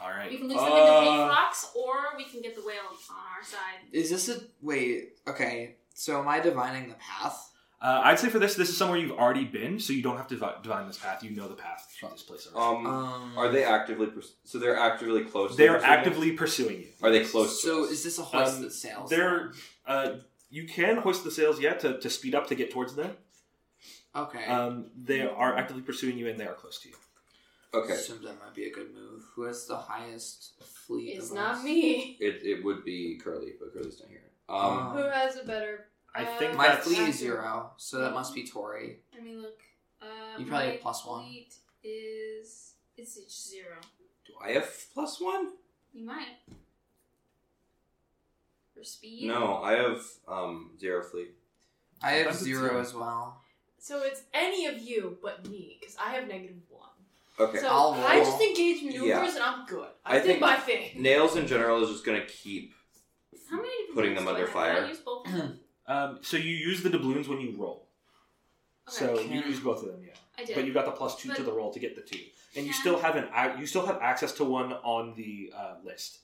Speaker 1: All right.
Speaker 2: We can lose them in the
Speaker 1: Uh,
Speaker 2: reef rocks, or we can get the whale on our side.
Speaker 5: Is this a wait? Okay, so am I divining the path?
Speaker 1: Uh, I'd say for this, this is somewhere you've already been, so you don't have to divi- divine this path. You know the path to this place already.
Speaker 4: Um,
Speaker 5: Um,
Speaker 4: are they actively pers- so they're actively close? to
Speaker 1: They're
Speaker 4: us,
Speaker 1: actively pursuing you.
Speaker 4: Are they close?
Speaker 5: So
Speaker 4: to us?
Speaker 5: is this a hoist
Speaker 1: Um,
Speaker 5: that sails?
Speaker 1: They're. Uh, you can hoist the sails yet to, to speed up to get towards them.
Speaker 5: okay.
Speaker 1: Um, they are actively pursuing you, and they are close to you.
Speaker 4: okay.
Speaker 5: So that might be a good move. Who has the highest fleet?
Speaker 3: It's
Speaker 5: of
Speaker 3: not
Speaker 5: us?
Speaker 3: me.
Speaker 4: It, it would be Curly, but Curly's not here. Um,
Speaker 5: Um,
Speaker 3: Who has a better?
Speaker 1: I
Speaker 3: Uh,
Speaker 1: think
Speaker 5: My
Speaker 1: that's.
Speaker 5: fleet
Speaker 3: Exactly.
Speaker 5: is zero, so that must be Tori.
Speaker 2: I mean, look. Uh,
Speaker 5: You probably
Speaker 2: my
Speaker 5: have plus one.
Speaker 2: fleet Is it's it's zero.
Speaker 4: do I have plus one?
Speaker 2: You might. For speed.
Speaker 4: No, I have um zero fleet.
Speaker 5: I have
Speaker 1: Sometimes it's
Speaker 5: zero
Speaker 1: zero.
Speaker 5: as well.
Speaker 3: So it's any of you but me, because I have negative one.
Speaker 4: Okay.
Speaker 3: So
Speaker 5: I'll
Speaker 3: I
Speaker 5: roll.
Speaker 3: just engage maneuvers
Speaker 4: Yeah.
Speaker 3: and I'm good. I,
Speaker 4: I
Speaker 3: did
Speaker 4: think-
Speaker 3: my thing.
Speaker 4: Nails in general is just gonna keep.
Speaker 2: How many?
Speaker 4: Putting
Speaker 2: balloons
Speaker 4: them
Speaker 2: do I
Speaker 4: under
Speaker 2: have?
Speaker 4: fire.
Speaker 2: Can I use both of them?
Speaker 1: Um, so you use the doubloons when you roll.
Speaker 2: Okay.
Speaker 1: So
Speaker 5: Can-
Speaker 1: you use both of them, yeah.
Speaker 2: I did.
Speaker 1: But you got the plus two to
Speaker 2: But-
Speaker 1: the roll to get the two, and you
Speaker 2: Can-
Speaker 1: still have an ac- you still have access to one on the uh, list.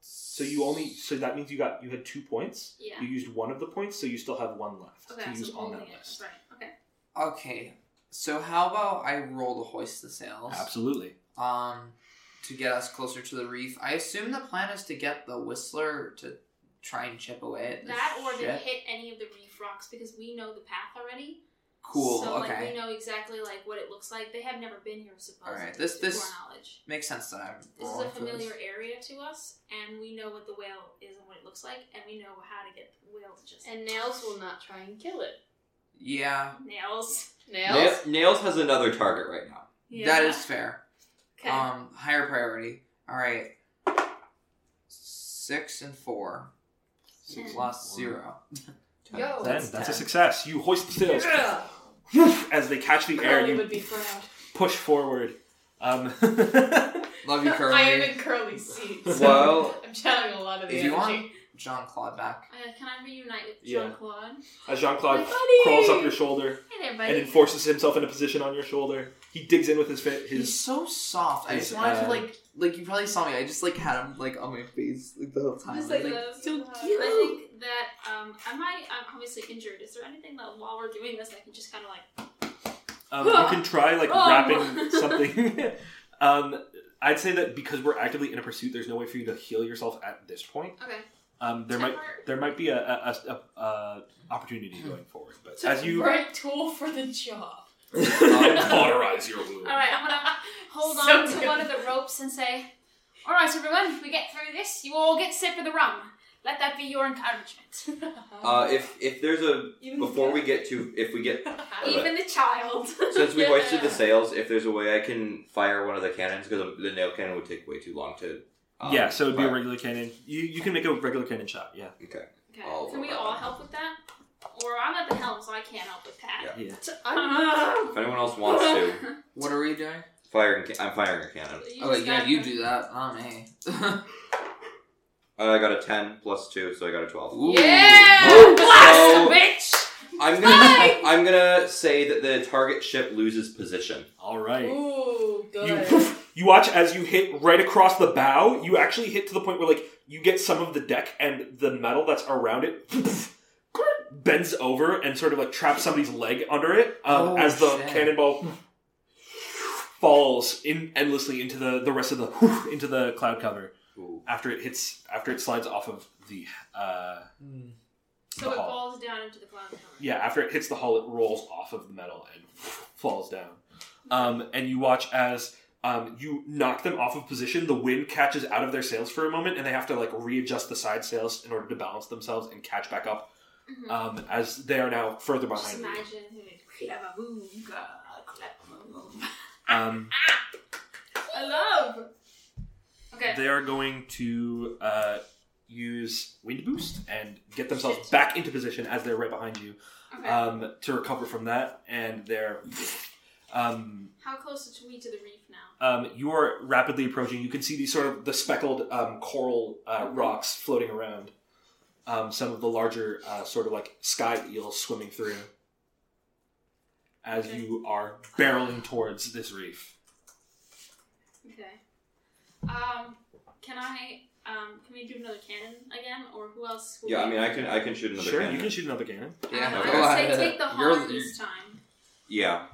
Speaker 1: So you only so that means you got you had two points.
Speaker 2: yeah.
Speaker 1: You used one of the points, so you still have one left
Speaker 2: Okay,
Speaker 1: to
Speaker 2: so
Speaker 1: use
Speaker 2: I'm
Speaker 1: on
Speaker 2: holding
Speaker 1: that
Speaker 2: it.
Speaker 1: list.
Speaker 2: Right. Okay.
Speaker 5: Okay, so how about I roll to hoist the sails?
Speaker 1: Absolutely.
Speaker 5: Um, to get us closer to the reef. I assume the plan is to get the Whistler to try and chip away at this
Speaker 2: That or to
Speaker 5: ship.
Speaker 2: hit any of the reef rocks because we know the path already.
Speaker 5: Cool.
Speaker 2: So
Speaker 5: okay.
Speaker 2: like we know exactly like what it looks like. They have never been here supposedly.
Speaker 5: Alright, this-
Speaker 2: to
Speaker 5: this- Oh,
Speaker 2: our knowledge.
Speaker 5: Makes sense that I'm.
Speaker 2: This is a
Speaker 5: rolling for
Speaker 2: familiar area to us, and we know what the whale is and what it looks like, and we know how to get the whale to just
Speaker 3: And Nails will not try and kill it.
Speaker 5: Yeah,
Speaker 2: nails.
Speaker 3: Nails?
Speaker 4: Na- Nails has another target right now.
Speaker 5: that is fair.
Speaker 2: okay.
Speaker 5: Um, higher priority. All right. Six and four
Speaker 2: Six
Speaker 5: plus
Speaker 1: Four.
Speaker 5: zero.
Speaker 1: Then
Speaker 3: Yo.
Speaker 5: That's
Speaker 1: that's, a
Speaker 5: ten.
Speaker 1: success. You hoist the sails
Speaker 3: Oh, Yeah.
Speaker 1: as they catch the air.
Speaker 3: Curly
Speaker 1: and You
Speaker 3: would be proud.
Speaker 1: push forward. Um,
Speaker 5: Love you, Curly.
Speaker 3: I am in Curly's seat. So
Speaker 4: Well-
Speaker 3: I'm channeling a lot of the
Speaker 5: If you want-
Speaker 3: energy.
Speaker 5: John Claude back.
Speaker 2: Uh, can I reunite with
Speaker 1: Yeah.
Speaker 2: Jean Claude?
Speaker 1: as Jean Claude
Speaker 3: My
Speaker 1: crawls up
Speaker 3: buddy!
Speaker 1: your shoulder
Speaker 2: Hey there, buddy.
Speaker 1: and enforces himself in a position on your shoulder, he digs in with his fa-
Speaker 5: He's
Speaker 1: his.
Speaker 5: so soft. I just
Speaker 1: his,
Speaker 5: wanted to
Speaker 1: uh,
Speaker 5: like, like you probably saw me. I just like had him like on my face like the whole time.
Speaker 3: Just like
Speaker 5: Like,
Speaker 3: the- so cute.
Speaker 2: Uh, I think that um, am I? I'm obviously injured. Is there anything that while we're doing this, I can just kind of like
Speaker 1: Um, you can try like
Speaker 2: Oh.
Speaker 1: wrapping something. um, I'd say that because we're actively in a pursuit, there's no way for you to heal yourself at this point.
Speaker 2: okay,
Speaker 1: Um, there
Speaker 2: Temper.
Speaker 1: might there might be a, a, a, a, a opportunity going forward, but
Speaker 3: It's a
Speaker 1: as you um,
Speaker 3: right tool for the job.
Speaker 1: cauterize your wound.
Speaker 2: All right, I'm gonna hold
Speaker 3: So
Speaker 2: on to
Speaker 3: good.
Speaker 2: one of the ropes and say, "All right, everyone, if we get through this, you all get a sip of the rum. Let that be your encouragement.
Speaker 4: Uh, if if there's a before we get to if we get
Speaker 2: Even the child."
Speaker 4: since we
Speaker 3: Yeah.
Speaker 4: hoisted the sails, if there's a way I can fire one of the cannons because the nail cannon would take way too long to. um,
Speaker 1: yeah, so it'd be a
Speaker 4: fire.
Speaker 1: regular cannon. You you can make a regular cannon shot. Yeah,
Speaker 4: Okay.
Speaker 2: Okay,
Speaker 4: All
Speaker 2: can we
Speaker 4: around.
Speaker 2: all help with that? Or I'm at the helm, so I can't help with that.
Speaker 1: yeah.
Speaker 3: Ah.
Speaker 4: If anyone else wants to
Speaker 5: what are we doing?
Speaker 4: fire, ca- I'm firing a cannon.
Speaker 2: You
Speaker 5: Oh
Speaker 2: just
Speaker 5: yeah,
Speaker 2: gotta-
Speaker 5: you do that, Oh, not me.
Speaker 4: Uh, I got a ten plus two, so I got a twelve.
Speaker 5: Ooh.
Speaker 3: Yeah!
Speaker 4: So-
Speaker 3: Blast, bitch!
Speaker 4: I'm gonna I'm gonna say that the target ship loses position.
Speaker 1: All right.
Speaker 3: Ooh, good.
Speaker 1: you poof, you watch as you hit right across the bow. You actually hit to the point where like you get some of the deck and the metal that's around it poof, bends over and sort of like traps somebody's leg under it um,
Speaker 5: Oh,
Speaker 1: as the
Speaker 5: shit.
Speaker 1: cannonball falls in endlessly into the the rest of the into the cloud cover
Speaker 4: Ooh.
Speaker 1: after it hits after it slides off of the uh
Speaker 5: Mm.
Speaker 2: So
Speaker 1: the
Speaker 2: it
Speaker 1: hull.
Speaker 2: falls down into the cloud cover.
Speaker 1: yeah, after it hits the hull, it rolls off of the metal and falls down. Um, and you watch as um, you knock them off of position. The wind catches out of their sails for a moment, and they have to like readjust the side sails in order to balance themselves and catch back up.
Speaker 5: Uh,
Speaker 2: Mhm.
Speaker 1: Um, as they are now further
Speaker 2: Just
Speaker 1: behind. you.
Speaker 2: imagine him in Clavaboonga, Clavaboonga.
Speaker 1: Um,
Speaker 2: I love. Okay.
Speaker 1: they are going to uh, use wind boost and get themselves back into position as they're right behind you
Speaker 2: okay.
Speaker 5: Uh,
Speaker 1: um, to recover from that. And they're um,
Speaker 2: How close are we to the reef now?
Speaker 1: um, you are rapidly approaching. You can see these sort of the speckled um, coral uh, rocks floating around. Um, some of the larger uh, sort of like sky eels swimming through as
Speaker 2: Okay.
Speaker 1: you are barreling towards this reef.
Speaker 2: Okay. Um, can I? Um, can we do another cannon again, or who else? Will
Speaker 4: Yeah, I
Speaker 2: we-
Speaker 4: mean, I can I can shoot another
Speaker 1: sure,
Speaker 4: cannon.
Speaker 1: you can shoot another cannon.
Speaker 5: Yeah,
Speaker 2: Um,
Speaker 4: okay.
Speaker 2: I would say
Speaker 5: Go
Speaker 2: take the
Speaker 4: You're-
Speaker 2: horn
Speaker 4: you're-
Speaker 2: this time.
Speaker 4: Yeah.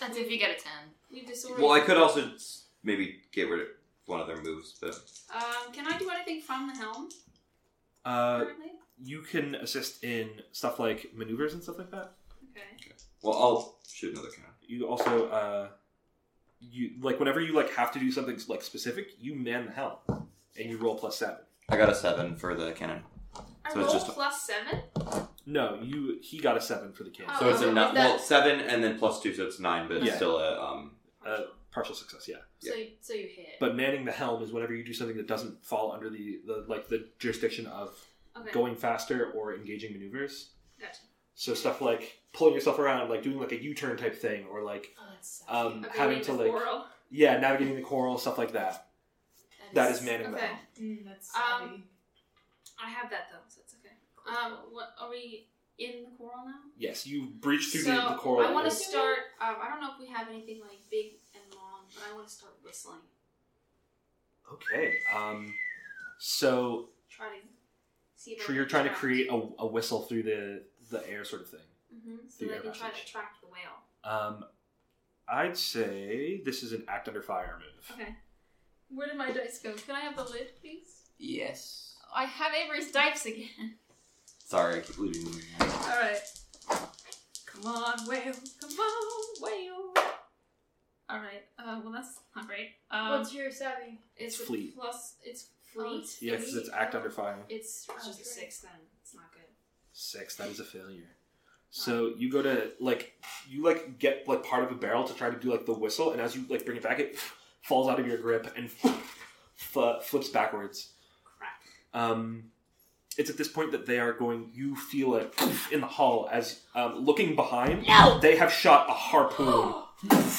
Speaker 6: That's if you get a 10.
Speaker 2: We disordered.
Speaker 4: Well, I could also s- maybe get rid of one of their moves, but
Speaker 2: Um, can I do anything from the helm?
Speaker 1: Uh,
Speaker 2: Currently.
Speaker 1: you can assist in stuff like maneuvers and stuff like that.
Speaker 2: Okay.
Speaker 4: well, I'll shoot another cannon.
Speaker 1: You also uh, you like whenever you like have to do something like specific, you man the helm and you roll plus seven.
Speaker 4: I got a seven for the cannon.
Speaker 2: I
Speaker 4: So
Speaker 2: roll
Speaker 4: it's just-
Speaker 2: plus seven.
Speaker 1: No, you he got a seven for the cannon.
Speaker 2: Oh,
Speaker 4: So it's a
Speaker 2: okay.
Speaker 4: nine,
Speaker 2: That-
Speaker 4: well seven and then plus two, so it's nine, but it's
Speaker 1: Yeah.
Speaker 4: still a um.
Speaker 1: Uh, partial success, yeah.
Speaker 3: So, you, so you hit.
Speaker 1: But manning the helm is whenever you do something that doesn't fall under the, the like the jurisdiction of
Speaker 2: Okay.
Speaker 1: going faster or engaging maneuvers.
Speaker 2: Gotcha.
Speaker 1: So stuff like pulling yourself around, like doing like a U turn type thing, or like
Speaker 3: oh, that's sexy.
Speaker 1: um,
Speaker 2: Okay,
Speaker 1: having
Speaker 2: need
Speaker 1: to
Speaker 2: the
Speaker 1: like
Speaker 2: coral.
Speaker 1: yeah navigating the coral, stuff like that. That is manning the
Speaker 2: Okay.
Speaker 1: helm.
Speaker 3: Mm, that's
Speaker 2: Um,
Speaker 3: savvy.
Speaker 2: I have that though, so it's okay. Um, what are we in the coral now?
Speaker 1: Yes, you breach through
Speaker 2: so
Speaker 1: the, the coral.
Speaker 2: I want to
Speaker 1: and-
Speaker 2: start. Um, I don't know if we have anything like big and long, but I want to start whistling.
Speaker 1: Okay. Um, so
Speaker 2: Try to see if I
Speaker 1: tr-
Speaker 2: can
Speaker 1: you're trying to
Speaker 2: attract-
Speaker 1: create a, a whistle through the the air sort of thing.
Speaker 2: Mhm, so
Speaker 1: through
Speaker 2: that I
Speaker 1: air
Speaker 2: can try to
Speaker 1: passage.
Speaker 2: attract the whale.
Speaker 1: Um, I'd say this is an act under fire move.
Speaker 2: Okay. Where did my dice go? Can I have the lid, please?
Speaker 5: Yes.
Speaker 2: I have Avery's dice again.
Speaker 4: Sorry, I keep losing. them.
Speaker 2: All right. Come on, whale. Come on, whale. All right. Uh, well, that's not great. Um,
Speaker 6: What's your savvy?
Speaker 2: it's
Speaker 1: It's fleet.
Speaker 2: plus. It's
Speaker 6: Oh,
Speaker 2: fleet.
Speaker 6: it's
Speaker 1: Yeah, because it's act under fire.
Speaker 2: It's
Speaker 6: Oh,
Speaker 2: just a
Speaker 6: great.
Speaker 2: six. Then it's not good.
Speaker 1: Six. That is a failure. So you go to like you like get like part of a barrel to try to do like the whistle, and as you like bring it back, it falls out of your grip and fl- flips backwards.
Speaker 2: Crap.
Speaker 1: Um, it's at this point that they are going. You feel it in the hull as um, looking behind.
Speaker 2: No.
Speaker 1: They have shot a harpoon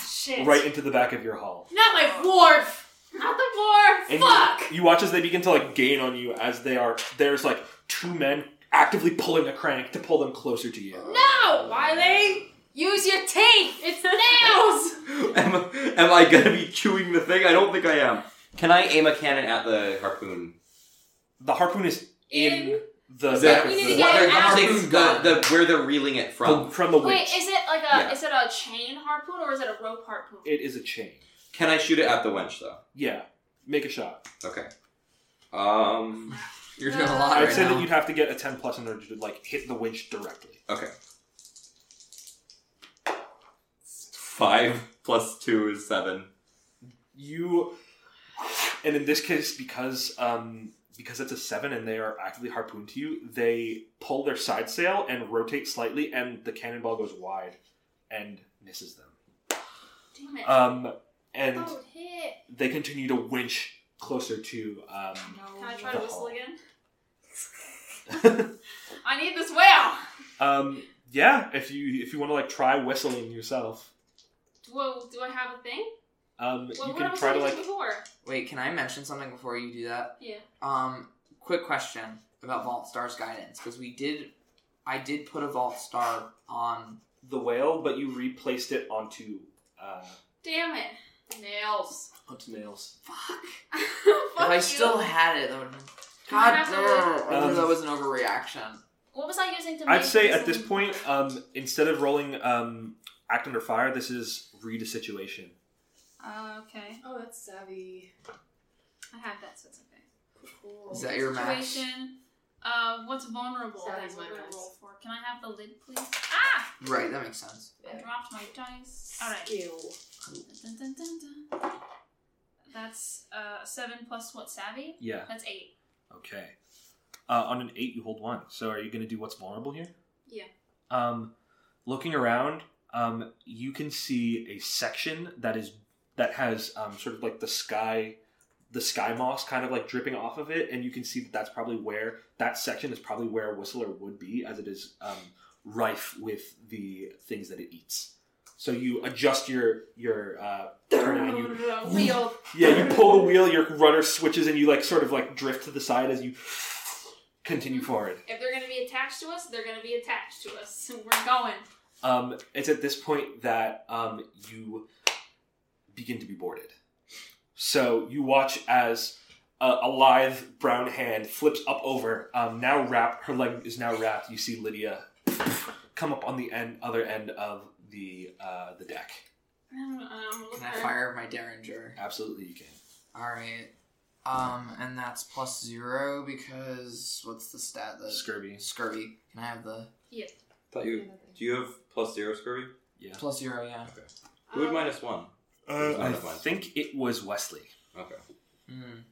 Speaker 2: Shit.
Speaker 1: right into the back of your hull.
Speaker 3: Not my wharf!
Speaker 2: Not the war.
Speaker 1: And you-
Speaker 3: Fuck!
Speaker 1: You watch as they begin to like gain on you as they are. There's like two men actively pulling a crank to pull them closer to you.
Speaker 3: No! Wiley!
Speaker 6: Use your teeth!
Speaker 3: It's nails!
Speaker 4: am, am I gonna be chewing the thing? I don't think I am. Can I aim a cannon at the harpoon?
Speaker 1: The harpoon is in,
Speaker 2: In-
Speaker 1: the
Speaker 4: The-
Speaker 1: back of
Speaker 2: we need
Speaker 1: the-
Speaker 2: to get
Speaker 4: the-
Speaker 2: it out.
Speaker 4: the- the- where they're reeling it
Speaker 1: from,
Speaker 4: from.
Speaker 1: from the
Speaker 2: Wait,
Speaker 1: winch.
Speaker 2: is it like a
Speaker 4: Yeah.
Speaker 2: is it a chain harpoon or is it a rope harpoon?
Speaker 1: It is a chain.
Speaker 4: Can I shoot it at the winch though?
Speaker 1: Yeah, make a shot.
Speaker 4: Okay. Um.
Speaker 5: You're doing a lot
Speaker 1: I'd
Speaker 5: right
Speaker 1: say
Speaker 5: now.
Speaker 1: that you'd have to get a ten plus in order to like hit the winch directly.
Speaker 4: Okay. Five plus two is seven.
Speaker 1: You, and in this case, because um because it's a seven and they are actively harpooned to you, they pull their side sail and rotate slightly, and the cannonball goes wide and misses them.
Speaker 2: Damn it.
Speaker 1: Um, and
Speaker 2: oh, hit.
Speaker 1: they continue to winch closer to um.
Speaker 2: Can I try to
Speaker 1: The
Speaker 2: whistle
Speaker 1: hall.
Speaker 2: again? I need this whale.
Speaker 1: um yeah, if you if you want to like try whistling yourself.
Speaker 2: Whoa, do I have a thing?
Speaker 1: Um,
Speaker 2: Well,
Speaker 1: you
Speaker 2: what
Speaker 1: can
Speaker 2: was
Speaker 1: try
Speaker 2: I
Speaker 1: to
Speaker 2: doing
Speaker 1: like.
Speaker 2: before?
Speaker 5: Wait, can I mention something before you do that?
Speaker 2: Yeah.
Speaker 5: Um, quick question about Vault Star's guidance because we did, I did put a Vault Star on.
Speaker 1: the whale, but you replaced it onto. Uh,
Speaker 2: Damn it.
Speaker 3: Nails.
Speaker 1: Up to nails.
Speaker 3: Fuck.
Speaker 5: If I still had it, that would. God
Speaker 2: have
Speaker 5: damn,
Speaker 1: Um,
Speaker 5: that was an overreaction.
Speaker 6: What was I using to?
Speaker 1: I'd
Speaker 6: make
Speaker 1: say at this
Speaker 6: and-
Speaker 1: point, um, instead of rolling um, act under fire, this is read a situation.
Speaker 2: Uh,
Speaker 6: Oh, okay.
Speaker 3: Oh, that's savvy.
Speaker 6: I have that, so it's okay.
Speaker 3: Cool.
Speaker 5: Is that your max?
Speaker 2: Situation. Uh, what's vulnerable?
Speaker 3: That
Speaker 2: that
Speaker 3: is
Speaker 2: we're
Speaker 3: my
Speaker 2: gonna
Speaker 3: max.
Speaker 2: roll for. Can I have the lid, please? Ah!
Speaker 5: Right, that makes
Speaker 2: I
Speaker 5: sense.
Speaker 3: Yeah.
Speaker 2: dropped my dice. All right.
Speaker 3: Skill.
Speaker 2: Dun, dun, dun, dun, dun. That's uh, seven plus what? Savvy.
Speaker 1: Yeah.
Speaker 2: That's eight.
Speaker 1: Okay. Uh, on an eight, you hold one. So are you going to do what's vulnerable here?
Speaker 2: Yeah.
Speaker 1: Um, looking around, um, you can see a section that is that has um, sort of like the sky, the sky moss kind of like dripping off of it, and you can see that that's probably where that section is probably where Whistler would be, as it is um, rife with the things that it eats. So you adjust your your uh, turn and you
Speaker 2: Wheel.
Speaker 1: yeah, you pull the wheel, your rudder switches, and you like sort of like drift to the side as you continue forward.
Speaker 2: If they're gonna be attached to us, they're gonna be attached to us. We're going.
Speaker 1: Um, it's at this point that um, you begin to be boarded. So you watch as a, a lithe brown hand flips up over. Um, now wrapped, her leg is now wrapped. You see Lydia come up on the end, other end of the uh, the deck.
Speaker 2: Um, um,
Speaker 5: Can
Speaker 2: look
Speaker 5: I
Speaker 2: for-
Speaker 5: fire my Derringer?
Speaker 1: Absolutely, you can.
Speaker 5: Alright. Um, and that's plus zero because what's the stat that
Speaker 1: Scurvy.
Speaker 5: scurvy. Can I have the
Speaker 4: Thought you. Do you have plus zero scurvy?
Speaker 1: Yeah.
Speaker 5: plus zero, yeah.
Speaker 4: Who
Speaker 3: Um,
Speaker 4: had minus one? Uh,
Speaker 1: I think it was Wesley.
Speaker 4: Okay.
Speaker 5: Mm.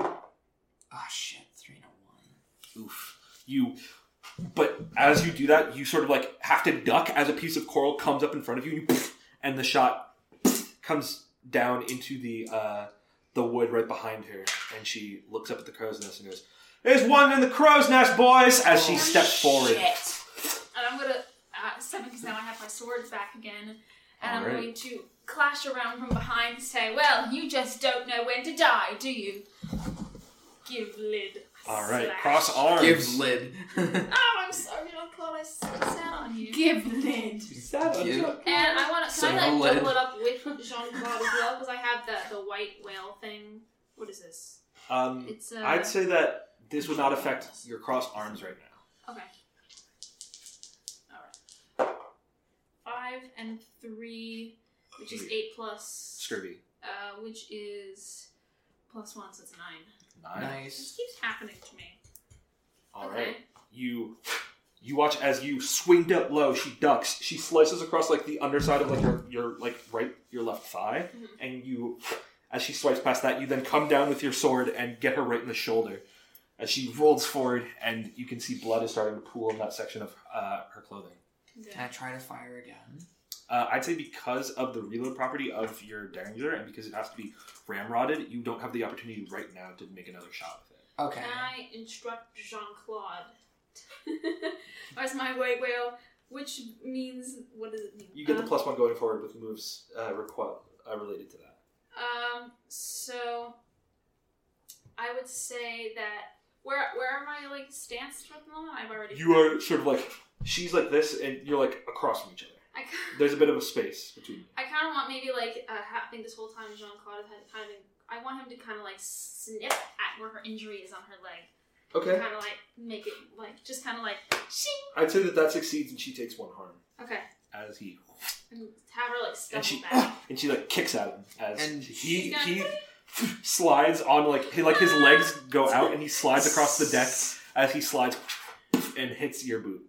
Speaker 5: Oh shit, three and a one.
Speaker 1: oof you but as you do that you sort of like have to duck as a piece of coral comes up in front of you, you and the shot comes down into the uh the wood right behind her and she looks up at the crow's nest and goes there's one in the crow's nest boys as she steps forward
Speaker 2: And I'm gonna uh, seven because now I have my swords back again, and I'm
Speaker 1: Alright.
Speaker 2: going to clash around from behind and say, "Well, you just don't know when to die, do you?" Give lid.
Speaker 1: all right
Speaker 2: slash.
Speaker 1: cross arms
Speaker 5: Give lid. Give
Speaker 2: Oh, I'm sorry, I thought I sat on you.
Speaker 6: Give lid.
Speaker 2: And I want to. Can I like
Speaker 5: Some lid.
Speaker 2: double it up with Jean Claude as well? Because I have the the white whale thing. What is this?
Speaker 1: um
Speaker 2: It's uh.
Speaker 1: i'd say that this would not affect your cross arms right now
Speaker 2: Okay. All right. Five and three, which is eight plus.
Speaker 1: scurvy
Speaker 2: uh, which is plus one, so it's nine.
Speaker 1: nine
Speaker 2: This
Speaker 5: nice.
Speaker 2: keeps happening to me.
Speaker 1: all
Speaker 2: okay.
Speaker 1: right you you watch as you swing up low she ducks she slices across like the underside of like your, your like right your left thigh
Speaker 2: Mhm.
Speaker 1: and you as she swipes past that you then come down with your sword and get her right in the shoulder as she rolls forward and you can see blood is starting to pool in that section of uh, her clothing
Speaker 2: Okay.
Speaker 5: Can I try to fire again?
Speaker 1: uh, i'd say because of the reload property of your derringer and because it has to be ramrodded you don't have the opportunity right now to make another shot with it
Speaker 5: Okay.
Speaker 2: Can I instruct Jean Claude? As my white whale, which means what does it mean?
Speaker 1: you get the
Speaker 2: Um,
Speaker 1: plus one going forward with moves uh, requ- uh, related to that
Speaker 2: Um, so I would say that where where am I like stanced at the moment? I've already.
Speaker 1: you are sort of like she's like this and you're like across from each other
Speaker 2: I ca-
Speaker 1: there's a bit of a space between you
Speaker 2: I kind of want maybe like uh, happening this whole time. Jean Claude had kind of. I want him to kind of like sniff at where her injury is on her leg.
Speaker 1: okay
Speaker 2: Kind of like make it like just kind of like shing.
Speaker 1: i'd say that that succeeds and she takes one harm
Speaker 2: Okay,
Speaker 1: as he
Speaker 2: and have her like stumble
Speaker 1: and she
Speaker 2: back.
Speaker 1: and she like kicks at him as
Speaker 5: And
Speaker 1: he
Speaker 2: she's
Speaker 1: he slides on like he like his legs go out and he slides across the deck as he slides and hits your boot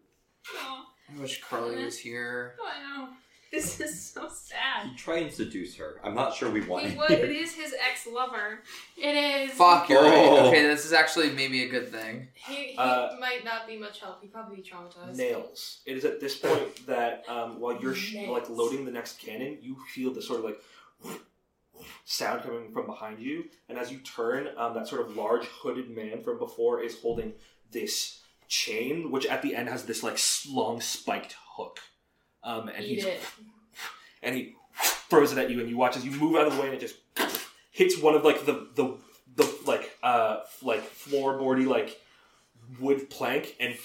Speaker 2: Oh,
Speaker 5: I wish Curly was here.
Speaker 2: I know. This is so sad.
Speaker 4: You try and seduce her. I'm not sure we want
Speaker 2: He
Speaker 4: it.
Speaker 2: would. It is his ex lover.
Speaker 3: It is.
Speaker 5: Fuck, you're right.
Speaker 4: Oh.
Speaker 5: Okay, this is actually maybe a good thing.
Speaker 3: He, he
Speaker 1: Uh,
Speaker 3: might not be much help. He'd probably be traumatized.
Speaker 1: nails it is at this point that um, while you're sh-
Speaker 3: Nails.
Speaker 1: like loading the next cannon you feel the sort of like sound coming from behind you and as you turn um, that sort of large hooded man from before is holding this chain which at the end has this like s- long spiked hook um, and
Speaker 3: Eat
Speaker 1: he's
Speaker 3: it.
Speaker 1: and he throws it at you and you watch as you move out of the way and it just hits one of like the the, the like uh like floorboardy like wood plank and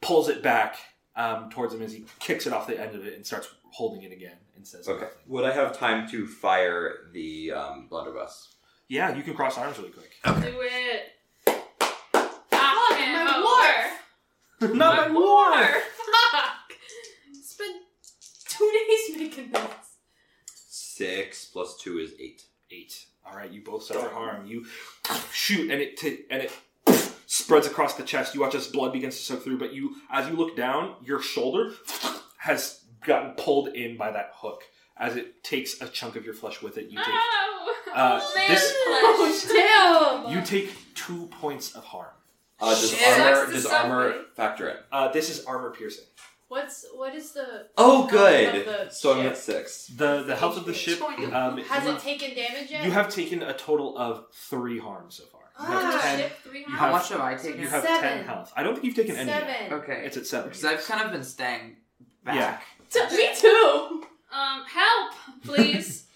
Speaker 1: pulls it back um, towards him as he kicks it off the end of it and starts holding it again and says
Speaker 4: Okay.
Speaker 1: nothing.
Speaker 4: Would I have time to fire the um, blunderbuss?
Speaker 1: Yeah, you can cross arms really quick.
Speaker 3: Do it.
Speaker 2: Ah,
Speaker 3: Fuck,
Speaker 2: man,
Speaker 3: my
Speaker 2: but-
Speaker 3: war.
Speaker 1: Not my war!
Speaker 3: Fuck. Spent two days making this.
Speaker 4: Six plus two is eight.
Speaker 1: Eight. All right, you both suffer harm. You shoot, and it t- and it spreads across the chest. You watch as blood begins to soak through, but you, as you look down, your shoulder has gotten pulled in by that hook. As it takes a chunk of your flesh with it, you take
Speaker 2: Oh,
Speaker 1: Uh,
Speaker 2: man,
Speaker 1: this-
Speaker 2: flesh.
Speaker 3: damn.
Speaker 1: you take two points of harm.
Speaker 4: Uh, does
Speaker 3: Shit.
Speaker 4: armor
Speaker 3: Sucks to
Speaker 4: does
Speaker 3: suck,
Speaker 4: armor
Speaker 3: right?
Speaker 4: factor in?
Speaker 1: Uh, this is armor piercing.
Speaker 3: What's what is the?
Speaker 4: Oh,
Speaker 3: Of the
Speaker 4: good. So I'm at
Speaker 3: ship.
Speaker 4: six.
Speaker 1: The the health of the ship. Um,
Speaker 3: Has
Speaker 1: you,
Speaker 3: it taken damage yet?
Speaker 1: you have taken a total of three harm so far. You have
Speaker 3: Ah,
Speaker 1: ten.
Speaker 2: Ship three
Speaker 1: You
Speaker 5: How
Speaker 1: have-
Speaker 5: much have I taken?
Speaker 1: You have ten
Speaker 3: Seven.
Speaker 1: health. I don't think you've taken any. yet.
Speaker 3: seven.
Speaker 5: okay,
Speaker 1: It's at seven.
Speaker 5: because I've kind of been staying back.
Speaker 3: T- Me too.
Speaker 2: Um, help, please.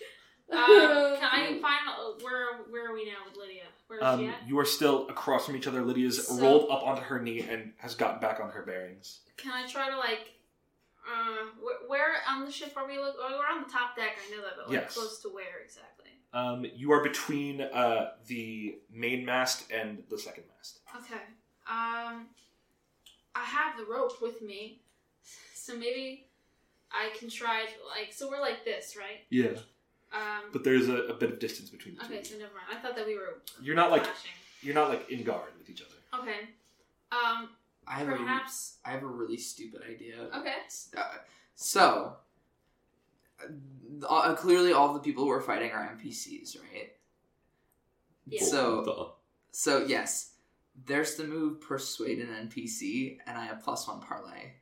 Speaker 2: uh, can I find uh, where? Where are we now with Lydia? Where is she
Speaker 1: Um,
Speaker 2: at?
Speaker 1: you are still across from each other. Lydia's
Speaker 2: So-
Speaker 1: rolled up onto her knee and has gotten back on her bearings.
Speaker 2: Can I try to like? Uh, wh- where on the ship are we? Look, oh, we're on the top deck. I know that, but like
Speaker 1: Yes.
Speaker 2: close to where exactly?
Speaker 1: Um, you are between uh, the main mast and the second mast.
Speaker 2: Okay. Um, I have the rope with me, so maybe I can try to, like. So we're like this, right?
Speaker 1: Yeah,
Speaker 2: Um.
Speaker 1: but there's a, a bit of distance between the
Speaker 2: okay,
Speaker 1: two.
Speaker 2: so never mind. I thought that we were.
Speaker 1: You're not like
Speaker 2: flashing.
Speaker 1: you're not like in guard with each other.
Speaker 2: Okay. Um.
Speaker 5: I have a
Speaker 2: Perhaps.
Speaker 5: I have a really stupid idea.
Speaker 2: Okay.
Speaker 5: Uh, so, uh, uh, clearly, all the people who are fighting are NPCs, right?
Speaker 2: Yeah.
Speaker 5: So, so yes, there's the move persuade an NPC, and I have plus one parlay,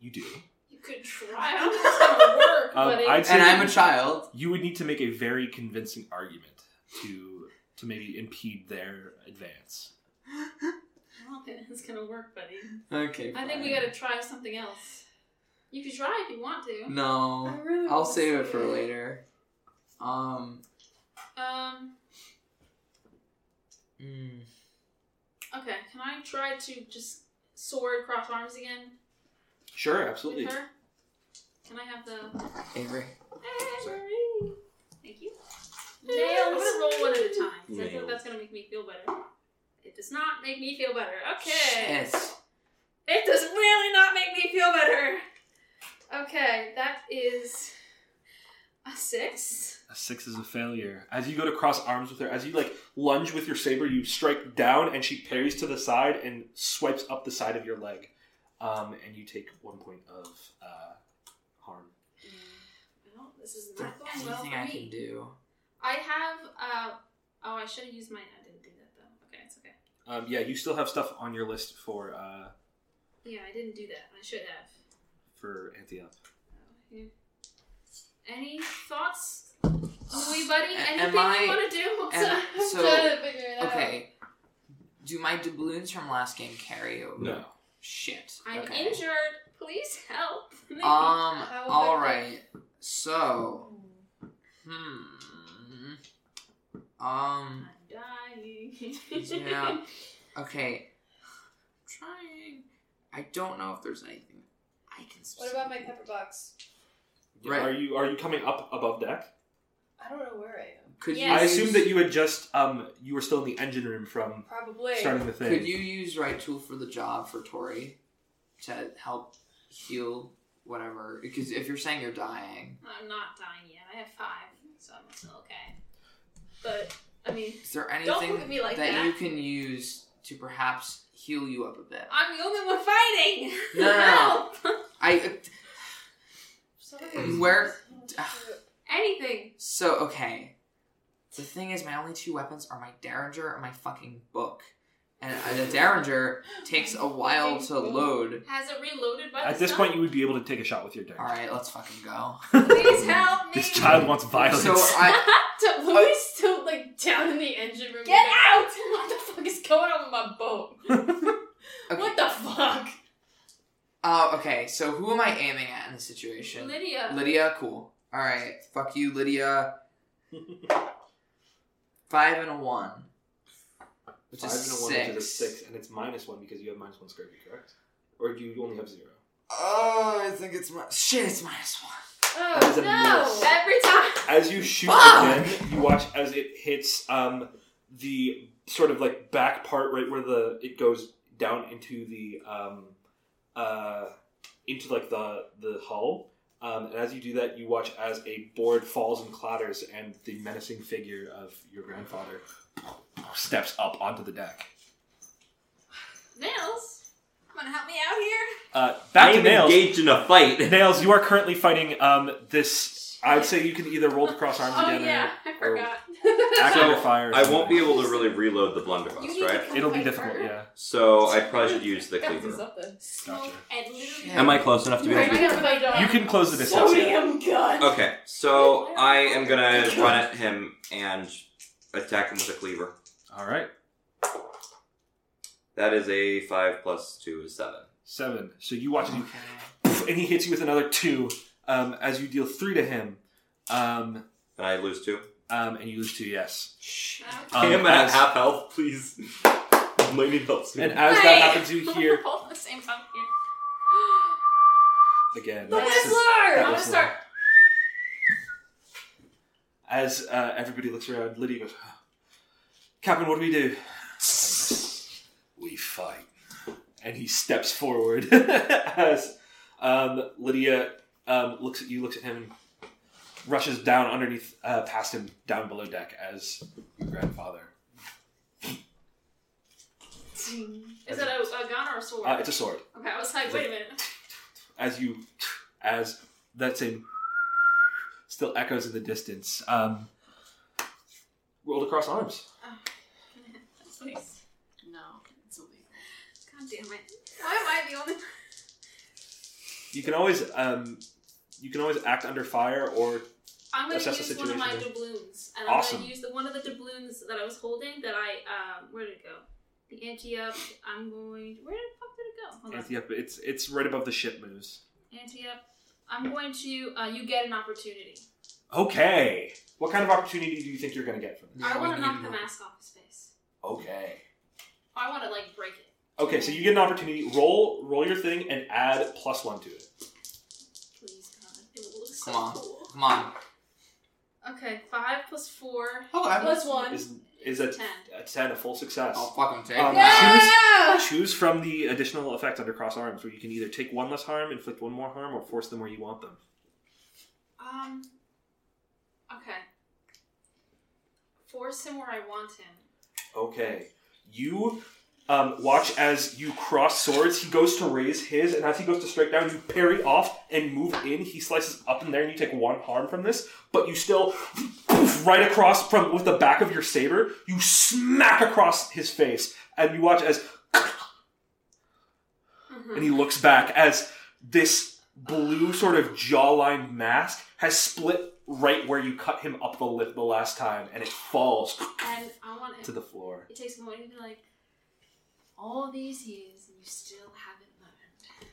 Speaker 1: You do,
Speaker 2: You could try. I don't know if it's gonna work,
Speaker 1: Um,
Speaker 2: but it,
Speaker 1: I'd say-
Speaker 5: and I'm a child.
Speaker 1: you would need to make a very convincing argument to to maybe impede their advance.
Speaker 2: I don't think it's gonna work, buddy.
Speaker 5: Okay.
Speaker 2: I think we
Speaker 5: fine.
Speaker 2: gotta try something else. You could try if you want to.
Speaker 5: No,
Speaker 3: really
Speaker 5: I'll
Speaker 3: wanna
Speaker 5: save it
Speaker 3: see
Speaker 5: for later. Um.
Speaker 2: Um.
Speaker 5: mm,
Speaker 2: Okay. Can I try to just sword cross arms again
Speaker 1: Sure, absolutely.
Speaker 2: with her? Can I have the?
Speaker 5: Avery.
Speaker 2: Thank you. Nails. I'm gonna roll one at a time. 'cause I
Speaker 4: Nails.
Speaker 2: think that's gonna make me feel better. It does not make me feel better. Okay.
Speaker 5: Yes.
Speaker 2: It does really not make me feel better. Okay, that is a six.
Speaker 1: A six is a failure. As you go to cross arms with her, as you like lunge with your saber, you strike down and she parries to the side and swipes up the side of your leg. Um, and you take one point of uh, harm.
Speaker 2: Mm. Well, this is
Speaker 5: Is there
Speaker 2: not going well
Speaker 5: anything
Speaker 2: for
Speaker 5: I can
Speaker 2: me.
Speaker 5: do?
Speaker 2: I have. Uh, oh, I should have used my. I didn't do that though. Okay, it's okay.
Speaker 1: Um, yeah, you still have stuff on your list for uh,
Speaker 2: Yeah, I didn't do that. I should have.
Speaker 1: for Antioch.
Speaker 2: Oh, here. Any thoughts, Louis buddy?
Speaker 5: A- am
Speaker 2: Anything
Speaker 5: I-
Speaker 2: you want to do?
Speaker 5: am-
Speaker 2: I'm
Speaker 5: so-
Speaker 2: trying to figure it out.
Speaker 5: Okay. Do my doubloons from last game carry over? Shit.
Speaker 2: I'm
Speaker 5: okay.
Speaker 2: injured. Please help. me.
Speaker 5: Um.
Speaker 3: How would
Speaker 5: All
Speaker 3: I-
Speaker 5: right. So. Hmm.
Speaker 2: I'm
Speaker 5: Um.
Speaker 2: dying.
Speaker 5: Yeah. Okay. trying. I don't know if there's anything I can.
Speaker 3: What about my
Speaker 5: specifically-
Speaker 3: pepper box?
Speaker 5: Right.
Speaker 1: Are you are you coming up above deck?
Speaker 3: I don't know where I am.
Speaker 5: Could
Speaker 2: Yes.
Speaker 1: I
Speaker 5: you
Speaker 1: assume
Speaker 5: use-
Speaker 1: that you had just um, you were still in the engine room from
Speaker 3: Probably.
Speaker 1: starting the thing.
Speaker 5: Could you use right tool for the job for Tori to help heal whatever? Because if you're saying you're dying,
Speaker 2: I'm not dying yet. I have five, so I'm still okay. But I mean,
Speaker 5: is there
Speaker 2: look
Speaker 5: anything
Speaker 2: at me like that.
Speaker 5: you can use to perhaps heal you up a bit?
Speaker 2: I'm the only one fighting.
Speaker 5: No, no, no.
Speaker 2: Help!
Speaker 5: I
Speaker 3: Somebody-
Speaker 5: Where-
Speaker 2: Anything.
Speaker 5: so okay. The thing is, my only two weapons are my derringer and my fucking book. And uh, the derringer takes a while to load.
Speaker 2: Has it reloaded by
Speaker 1: At
Speaker 2: the
Speaker 1: this
Speaker 2: sun?
Speaker 1: point, you would be able to take a shot with your deck.
Speaker 5: All right, let's fucking go.
Speaker 2: Please help me.
Speaker 1: This child wants violence.
Speaker 5: So I
Speaker 1: Uh,
Speaker 3: To- Louis is still like down in the engine room.
Speaker 2: Get out!
Speaker 3: What the fuck is going on with my boat?
Speaker 5: okay.
Speaker 3: What the fuck?
Speaker 5: Oh, okay. So who am I aiming at in this situation?
Speaker 2: Lydia.
Speaker 5: Lydia, cool. All right, fuck you, Lydia. Five and a one, which
Speaker 1: Five
Speaker 5: is
Speaker 1: and a one,
Speaker 5: six.
Speaker 1: which is a six, and it's minus one because you have minus one scurvy, correct? Or do you only have zero?
Speaker 5: Oh, I think it's my shit. It's minus one.
Speaker 1: That is a
Speaker 3: no!
Speaker 1: miss.
Speaker 3: Every time.
Speaker 1: As you shoot
Speaker 5: Fuck!
Speaker 1: again, you watch as it hits um, the sort of like back part, right where the it goes down into the um, uh, into like the the hull. Um, and as you do that, you watch as a board falls and clatters, and the menacing figure of your grandfather steps up onto the deck.
Speaker 2: Nails.
Speaker 6: Come on, help me out here.
Speaker 1: Uh, back
Speaker 4: I
Speaker 1: to
Speaker 4: am
Speaker 1: nails.
Speaker 4: engaged in a fight.
Speaker 1: Nails, you are currently fighting um, this. I'd say you can either roll to cross arms
Speaker 2: Oh
Speaker 1: together,
Speaker 2: yeah, I
Speaker 1: or-
Speaker 2: forgot.
Speaker 1: act
Speaker 4: So,
Speaker 1: under fire. or
Speaker 4: I won't
Speaker 1: something.
Speaker 4: be able to really reload the blunderbuss,
Speaker 2: You need to
Speaker 4: right?
Speaker 2: come
Speaker 1: It'll be
Speaker 2: fight
Speaker 1: difficult,
Speaker 2: her.
Speaker 1: yeah.
Speaker 4: So I probably should use the
Speaker 3: That was
Speaker 4: cleaver.
Speaker 3: up then.
Speaker 1: Gotcha.
Speaker 2: And literally,
Speaker 4: Am I close enough to be able
Speaker 3: Right
Speaker 4: to
Speaker 3: now, my dog.
Speaker 1: You can close the distance. yeah.
Speaker 3: Sodium gun.
Speaker 4: Okay, so I am gonna run at him and attack him with a cleaver.
Speaker 1: All right,
Speaker 4: That is a five plus two is seven.
Speaker 1: seven. So you watch him, and he hits you with another two. Um, as you deal three to him, um,
Speaker 4: And I lose two.
Speaker 1: um, and you lose two. Yes.
Speaker 2: Okay.
Speaker 1: Um, as-
Speaker 4: health, please. I need help
Speaker 1: and as that happens, you hear
Speaker 2: All at the same time here.
Speaker 1: again.
Speaker 3: The
Speaker 1: this is-
Speaker 3: Whistler!
Speaker 1: that
Speaker 2: I'm gonna
Speaker 1: was
Speaker 2: start.
Speaker 1: As uh, everybody looks around, Lydia goes, "Huh. Captain, what do we do? We fight. And he steps forward as um, Lydia um, looks at you, looks at him, and rushes down underneath, uh, past him, down below deck as your grandfather.
Speaker 2: Is it a, a gun or a sword?
Speaker 1: Uh, it's a sword.
Speaker 2: okay, I was like, wait a minute.
Speaker 1: as you as that same still echoes in the distance. Um, rolled across arms.
Speaker 2: Please.
Speaker 3: No, it's illegal.
Speaker 6: God damn it. Why am I the only?
Speaker 1: You can always um, you can always act under fire or
Speaker 2: I'm gonna
Speaker 1: Assess the
Speaker 2: use one of my
Speaker 1: situation.
Speaker 2: doubloons, and I'm
Speaker 1: Awesome.
Speaker 2: gonna use the one of the doubloons that I was holding. That I um, where did it go? The anti up. I'm going. Where the fuck did it go? Hold on.
Speaker 1: anti up. It's it's right above the ship moves.
Speaker 2: Anti up. I'm going to. Uh, you get an opportunity.
Speaker 1: Okay. What kind of opportunity do you think you're going to get from this?
Speaker 2: I
Speaker 5: Yeah, we
Speaker 2: want to
Speaker 5: need
Speaker 2: knock the
Speaker 5: more.
Speaker 2: mask off his face.
Speaker 1: Okay.
Speaker 2: I want to like break it.
Speaker 1: Okay, so you get an opportunity. Roll roll your thing and add plus one to it.
Speaker 2: Please God, it will look so
Speaker 5: Come on.
Speaker 2: cool.
Speaker 5: Come on.
Speaker 2: Okay, five plus four.
Speaker 5: Hold on.
Speaker 3: Plus one.
Speaker 1: Is is a,
Speaker 2: Ten.
Speaker 1: a ten a full success?
Speaker 5: I'll fucking take
Speaker 1: Um,
Speaker 5: that.
Speaker 3: Yeah!
Speaker 1: Choose from the additional effect under cross arms, where you can either take one less harm, inflict one more harm, or force them where you want them.
Speaker 2: Um. Okay. Force him where I want him.
Speaker 1: Okay. You um, watch as you cross swords. He goes to raise his, and as he goes to strike down, you parry off and move in. He slices up in there, and you take one harm from this, but you still poof, right across from with the back of your saber. You smack across his face, and you watch as and he looks back as this blue sort of jawline mask has split right where you cut him up the lip the last time, and it falls
Speaker 2: And I want him.
Speaker 1: to the floor.
Speaker 2: It takes a moment to be like, all these years and you still haven't learned.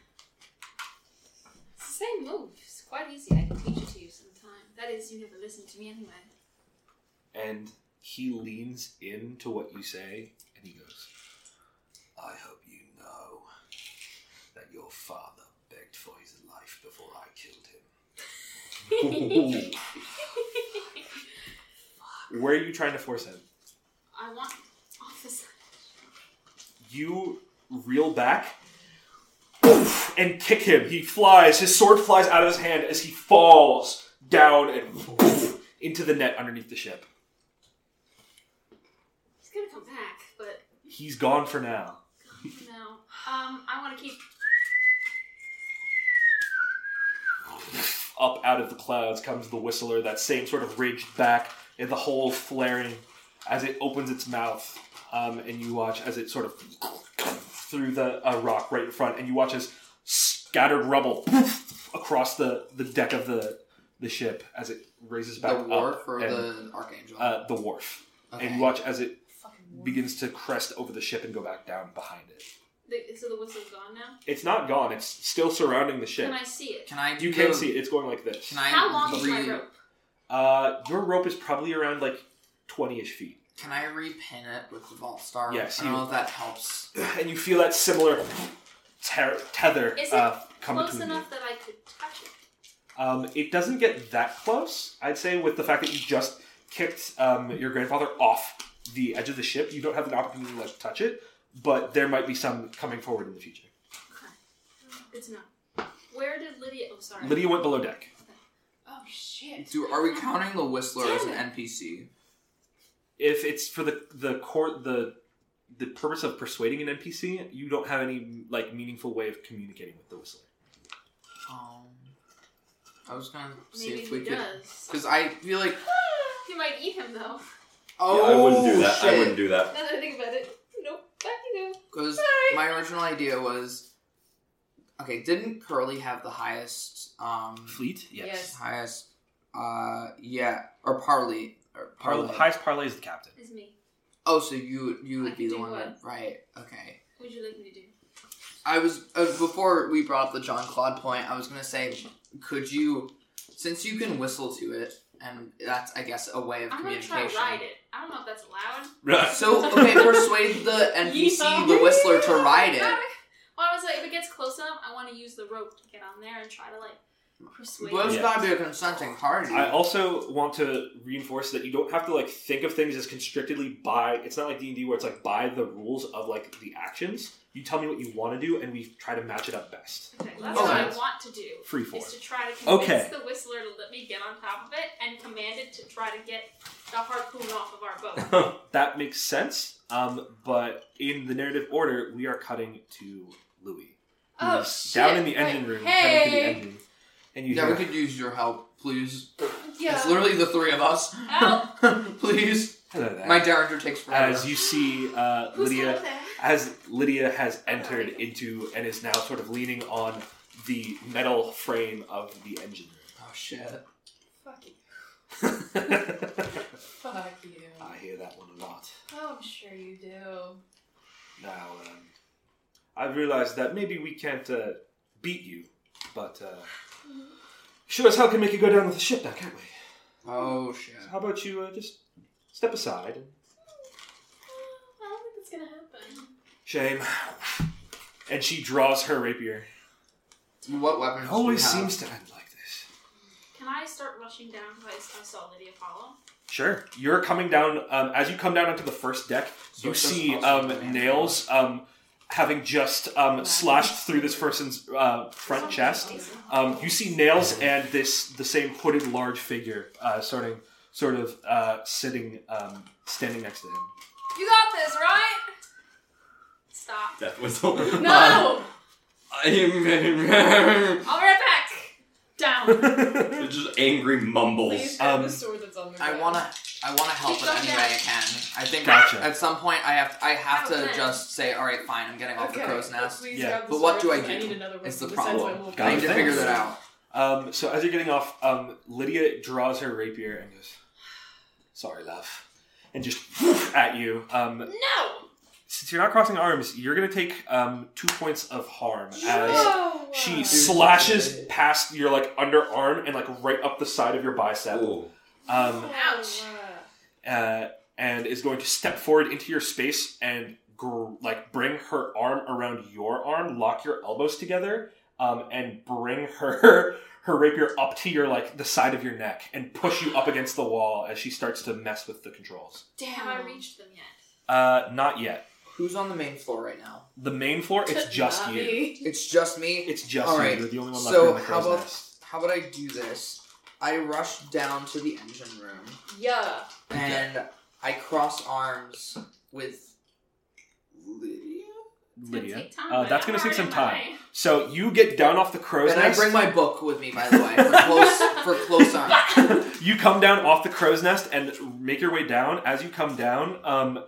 Speaker 2: It's the same move. It's quite easy. I can teach it to you sometime. That is, you never listen to me anyway.
Speaker 1: and he leans into what you say and he goes, I hope you know that your father begged for his life before I killed him. Where are you trying to force him?
Speaker 2: I want off this.
Speaker 1: You reel back poof, and kick him. He flies, his sword flies out of his hand as he falls down and poof, into the net underneath the ship.
Speaker 2: He's gonna come back, but
Speaker 1: He's gone for now.
Speaker 2: no. Um, I want to keep.
Speaker 1: up out of the clouds comes the whistler, that same sort of ridged back, and the hole flaring as it opens its mouth. Um, and you watch as it sort of through the uh, rock right in front, and you watch as scattered rubble across the, the deck of the, the ship as it raises back
Speaker 5: The wharf
Speaker 1: up
Speaker 5: or
Speaker 1: and,
Speaker 5: the archangel.
Speaker 1: uh, the wharf.
Speaker 5: okay.
Speaker 1: And you watch as it
Speaker 3: Fucking
Speaker 1: begins to crest over the ship and go back down behind it.
Speaker 2: The, so the whistle's gone now.
Speaker 1: It's not gone; it's still surrounding the ship.
Speaker 2: Can I see it?
Speaker 5: Can I?
Speaker 1: you
Speaker 5: do
Speaker 1: can
Speaker 5: the-
Speaker 1: see it; it's going like this.
Speaker 5: Can I?
Speaker 2: How long is my
Speaker 5: re-
Speaker 2: rope?
Speaker 1: Uh, your rope is probably around like 20 ish feet.
Speaker 5: Can I repin it with the vault star?
Speaker 1: Yes,
Speaker 5: I don't
Speaker 1: you-
Speaker 5: know if that helps.
Speaker 1: And you feel that similar ter- tether
Speaker 2: Is it-
Speaker 1: uh, come
Speaker 2: close
Speaker 1: between you.
Speaker 2: enough that I could touch it.
Speaker 1: Um, it doesn't get that close, I'd say, with the fact that you just kicked um, your grandfather off the edge of the ship. You don't have an opportunity to like, touch it, but there might be some coming forward in the future.
Speaker 2: Good to know. Where did Lydia? Oh, sorry.
Speaker 1: Lydia went below deck.
Speaker 2: Oh shit.
Speaker 5: Do are we counting the Whistler as an
Speaker 2: Damn
Speaker 5: NPC?
Speaker 1: If it's for the the court the the purpose of persuading an NPC, you don't have any like meaningful way of communicating with the whistler.
Speaker 5: Um, I was gonna see
Speaker 2: Maybe
Speaker 5: if
Speaker 2: he
Speaker 5: we could,
Speaker 2: does.
Speaker 5: because I feel like
Speaker 2: He might eat him though.
Speaker 4: Yeah,
Speaker 5: oh
Speaker 4: I wouldn't do that.
Speaker 5: Shit.
Speaker 4: I wouldn't do that.
Speaker 2: Now that I think about it, nope. Back you go.
Speaker 5: Because my original idea was, okay, didn't Curly have the highest, um,
Speaker 1: Fleet, yes.
Speaker 3: Yes.
Speaker 5: highest, uh, yeah, or Parley, or
Speaker 4: Oh,
Speaker 1: Parla-
Speaker 5: Parley.
Speaker 1: highest parlay is the captain.
Speaker 2: Is me.
Speaker 5: oh, so you you
Speaker 3: I
Speaker 5: would be
Speaker 3: could
Speaker 5: the
Speaker 3: do
Speaker 5: one
Speaker 3: what?
Speaker 5: that, right? Okay.
Speaker 2: What would you like me to do?
Speaker 5: I was uh, before we brought up the John Claude point. I was gonna say, could you, since you can whistle to it, and that's I guess a way of
Speaker 2: I'm gonna try
Speaker 5: communication.
Speaker 2: ride it. I don't know if that's allowed.
Speaker 5: So okay, persuade the NPC, the whistler, to ride it.
Speaker 2: Well, I was like, if it gets close enough, I want to use the rope to get on there and try to like persuade.
Speaker 5: But it's
Speaker 1: Yeah.
Speaker 5: gotta be a consenting party.
Speaker 1: I also want to reinforce that you don't have to like think of things as constrictedly by. It's not like D and D where it's like by the rules of like the actions. You tell me what you want to do, and we try to match it up best.
Speaker 2: Okay, that's
Speaker 5: Oh,
Speaker 2: what I
Speaker 5: nice.
Speaker 2: want to do.
Speaker 1: Free for
Speaker 2: Is
Speaker 1: it.
Speaker 2: to try to convince
Speaker 1: Okay.
Speaker 2: the whistler to let me get on top of it and command it to try to get the harpoon off of our boat.
Speaker 3: Oh,
Speaker 1: That makes sense. Um, but in the narrative order, we are cutting to Louis,
Speaker 3: Oh,
Speaker 1: who's down in the
Speaker 3: shit, like,
Speaker 1: engine room, heading to the
Speaker 3: hey.
Speaker 1: engine, and you
Speaker 5: yeah, we
Speaker 1: hear,
Speaker 5: could use your help, please.
Speaker 3: Yeah.
Speaker 5: It's literally the three of us.
Speaker 2: Help!
Speaker 5: please.
Speaker 1: "Hello there."
Speaker 5: My Derringer takes forever.
Speaker 1: as you see uh,
Speaker 2: Who's
Speaker 1: Lydia
Speaker 2: out there?
Speaker 1: as Lydia has entered into and is now sort of leaning on the metal frame of the engine.
Speaker 5: oh shit.
Speaker 3: Fuck you.
Speaker 1: I
Speaker 3: Fuck you.
Speaker 1: hear that one a lot.
Speaker 3: Oh, I'm sure you do.
Speaker 1: Now, um, I've realized that maybe we can't uh, beat you, but uh, sure as hell can make you go down with the ship now, can't we?
Speaker 5: Oh shit.
Speaker 1: So how about you uh, just step aside?
Speaker 2: I don't think it's gonna happen.
Speaker 1: Shame. And she draws her rapier.
Speaker 5: What weapons?
Speaker 1: It
Speaker 5: do you
Speaker 1: always
Speaker 5: have?
Speaker 1: seems to end like this.
Speaker 2: Can I start rushing down because I saw Lydia follow?
Speaker 1: Sure. You're coming down, um, as you come down onto the first deck,
Speaker 5: So
Speaker 1: you
Speaker 5: it's just
Speaker 1: see
Speaker 5: possible to
Speaker 1: um,
Speaker 5: manage.
Speaker 1: nails um, having just um, slashed through this person's uh, front chest. Um, you see nails and this the same hooded large figure uh, starting sort of uh, sitting um, standing next to him.
Speaker 6: You got this, right?
Speaker 2: Stop.
Speaker 4: Death whistle.
Speaker 3: No!
Speaker 4: It's
Speaker 6: I'll be right back.
Speaker 2: Down.
Speaker 4: Um, just angry mumbles.
Speaker 3: Please grab
Speaker 1: um,
Speaker 3: the sword that's on the
Speaker 5: I
Speaker 3: ground.
Speaker 5: wanna. I want to help in
Speaker 3: Keep
Speaker 5: any
Speaker 3: going,
Speaker 5: way I
Speaker 3: guys.
Speaker 5: can. I think
Speaker 1: Gotcha.
Speaker 5: at some point I have I have to
Speaker 2: Okay.
Speaker 5: just say, all right, fine, I'm getting off
Speaker 3: Okay,
Speaker 5: the crow's
Speaker 3: but
Speaker 5: nest.
Speaker 3: Please
Speaker 1: Yeah.
Speaker 3: grab the
Speaker 5: But what do
Speaker 3: sword,
Speaker 5: I
Speaker 3: 'cause
Speaker 5: do?
Speaker 3: need another
Speaker 5: It's the
Speaker 3: one besides my
Speaker 5: problem.
Speaker 3: little
Speaker 1: Got
Speaker 5: I need
Speaker 1: it,
Speaker 5: to
Speaker 1: thanks.
Speaker 5: figure that out.
Speaker 1: Um, so as you're getting off, um, Lydia draws her rapier and goes, "Sorry, love," and just at you. Um,
Speaker 2: No!
Speaker 1: since you're not crossing arms, you're gonna take um, two points of harm as
Speaker 3: No!
Speaker 1: she slashes past your like underarm and like right up the side of your bicep.
Speaker 4: Ooh.
Speaker 1: Um,
Speaker 2: Ouch.
Speaker 1: uh, and is going to step forward into your space and gr- like bring her arm around your arm, lock your elbows together, um, and bring her her rapier up to your like the side of your neck and push you up against the wall as she starts to mess with the controls.
Speaker 2: Have
Speaker 3: Damn.
Speaker 2: I reached them yet?
Speaker 1: Uh, not yet.
Speaker 5: Who's on the main floor right now?
Speaker 1: The main floor, it's just you.
Speaker 5: It's just me.
Speaker 1: It's just
Speaker 5: All
Speaker 1: you.
Speaker 5: right.
Speaker 1: You're the only one left
Speaker 5: So
Speaker 1: here in the
Speaker 5: how
Speaker 1: crow's
Speaker 5: about-
Speaker 1: nest.
Speaker 5: How about I do this? I rush down to the engine room
Speaker 3: Yeah.
Speaker 5: and I cross arms with Lydia.
Speaker 2: It's gonna
Speaker 1: Lydia.
Speaker 2: take time,
Speaker 1: Uh,
Speaker 2: but
Speaker 1: that's
Speaker 2: I'm
Speaker 1: gonna take
Speaker 2: already
Speaker 1: some
Speaker 2: on my
Speaker 1: time.
Speaker 2: way.
Speaker 1: So you get down off the crow's
Speaker 5: And I
Speaker 1: nest.
Speaker 5: bring my book with me, by the way, for close for close arms.
Speaker 1: you come down off the crow's nest and make your way down. As you come down, um,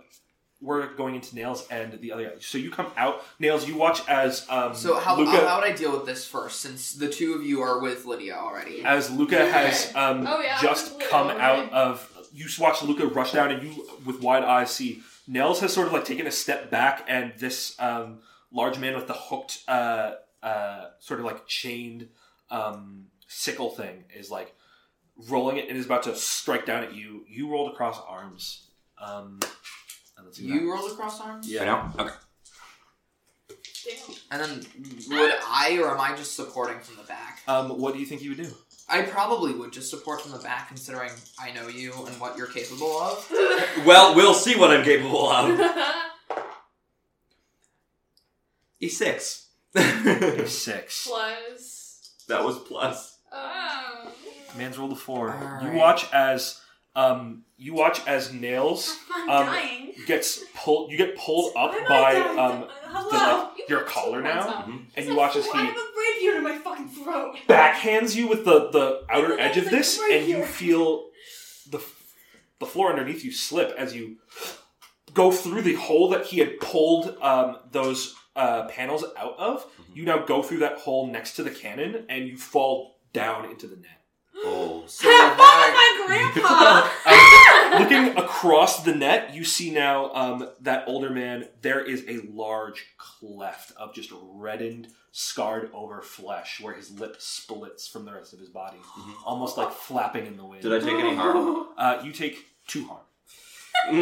Speaker 1: we're going into Nails and the other guy. So you come out, Nails. You watch as um,
Speaker 5: So how,
Speaker 1: Luca
Speaker 5: how, how would I deal with this first, since the two of you are with Lydia already?
Speaker 1: as Luca has um,
Speaker 3: Oh, yeah,
Speaker 1: just
Speaker 3: I'm with
Speaker 1: come
Speaker 3: Luca,
Speaker 1: out
Speaker 3: okay.
Speaker 1: of. You watch Luca rush down, and you with wide eyes see Nails has sort of like taken a step back, and this um, large man with the hooked, uh, uh, sort of like chained um, sickle thing is like rolling it and is about to strike down at you. You rolled across arms. Um, and let's do that.
Speaker 5: You rolled across arms.
Speaker 4: Yeah. Right now? Okay.
Speaker 3: Damn.
Speaker 5: And then would I, or am I just supporting from the back?
Speaker 1: Um, what do you think you would do?
Speaker 5: I probably would just support from the back, considering I know you and what you're capable of.
Speaker 4: Well, we'll see what I'm capable of.
Speaker 1: Um,
Speaker 4: E6. that
Speaker 1: Six.
Speaker 3: Plus. uh,
Speaker 4: was plus.
Speaker 2: Oh.
Speaker 1: Man's rolled a four.
Speaker 5: All
Speaker 1: You
Speaker 5: right.
Speaker 1: watch as um, you watch as
Speaker 2: Have
Speaker 1: nails
Speaker 2: fun
Speaker 1: Um,
Speaker 2: dying.
Speaker 1: gets pulled. You get pulled up
Speaker 3: Oh
Speaker 2: Why am I
Speaker 1: by
Speaker 2: dying?
Speaker 1: um, the,
Speaker 2: Hello.
Speaker 1: like, your collar now, and you
Speaker 2: It's
Speaker 1: watch
Speaker 2: like,
Speaker 1: as
Speaker 2: I
Speaker 1: he
Speaker 2: have a rapier in my fucking throat.
Speaker 1: backhands you with the the outer
Speaker 2: It's
Speaker 1: edge of
Speaker 2: like
Speaker 1: this,
Speaker 2: right
Speaker 1: and you
Speaker 2: here.
Speaker 1: feel the the floor underneath you slip as you go through the hole that he had pulled um, those uh, panels out of. You now go through that hole next to the cannon, and you fall down into the net.
Speaker 4: Oh,
Speaker 5: So that-
Speaker 2: My
Speaker 1: Um,
Speaker 2: grandpa.
Speaker 1: looking across the net, you see now um, that older man. There is a large cleft of just reddened, scarred over flesh where his lip splits from the rest of his body,
Speaker 4: Mhm.
Speaker 1: almost like flapping in the wind.
Speaker 4: did I take any harm?
Speaker 1: Uh, you take two harm.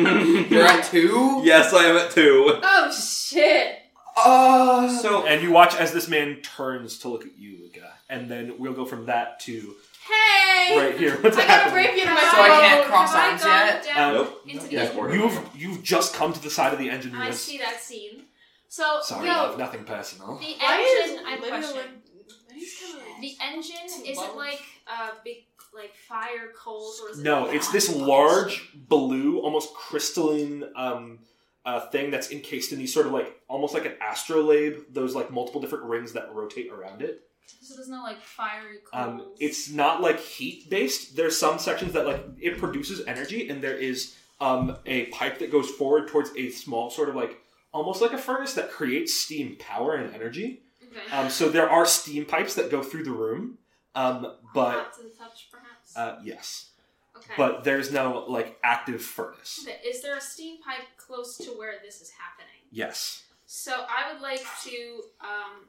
Speaker 5: you're at two.
Speaker 4: yes, I am at two.
Speaker 3: Oh shit!
Speaker 5: Uh,
Speaker 4: So,
Speaker 1: And you watch as this man turns to look at you, Luca. And then we'll go from that to
Speaker 3: Hey!
Speaker 1: right here. What's
Speaker 3: I got a
Speaker 1: happening?
Speaker 3: rapier in my
Speaker 5: So I
Speaker 3: throat.
Speaker 5: can't cross
Speaker 2: Have I
Speaker 5: arms
Speaker 2: gone
Speaker 5: yet?
Speaker 2: down
Speaker 4: Nope.
Speaker 2: into
Speaker 4: Yeah,
Speaker 2: the-
Speaker 4: we're-
Speaker 1: You've you've just come to the side of the engine. and
Speaker 2: I
Speaker 1: this-
Speaker 2: see that scene. So,
Speaker 1: Sorry,
Speaker 2: yo,
Speaker 1: love, nothing personal.
Speaker 2: the
Speaker 3: Why is
Speaker 2: engine, I have a
Speaker 3: Lydia
Speaker 2: question.
Speaker 3: like- Lydia's kinda like-
Speaker 2: The engine
Speaker 3: It's
Speaker 2: is it
Speaker 3: large.
Speaker 2: like uh, big like fire coals or is it
Speaker 1: No,
Speaker 2: like
Speaker 1: it's this large blue, almost crystalline um, uh, thing that's encased in these sort of like almost like an astrolabe. Those like multiple different rings that rotate around it.
Speaker 2: So there's no like fiery coals.
Speaker 1: Um, it's not like heat based. There's some sections that like it produces energy, and there is um, a pipe that goes forward towards a small sort of like almost like a furnace that creates steam power and energy.
Speaker 2: okay.
Speaker 1: Um, so there are steam pipes that go through the room, um, but
Speaker 2: Hot to the touch, perhaps.
Speaker 1: uh, yes,
Speaker 2: okay.
Speaker 1: but there's no like active furnace.
Speaker 2: Okay, Is there a steam pipe close to where this is happening?
Speaker 1: Yes.
Speaker 2: So I would like to um,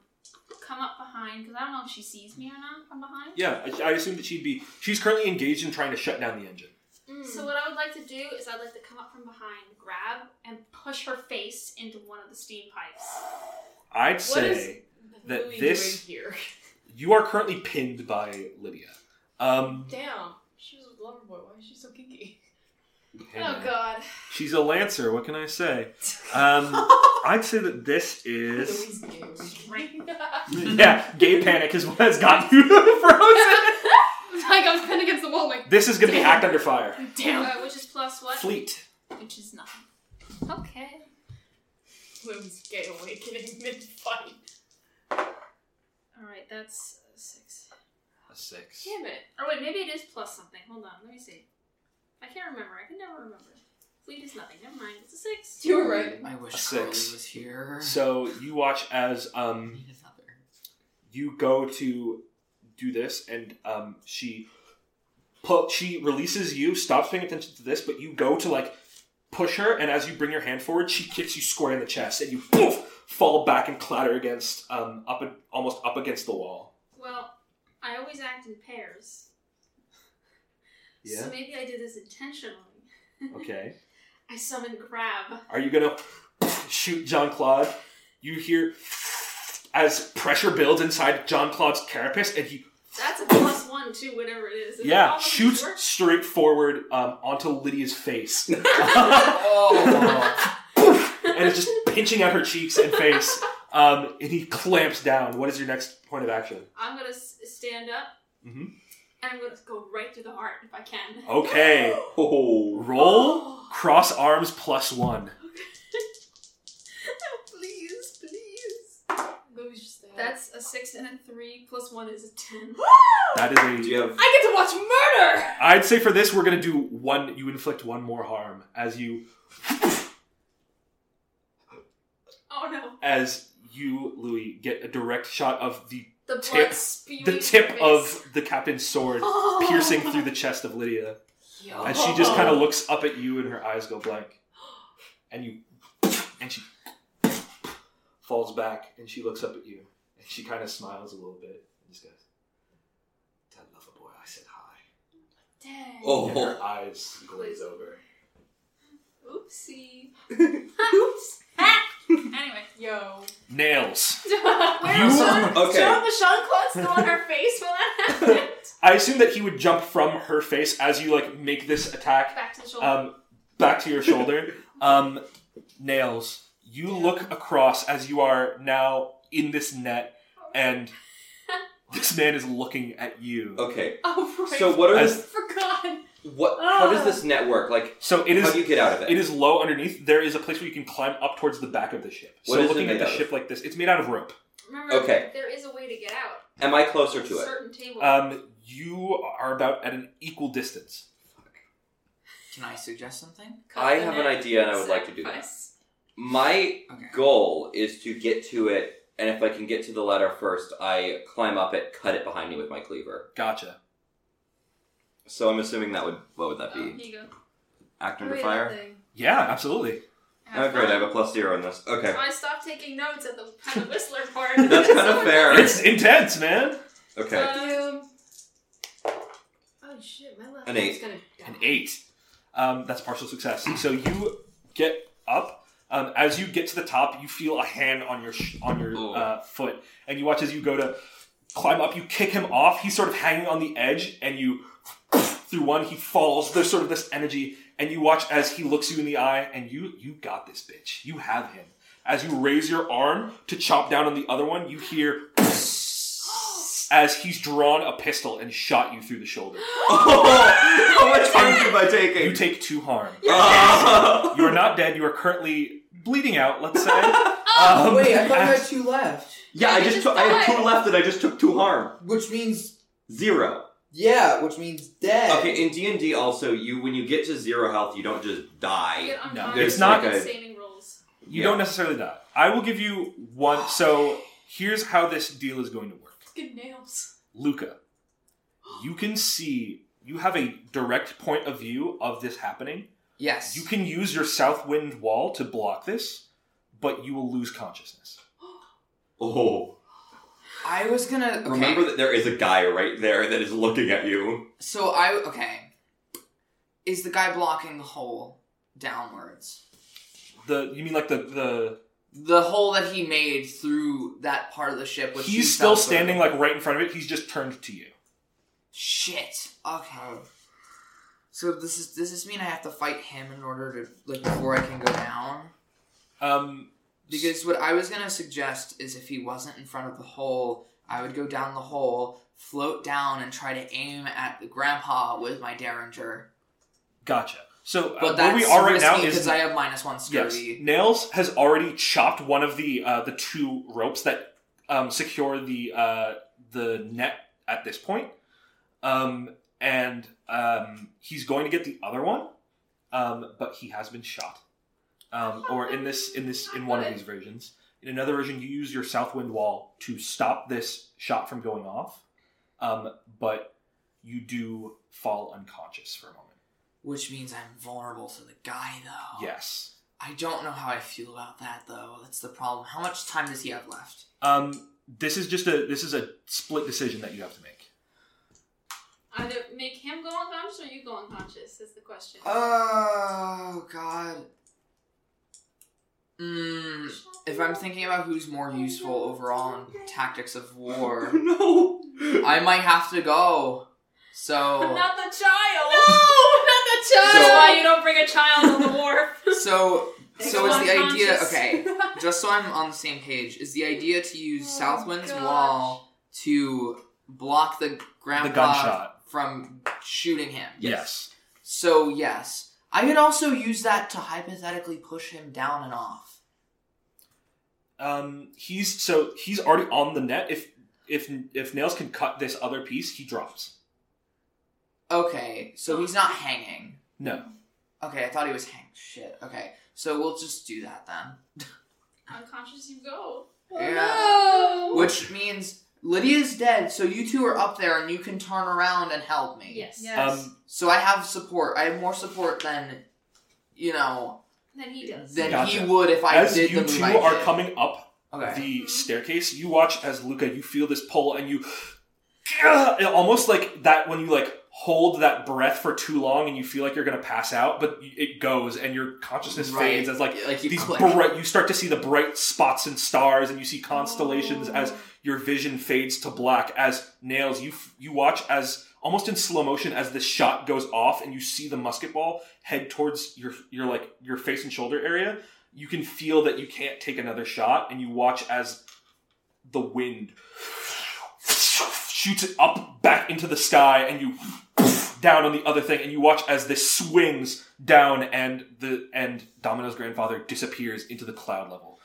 Speaker 2: come up behind because I don't know if she sees me or not from behind.
Speaker 1: Yeah, I, I assume that she'd be. She's currently engaged in trying to shut down the engine.
Speaker 2: So what I would like to do is I'd like to come up from behind, grab, and push her face into one of the steam pipes.
Speaker 1: I'd
Speaker 3: What
Speaker 1: say
Speaker 3: is
Speaker 1: that
Speaker 3: Louis
Speaker 1: this-
Speaker 3: doing here?
Speaker 1: you are currently pinned by Lydia. Um,
Speaker 3: Damn, she was a lover boy. Why is she so kinky?
Speaker 1: hey,
Speaker 2: oh
Speaker 1: man.
Speaker 2: God!
Speaker 1: She's a lancer. What can I say? Um, I'd say that this is
Speaker 3: Louis gay.
Speaker 1: yeah. Gay panic is what has gotten you frozen.
Speaker 3: like I was pinned against the wall. Like
Speaker 1: This is gonna be hacked under fire.
Speaker 3: damn.
Speaker 2: Uh, which is plus what?
Speaker 1: Fleet.
Speaker 2: Which is nothing. Okay.
Speaker 3: Louis gay awakening mid fight.
Speaker 2: All right, that's uh, six.
Speaker 1: A six.
Speaker 3: Damn it.
Speaker 2: Oh wait, maybe it is plus something. Hold on, let me see. I can't remember. I can never remember. Fleet is nothing. Never mind. It's a six.
Speaker 3: You were right.
Speaker 5: I wish
Speaker 1: A
Speaker 5: Carly
Speaker 1: six.
Speaker 5: was here.
Speaker 1: So you watch as
Speaker 5: I
Speaker 1: um
Speaker 5: need another.
Speaker 1: you go to do this, and um she pu- she releases you, stops paying attention to this, but you go to like push her, and as you bring your hand forward, she kicks you square in the chest, and you poof fall back and clatter against um up a- almost up against the wall.
Speaker 2: Well, I always act in pairs. So maybe I did this intentionally.
Speaker 1: Okay.
Speaker 2: I summoned grab.
Speaker 1: Are you gonna shoot Jean Claude? You hear as pressure builds inside Jean Claude's carapace, and he
Speaker 2: That's a plus one too, whatever it is. It's
Speaker 1: yeah
Speaker 2: almost
Speaker 1: shoots
Speaker 2: worse.
Speaker 1: straight forward um, onto Lydia's face, and
Speaker 5: Oh,
Speaker 1: it's just pinching at her cheeks and face. Um, and he clamps down. What is your next point of action?
Speaker 2: I'm gonna s- stand up.
Speaker 4: Mm-hmm.
Speaker 1: Mhm.
Speaker 2: And I'm gonna go right to the heart if I can.
Speaker 1: Okay,
Speaker 4: oh.
Speaker 1: roll cross arms plus one.
Speaker 2: please, please.
Speaker 3: Louis just there.
Speaker 2: That's a six and a three plus one is a ten.
Speaker 1: That is a.
Speaker 4: Do you have
Speaker 3: I get to watch murder.
Speaker 1: I'd say for this we're gonna do one. You inflict one more harm as you
Speaker 2: Oh no.
Speaker 1: as you Louis get a direct shot of the
Speaker 2: The blood
Speaker 1: Tip-
Speaker 2: spewing
Speaker 1: the
Speaker 2: from
Speaker 1: tip
Speaker 2: his-
Speaker 1: of the captain's sword
Speaker 3: Oh.
Speaker 1: piercing through the chest of Lydia.
Speaker 5: yo.
Speaker 1: And she just kind of looks up at you and her eyes go blank. And you and she falls back and she looks up at you and she kind of smiles a little bit and just goes, "Tell lover boy I said hi."
Speaker 2: Dang.
Speaker 4: Oh.
Speaker 1: And her eyes glaze over.
Speaker 2: Oopsie. Oops. Ah! anyway.
Speaker 3: Yo.
Speaker 1: Nails. You-
Speaker 4: okay.
Speaker 2: Still the Sean Claude still on her face when that happened.
Speaker 1: I assume that he would jump from her face as you like make this attack
Speaker 2: Back to the shoulder.
Speaker 1: um, back to your shoulder. um, Nails, you look across as you are now in this net, and this man is looking at you.
Speaker 4: Okay.
Speaker 3: Oh, right.
Speaker 4: So what are
Speaker 1: As-
Speaker 4: this?
Speaker 3: forgot.
Speaker 4: What? How does this network? Like,
Speaker 1: So it
Speaker 4: how
Speaker 1: is
Speaker 4: do you get out of it?
Speaker 1: it is low underneath. There is a place where you can climb up towards the back of the ship.
Speaker 4: What
Speaker 1: so
Speaker 4: is it
Speaker 1: looking at
Speaker 4: made
Speaker 1: the
Speaker 4: out of?
Speaker 1: ship like this, it's made out of rope.
Speaker 2: Remember,
Speaker 4: okay.
Speaker 2: there is a way to get out.
Speaker 4: Am I closer to it?
Speaker 2: Certain table.
Speaker 1: Um, you are about at an equal distance.
Speaker 5: Can I suggest something?
Speaker 4: I have an idea, and I would like to do that. My
Speaker 5: Okay.
Speaker 4: goal is to get to it, and if I can get to the ladder first, I climb up it, cut it behind me with my cleaver.
Speaker 1: Gotcha.
Speaker 4: So I'm assuming that would what would that
Speaker 2: Oh, here
Speaker 4: be?
Speaker 2: you go.
Speaker 4: Act under
Speaker 3: Hurry,
Speaker 4: fire.
Speaker 3: that thing.
Speaker 1: Yeah, absolutely.
Speaker 4: Oh,
Speaker 2: Have
Speaker 4: great! I
Speaker 2: fun.
Speaker 4: have a plus zero on this. Okay,
Speaker 2: I stopped taking notes at the, at the Whistler part.
Speaker 4: that's kind of fair.
Speaker 1: It's intense, man.
Speaker 4: Okay,
Speaker 3: Um, oh shit, my left
Speaker 4: An
Speaker 3: hand's
Speaker 4: eight.
Speaker 3: gonna
Speaker 1: an
Speaker 3: die.
Speaker 1: eight. Um, that's partial success. So you get up. Um, as you get to the top, you feel a hand on your sh- on your
Speaker 4: Oh.
Speaker 1: uh, foot, and you watch as you go to climb up. You kick him off. He's sort of hanging on the edge, and you through one. He falls. There's sort of this energy, and you watch as he looks you in the eye, and you you got this, bitch. You have him. As you raise your arm to chop down on the other one, you hear as he's drawn a pistol and shot you through the shoulder.
Speaker 4: Oh, how much harm am I taking?
Speaker 1: You take two harm.
Speaker 4: Oh.
Speaker 1: You are not dead. You are currently bleeding out. Let's say. Um,
Speaker 5: Oh, Wait, I thought I had
Speaker 1: as-
Speaker 5: two left,
Speaker 4: yeah, I just took, I had two left, and I just took two harm.
Speaker 5: which means
Speaker 4: Zero.
Speaker 5: yeah, which means dead.
Speaker 4: Okay, in D and D, also you when you get to zero health, you don't just die.
Speaker 2: Get
Speaker 1: No,
Speaker 2: unarmed
Speaker 1: it's
Speaker 2: with
Speaker 1: not
Speaker 4: good.
Speaker 2: saving rolls.
Speaker 1: you
Speaker 4: Yeah.
Speaker 1: don't necessarily die. I will give you one. So here's how this deal is going to work.
Speaker 3: Good nails.
Speaker 1: Luca, you can see. You have a direct point of view of this happening.
Speaker 5: Yes.
Speaker 1: You can use your south wind wall to block this, but you will lose consciousness.
Speaker 4: Oh,
Speaker 5: I was gonna. Okay.
Speaker 4: remember that there is a guy right there that is looking at you.
Speaker 5: So I okay. Is the guy blocking the hole downwards?
Speaker 1: The you mean like the the
Speaker 5: The hole that he made through that part of the ship, which he
Speaker 1: he's still
Speaker 5: fell through.
Speaker 1: standing like right in front of it. He's just turned to you.
Speaker 5: Shit. Okay. So this is does this mean I have to fight him in order to like before I can go down?
Speaker 1: Um,
Speaker 5: Because what I was gonna suggest is if he wasn't in front of the hole, I would go down the hole, float down, and try to aim at the grandpa with my derringer.
Speaker 1: gotcha. So uh,
Speaker 5: But
Speaker 1: where
Speaker 5: that's
Speaker 1: we are right now
Speaker 5: because
Speaker 1: is
Speaker 5: I have minus one
Speaker 1: Yes,
Speaker 5: scurvy.
Speaker 1: Nails has already chopped one of the uh, the two ropes that um, secure the uh, the net at this point, um, and um, he's going to get the other one, um, but he has been shot. Um, or in this in this in one of these versions, in another version, you use your south wind wall to stop this shot from going off, um, but you do fall unconscious for a moment.
Speaker 5: Which means I'm vulnerable to the guy, though.
Speaker 1: Yes.
Speaker 5: I don't know how I feel about that, though. That's the problem. How much time does he have left?
Speaker 1: Um, this is just a this is a split decision that you have to make.
Speaker 2: Either make him go unconscious or you go unconscious is the question.
Speaker 5: Um, Oh, God. Mm, if I'm thinking about who's more useful overall in tactics of war,
Speaker 4: no.
Speaker 5: I might have to go. So,
Speaker 2: Not the child.
Speaker 3: No, not the child.
Speaker 4: So-
Speaker 2: That's why you don't bring a child on the wharf.
Speaker 5: so,
Speaker 2: They
Speaker 5: Oh, so
Speaker 2: go
Speaker 5: is the idea
Speaker 2: unconscious.
Speaker 5: okay? Just so I'm on the same page, is the idea to use
Speaker 3: Oh,
Speaker 5: Southwind's
Speaker 3: gosh.
Speaker 5: wall to block the grandpa
Speaker 1: The gunshot.
Speaker 5: from shooting him?
Speaker 1: Yes.
Speaker 5: So yes, I could also use that to hypothetically push him down and off.
Speaker 1: Um, he's so he's already on the net. If if if nails can cut this other piece, he drops.
Speaker 5: Okay, so he's not hanging.
Speaker 1: No.
Speaker 5: Okay, I thought he was hanging. Shit. Okay, so we'll just do that then.
Speaker 2: Unconscious you go.
Speaker 5: Yeah.
Speaker 3: No.
Speaker 5: Which means Lydia's dead, so you two are up there and you can turn around and help me.
Speaker 2: Yes.
Speaker 3: Yes.
Speaker 1: Um,
Speaker 5: So I have support. I have more support than, you know,
Speaker 2: Then he does.
Speaker 5: than
Speaker 1: Gotcha.
Speaker 5: he would if I
Speaker 1: as
Speaker 5: did
Speaker 1: you
Speaker 5: the move
Speaker 1: two
Speaker 5: I
Speaker 1: are
Speaker 5: did.
Speaker 1: coming up
Speaker 5: Okay.
Speaker 1: the staircase, you watch as Luca. You feel this pull, and you almost like that when you like hold that breath for too long and you feel like you're going to pass out, but y- it goes and your consciousness
Speaker 5: Right.
Speaker 1: fades as like
Speaker 5: like you
Speaker 1: these
Speaker 5: click.
Speaker 1: bright. You start to see the bright spots and stars, and you see
Speaker 3: Oh.
Speaker 1: constellations as your vision fades to black. As nails, you f- you watch as almost in slow motion as the shot goes off, and you see the musket ball head towards your your like your face and shoulder area. You can feel that you can't take another shot, and you watch as the wind shoots it up back into the sky, and you down on the other thing, and you watch as this swings down, and the and Domino's grandfather disappears into the cloud level.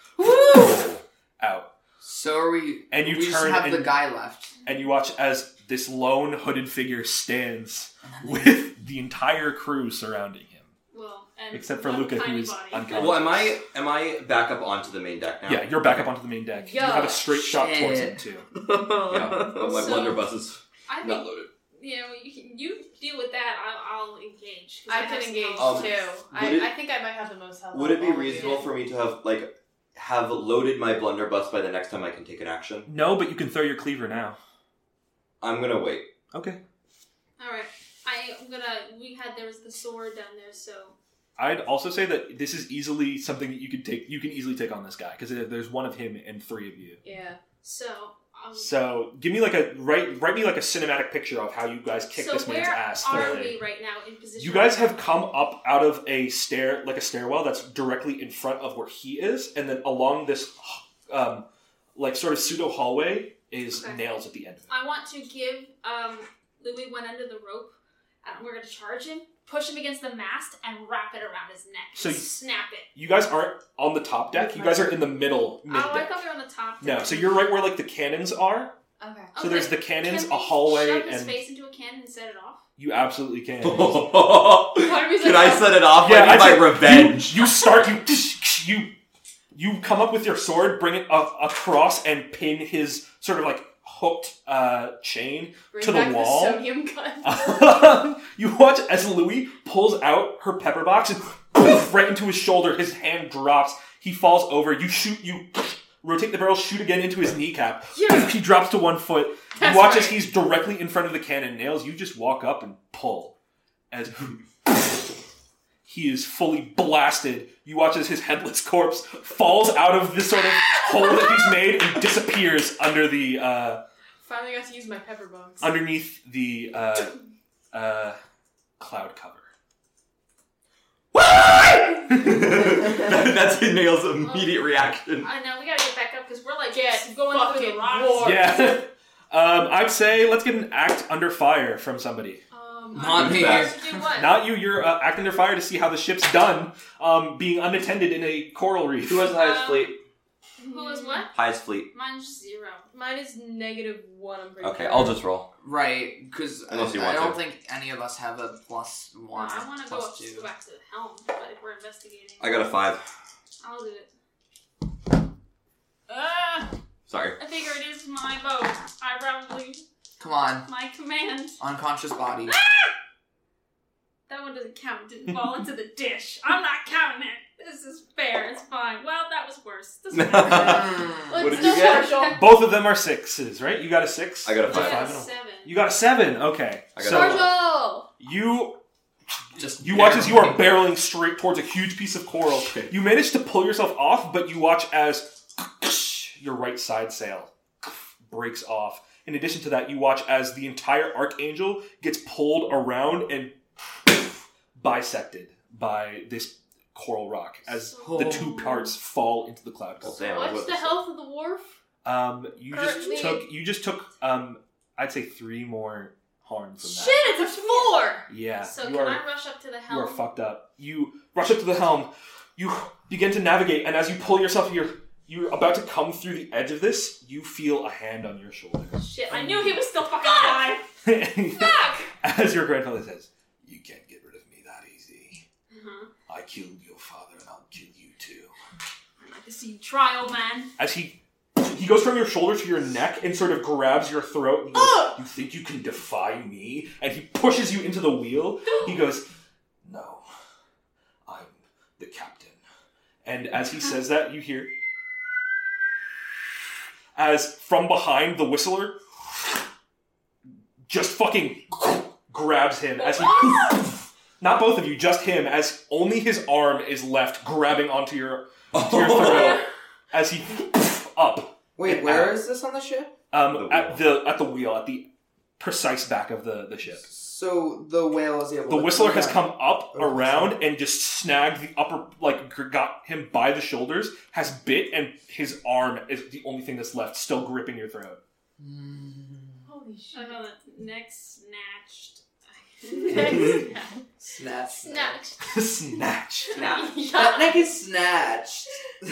Speaker 1: Out,
Speaker 5: So are we?
Speaker 1: and you
Speaker 5: we just
Speaker 1: turn
Speaker 5: have
Speaker 1: and,
Speaker 5: the guy left.
Speaker 1: and you watch as this lone hooded figure stands with the entire crew surrounding him.
Speaker 2: Well, and
Speaker 1: Except for
Speaker 2: one
Speaker 1: Luca, who
Speaker 2: tiny
Speaker 1: is
Speaker 2: body.
Speaker 1: unconscious.
Speaker 4: Well, am I am I back up onto the main deck now?
Speaker 1: Yeah, you're back up onto the main deck. you have a
Speaker 3: Yeah.
Speaker 1: straight shot towards him
Speaker 5: Shit.
Speaker 1: too.
Speaker 4: Yeah, but my
Speaker 2: So-
Speaker 4: blunderbuss is
Speaker 2: I think
Speaker 4: not loaded.
Speaker 2: you know you, can- you deal with that. I'll, I'll engage. 'cause
Speaker 3: I
Speaker 2: have
Speaker 3: can
Speaker 2: some
Speaker 3: engage
Speaker 2: knowledge.
Speaker 4: Um,
Speaker 3: too. I,
Speaker 4: would it-
Speaker 3: I think I might have the most help.
Speaker 4: Would it
Speaker 3: of
Speaker 4: be
Speaker 3: all of you.
Speaker 4: reasonable for me to have like have loaded my blunderbuss by the next time I can take an action?
Speaker 1: No, but you can throw your cleaver now.
Speaker 4: I'm gonna wait.
Speaker 1: Okay.
Speaker 2: All right, I- I'm gonna. We had there was the sword down there, so
Speaker 1: I'd also say that this is easily something that you could take. You can easily take on this guy because there's one of him and three of you.
Speaker 3: Yeah.
Speaker 2: so. Um,
Speaker 1: So give me like a write write me like a cinematic picture of how you guys kick
Speaker 2: so
Speaker 1: this man's
Speaker 2: where
Speaker 1: ass.
Speaker 2: are
Speaker 1: literally.
Speaker 2: we right now in position?
Speaker 1: You guys have come up out of a stair like a stairwell that's directly in front of where he is, and then along this um, like sort of pseudo hallway is
Speaker 2: Okay.
Speaker 1: nails at the end of it.
Speaker 2: I want to give um, Louis one end of the rope. Uh, we're gonna charge him, push him against the mast, and wrap it around his neck.
Speaker 1: So you-
Speaker 2: snap it.
Speaker 1: You guys aren't on the top deck. You guys are in the middle mid
Speaker 2: Oh, I
Speaker 1: deck.
Speaker 2: thought we were on the top.
Speaker 1: No, so you're right where like the cannons are.
Speaker 3: Okay.
Speaker 1: So
Speaker 2: Okay.
Speaker 1: there's the cannons,
Speaker 2: Can
Speaker 1: a
Speaker 2: we
Speaker 1: hallway,
Speaker 2: shove his
Speaker 1: and
Speaker 2: face into a cannon and set it off.
Speaker 1: you absolutely can.
Speaker 4: Could I set it off?
Speaker 1: Yeah,
Speaker 4: I
Speaker 1: I
Speaker 4: need my
Speaker 1: said-
Speaker 4: revenge.
Speaker 1: You, you start you you you come up with your sword, bring it up across, and pin his sort of like hooked uh, chain
Speaker 3: Bring
Speaker 1: to the
Speaker 3: back
Speaker 1: wall?
Speaker 3: The sodium gun.
Speaker 1: you watch as Louis pulls out her pepper box and poof, right into his shoulder. His hand drops. He falls over. You shoot. You rotate the barrel. Shoot again into his kneecap.
Speaker 3: Yeah.
Speaker 1: He drops to one foot.
Speaker 3: That's
Speaker 1: you watch as
Speaker 3: right.
Speaker 1: he's directly in front of the cannon. Nails. You just walk up and pull. As he is fully blasted, you watch as his headless corpse falls out of this sort of hole that he's made and disappears under the. Uh,
Speaker 3: Finally got to use my pepper box.
Speaker 1: underneath the uh, uh, cloud cover.
Speaker 4: That- That's a Nail's immediate reaction.
Speaker 2: I know we gotta get back up because we're like
Speaker 3: Get
Speaker 2: going through the
Speaker 3: fucking
Speaker 2: rocks.
Speaker 3: warm.
Speaker 1: Yeah. um, I'd say let's get an act under fire from somebody.
Speaker 3: Um,
Speaker 5: Not
Speaker 4: Who's
Speaker 5: me.
Speaker 4: that?
Speaker 2: To do what?
Speaker 1: Not you. You're uh, act under fire to see how the ship's done, um, being unattended in a coral reef.
Speaker 4: Who has the highest
Speaker 2: Um,
Speaker 4: fleet?
Speaker 2: Who is what?
Speaker 4: Highest fleet.
Speaker 2: Mine's zero.
Speaker 3: Mine is negative one. I'm pretty
Speaker 4: Okay,
Speaker 3: sure.
Speaker 4: I'll just roll.
Speaker 5: Right, because I,
Speaker 4: Unless you want
Speaker 5: I don't
Speaker 4: to.
Speaker 5: think any of us have a plus one.
Speaker 2: I want to go up
Speaker 5: plus
Speaker 2: to
Speaker 5: two.
Speaker 2: go back to the helm, but if we're investigating,
Speaker 4: I got a five.
Speaker 2: I'll do it.
Speaker 3: Ah,
Speaker 4: Sorry.
Speaker 2: I figure it is my vote. I probably
Speaker 5: Come on,
Speaker 2: my command.
Speaker 5: unconscious body.
Speaker 2: That one doesn't count. It didn't fall into the dish. I'm not counting it. This is fair. It's fine. Well, that was worse. This one-
Speaker 5: Mm.
Speaker 4: What
Speaker 3: let's
Speaker 4: did you
Speaker 3: go
Speaker 4: get?
Speaker 3: Marshall.
Speaker 1: Both of them are sixes, right? You got a six.
Speaker 4: I got a
Speaker 2: I
Speaker 4: five.
Speaker 1: Five
Speaker 2: got
Speaker 1: and a-
Speaker 2: seven.
Speaker 1: You got a seven. Okay.
Speaker 4: I got
Speaker 1: so
Speaker 4: a five.
Speaker 3: Marshall!
Speaker 1: you
Speaker 5: Just
Speaker 1: you watch as you are
Speaker 5: barely-
Speaker 1: barreling straight towards a huge piece of coral.
Speaker 4: Shit.
Speaker 1: You manage to pull yourself off, but you watch as your right side sail breaks off. In addition to that, you watch as the entire archangel gets pulled around and bisected by this coral rock as the two
Speaker 3: Oh.
Speaker 1: parts fall into the cloud.
Speaker 4: Well,
Speaker 1: cover.
Speaker 4: damn, I was
Speaker 3: What's
Speaker 4: about
Speaker 3: the
Speaker 4: to say-
Speaker 3: health of the wharf?
Speaker 1: Um, you
Speaker 3: Currently-
Speaker 1: just took you just took um, I'd say three more harm from that.
Speaker 3: Shit, it's a four!
Speaker 1: Yeah,
Speaker 2: So
Speaker 1: you
Speaker 2: can
Speaker 1: are
Speaker 2: I rush up to the
Speaker 1: you
Speaker 2: helm?
Speaker 1: are fucked up. You rush up to the helm. You begin to navigate, and as you pull yourself, you're you're about to come through the edge of this. You feel a hand on your shoulder,
Speaker 2: Shit! I knew he was still fucking alive.
Speaker 1: as your grandfather says, "You can't get rid of me that easy.
Speaker 2: Uh-huh.
Speaker 1: I killed your father, and I'll kill you too."
Speaker 2: I'd like to see you try, old man.
Speaker 1: As he he goes from your shoulder to your neck and sort of grabs your throat. And goes,
Speaker 3: Ugh.
Speaker 1: you think you can defy me? And he pushes you into the wheel. He goes, No, I'm the captain. And as he says that, you hear as from behind the whistler just fucking grabs him as he. Not both of you, just him, as only his arm is left grabbing onto your, to your throat as he up
Speaker 5: Wait,
Speaker 1: And
Speaker 5: where
Speaker 1: out.
Speaker 5: is this on the ship?
Speaker 1: um,
Speaker 4: The
Speaker 1: at the at the wheel at the precise back of the the ship.
Speaker 5: So the whale is able.
Speaker 1: The
Speaker 5: to
Speaker 1: whistler has come up
Speaker 5: Oh,
Speaker 1: around and just snagged the upper, like gr- got him by the shoulders, has bit, and his arm is the only thing that's left, still gripping your throat.
Speaker 5: Mm.
Speaker 3: Holy shit.
Speaker 2: I got a neck snatched.
Speaker 5: Neck Snatch.
Speaker 2: snatched.
Speaker 1: Snatch.
Speaker 5: That
Speaker 2: Yeah.
Speaker 5: neck is snatched.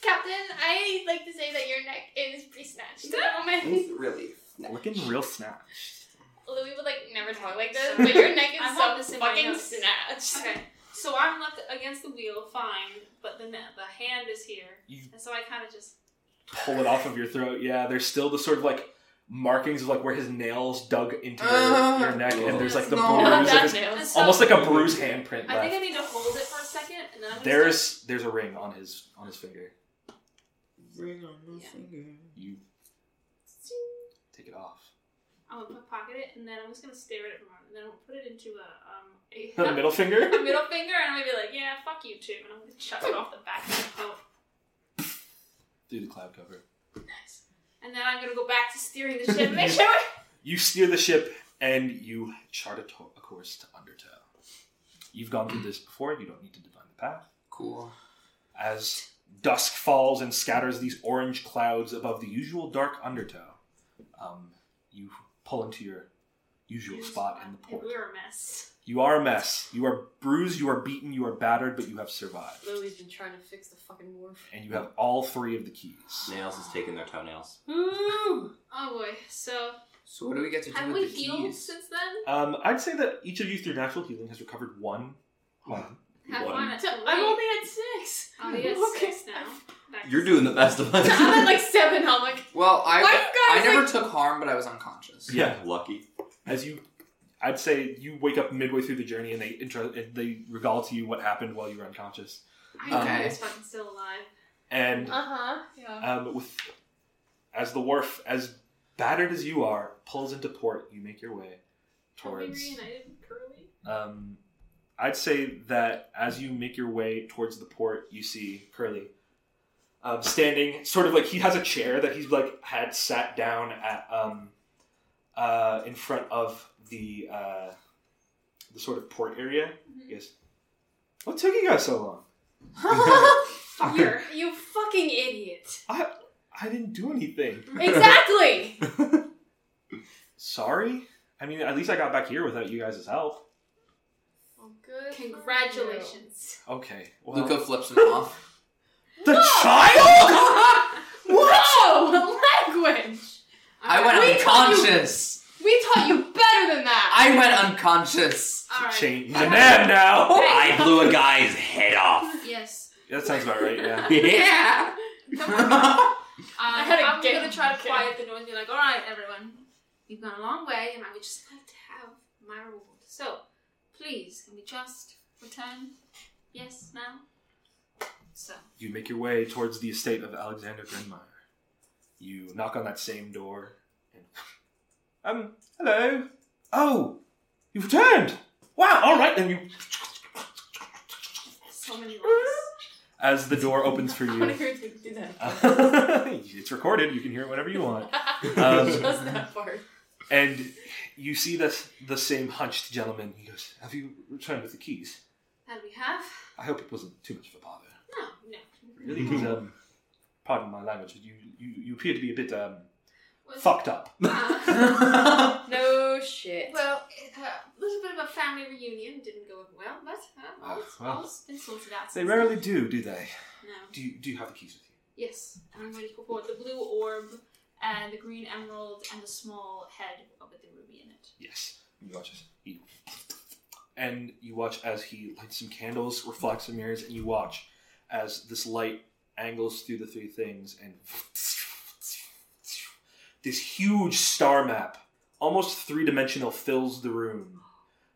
Speaker 6: Captain, I like to say that your neck is pre-snatched. at the moment.
Speaker 5: It's really snatched.
Speaker 1: Looking real snatched.
Speaker 6: Louis would like never talk like this, but your neck
Speaker 2: I
Speaker 6: is
Speaker 2: want this
Speaker 6: so
Speaker 2: in my
Speaker 6: fucking
Speaker 2: notes.
Speaker 6: snatched.
Speaker 2: Okay. So I'm left against the wheel, fine, but the ne- the hand is here,
Speaker 1: You-
Speaker 2: and so I kind of just
Speaker 1: Pull it off of your throat. Yeah, there's still the sort of like markings of like where his nails dug into your,
Speaker 5: Uh,
Speaker 1: your neck, and there's like the
Speaker 5: no.
Speaker 1: bruise of
Speaker 3: that
Speaker 1: his,
Speaker 2: And
Speaker 3: nails.
Speaker 2: so-
Speaker 1: almost like a bruise handprint
Speaker 2: I think I
Speaker 1: left.
Speaker 2: need to hold it for a second, and then I'm gonna start-
Speaker 1: There's there's a ring on his on his finger.
Speaker 5: Ring on my
Speaker 2: Yeah.
Speaker 5: finger.
Speaker 1: You take it off.
Speaker 2: I'm gonna pocket it, and then I'm just gonna stare at it for a moment, and then I'm gonna put it into a um
Speaker 1: The
Speaker 2: a,
Speaker 1: middle finger.
Speaker 2: a middle finger, and I'm gonna be like, yeah, fuck you too, and I'm gonna chuck it off the back of my coat.
Speaker 1: Through the cloud cover.
Speaker 2: Nice. And then I'm gonna go back to steering the ship, and make sure. we're-
Speaker 1: You steer the ship and you chart a, to- a course to Undertow. You've gone through this before, you don't need to divine the path.
Speaker 5: Cool.
Speaker 1: As dusk falls and scatters these orange clouds above the usual dark Undertow, um, you pull into your usual spot in the port.
Speaker 2: We're a mess.
Speaker 1: You are a mess. You are bruised, you are beaten, you are battered, but you have survived.
Speaker 3: Lily's been trying to fix the fucking wharf.
Speaker 1: And you have all three of the keys.
Speaker 4: Nails is taking their toenails.
Speaker 3: Ooh!
Speaker 2: Oh boy. So
Speaker 5: So what do we get to do
Speaker 2: have
Speaker 5: with
Speaker 2: we
Speaker 5: the
Speaker 2: healed
Speaker 5: keys?
Speaker 2: since then?
Speaker 1: Um, I'd say that each of you, through natural healing, has recovered one. one.
Speaker 2: Have
Speaker 4: One.
Speaker 2: fun at
Speaker 3: So
Speaker 2: three.
Speaker 3: I'm only at six.
Speaker 2: Oh, yes,
Speaker 3: Okay.
Speaker 2: six now. Back to
Speaker 4: You're
Speaker 2: six.
Speaker 4: doing the best of us.
Speaker 3: I'm at like seven. I'm like,
Speaker 5: Well, I
Speaker 3: Why you
Speaker 5: I
Speaker 3: guys,
Speaker 5: never took harm, but I was unconscious.
Speaker 4: yeah, lucky.
Speaker 1: as you i'd say you wake up midway through the journey and they intro and they regale to you what happened while you were unconscious
Speaker 2: I know
Speaker 5: Oh.
Speaker 1: Okay.
Speaker 2: he's fucking still alive.
Speaker 1: and
Speaker 6: Uh-huh.
Speaker 3: yeah.
Speaker 1: um, with as the wharf as battered as you are pulls into port you make your way
Speaker 2: Are we
Speaker 1: towards
Speaker 2: reunited with Curly?
Speaker 1: um, i'd say that as you make your way towards the port you see curly um, standing sort of like he has a chair that he's like had sat down at um, uh, in front of the uh, the sort of port area Yes. What took you guys so long?
Speaker 2: Fucker.
Speaker 3: You fucking idiot.
Speaker 1: I didn't do anything.
Speaker 3: Exactly!
Speaker 1: Sorry. I mean, at least I got back here without you guys' help.
Speaker 3: Well, Oh, good.
Speaker 2: Congratulations.
Speaker 1: Okay. Well,
Speaker 5: Luca flips him off.
Speaker 1: the child.
Speaker 3: Whoa! Oh, Language!
Speaker 5: I went
Speaker 3: We taught you-
Speaker 5: unconscious.
Speaker 3: We taught you better than that!
Speaker 5: I went unconscious.
Speaker 2: All right.
Speaker 1: Change the name now.
Speaker 4: I blew a guy's head off.
Speaker 2: Yes.
Speaker 1: That sounds about right. Yeah.
Speaker 5: Yeah. Hmm.
Speaker 2: Um,
Speaker 3: I had a
Speaker 2: I'm
Speaker 3: game
Speaker 2: gonna try to
Speaker 3: kid.
Speaker 2: quiet the noise and be like, all right, everyone, you've gone a long way, and I would just like to have my reward. So, please, can we just return? Yes, now. So,
Speaker 1: You make your way towards the estate of Alexander Grenmeyer. You knock on that same door. And, um. Hello. Oh, you've returned. Wow. All right. Then you,
Speaker 2: so many locks.
Speaker 1: as the door opens for
Speaker 3: I want to
Speaker 1: you,
Speaker 3: hear you do that.
Speaker 1: it's recorded. You can hear it whenever you want. Um,
Speaker 3: Just that part.
Speaker 1: And you see this the same hunched gentleman. He goes, "Have you returned with the keys?
Speaker 2: That we have.
Speaker 1: I hope it wasn't too much of a bother.
Speaker 2: No, no.
Speaker 1: Really? 'Cause, um, pardon my language, but you, you you appear to be a bit um
Speaker 2: Was-
Speaker 1: fucked up.
Speaker 2: Uh,
Speaker 3: No shit.
Speaker 2: well, it uh, was a bit of a family reunion. Didn't go well, but uh,
Speaker 1: Ah,
Speaker 2: all's,
Speaker 1: well.
Speaker 2: all's been sorted out.
Speaker 1: They
Speaker 2: since
Speaker 1: rarely do, do they?
Speaker 2: then. No.
Speaker 1: Do you do you have the keys with you?
Speaker 2: Yes, and I'm ready to pour the blue orb and the green emerald and the small head with the ruby in it.
Speaker 1: Yes. You watch as he and you watch as he lights some candles, reflects some mirrors, and you watch as this light angles through the three things and this huge star map, almost three dimensional, fills the room.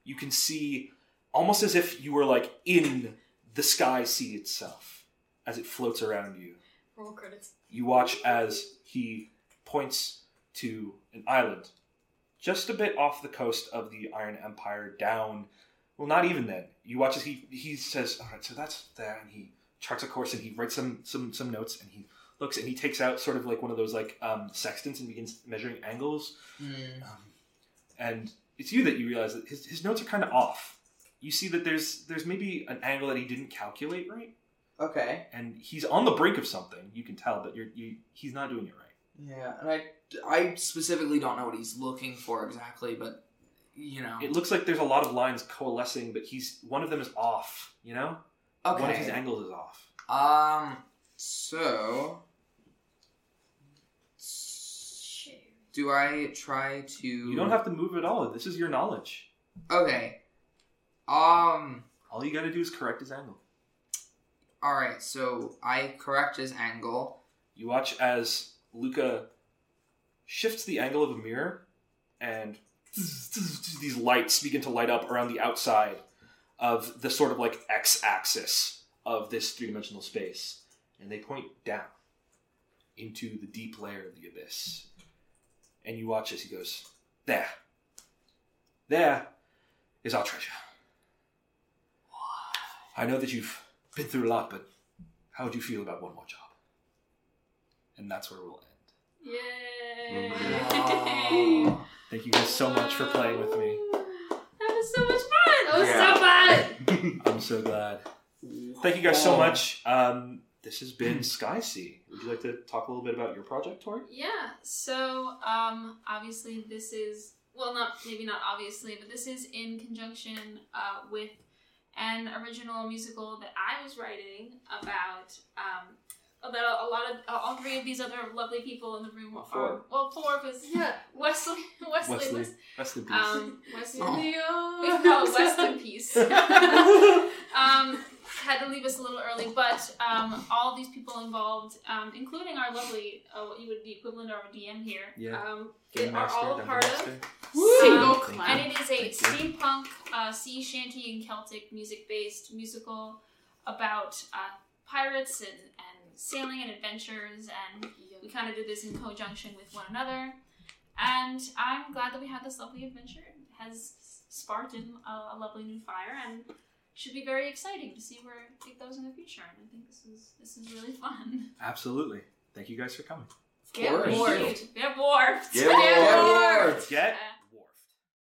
Speaker 1: You can see almost as if you were like in the sky sea itself as it floats around you
Speaker 3: Roll credits.
Speaker 1: you watch as he points to an island just a bit off the coast of the Iron Empire down. Well, not even then. You watch as he he says, "All right, so that's there," and he charts a course and he writes some some some notes and he looks and he takes out sort of like one of those like um, sextants and begins measuring angles
Speaker 5: Mm.
Speaker 1: um, and it's you that you realize that his, his notes are kind of off. You see that there's there's maybe an angle that he didn't calculate right,
Speaker 5: Okay.
Speaker 1: and he's on the brink of something. You can tell, but you're you, he's not doing it right.
Speaker 5: Yeah, and I I specifically don't know what he's looking for exactly, but you know.
Speaker 1: It looks like there's a lot of lines coalescing, but he's one of them is off. You know, one of his
Speaker 5: okay.
Speaker 1: angles is off.
Speaker 5: Um. So. Do I try to?
Speaker 1: You don't have to move at all. This is your knowledge.
Speaker 5: Okay. Um.
Speaker 1: All you got to do is correct his angle.
Speaker 5: All right. So I correct his angle.
Speaker 1: You watch as Luca shifts the angle of a mirror, and these lights begin to light up around the outside of the sort of like x axis of this three dimensional space. And they point down into the deep layer of the abyss. And you watch as he goes, There. There is our treasure. I know that you've been through a lot, but how would you feel about one more job? and that's where we'll end.
Speaker 2: Yay!
Speaker 5: Wow.
Speaker 1: Thank you guys so much for playing with me.
Speaker 2: That was so much fun.
Speaker 6: That was
Speaker 4: Yeah.
Speaker 6: so fun.
Speaker 1: I'm so glad. Thank you guys
Speaker 5: Oh.
Speaker 1: so much. Um, this has been Sky Sea. Would you like to talk a little bit about your project, Tori?
Speaker 2: Yeah. So, um, obviously, this is well, not maybe not obviously, but this is in conjunction uh, with an original musical that I was writing about. Um, that a lot of uh, all three of these other lovely people in the room are
Speaker 1: Four.
Speaker 2: well, four because
Speaker 3: Yeah.
Speaker 2: Wesley, Wesley,
Speaker 1: Wesley.
Speaker 2: was-
Speaker 1: Rest in peace.
Speaker 2: um, Wesley,
Speaker 5: Oh.
Speaker 2: we call it West in peace. um, had to leave us a little early, but um, all these people involved, um, including our lovely, uh, what you would the equivalent of our DM here,
Speaker 1: Yeah.
Speaker 2: um,
Speaker 1: Game
Speaker 2: are
Speaker 1: Master,
Speaker 2: all a
Speaker 1: Dungeon
Speaker 2: part of.
Speaker 1: Master.
Speaker 3: Single
Speaker 2: Um,
Speaker 1: Thank
Speaker 3: clap.
Speaker 2: And it is a
Speaker 1: Thank
Speaker 2: steampunk, uh, sea shanty, and Celtic music-based musical about uh, pirates and, and sailing and adventures and we kind of did this in conjunction with one another and i'm glad that we had this lovely adventure it has sparked in a, a lovely new fire and should be very exciting to see where it goes in the future and i think this is this is really fun
Speaker 1: Absolutely. Thank you guys for coming.
Speaker 5: Get course.
Speaker 2: warped get warped
Speaker 4: Get warped.
Speaker 5: Lord.
Speaker 1: Get
Speaker 2: Uh,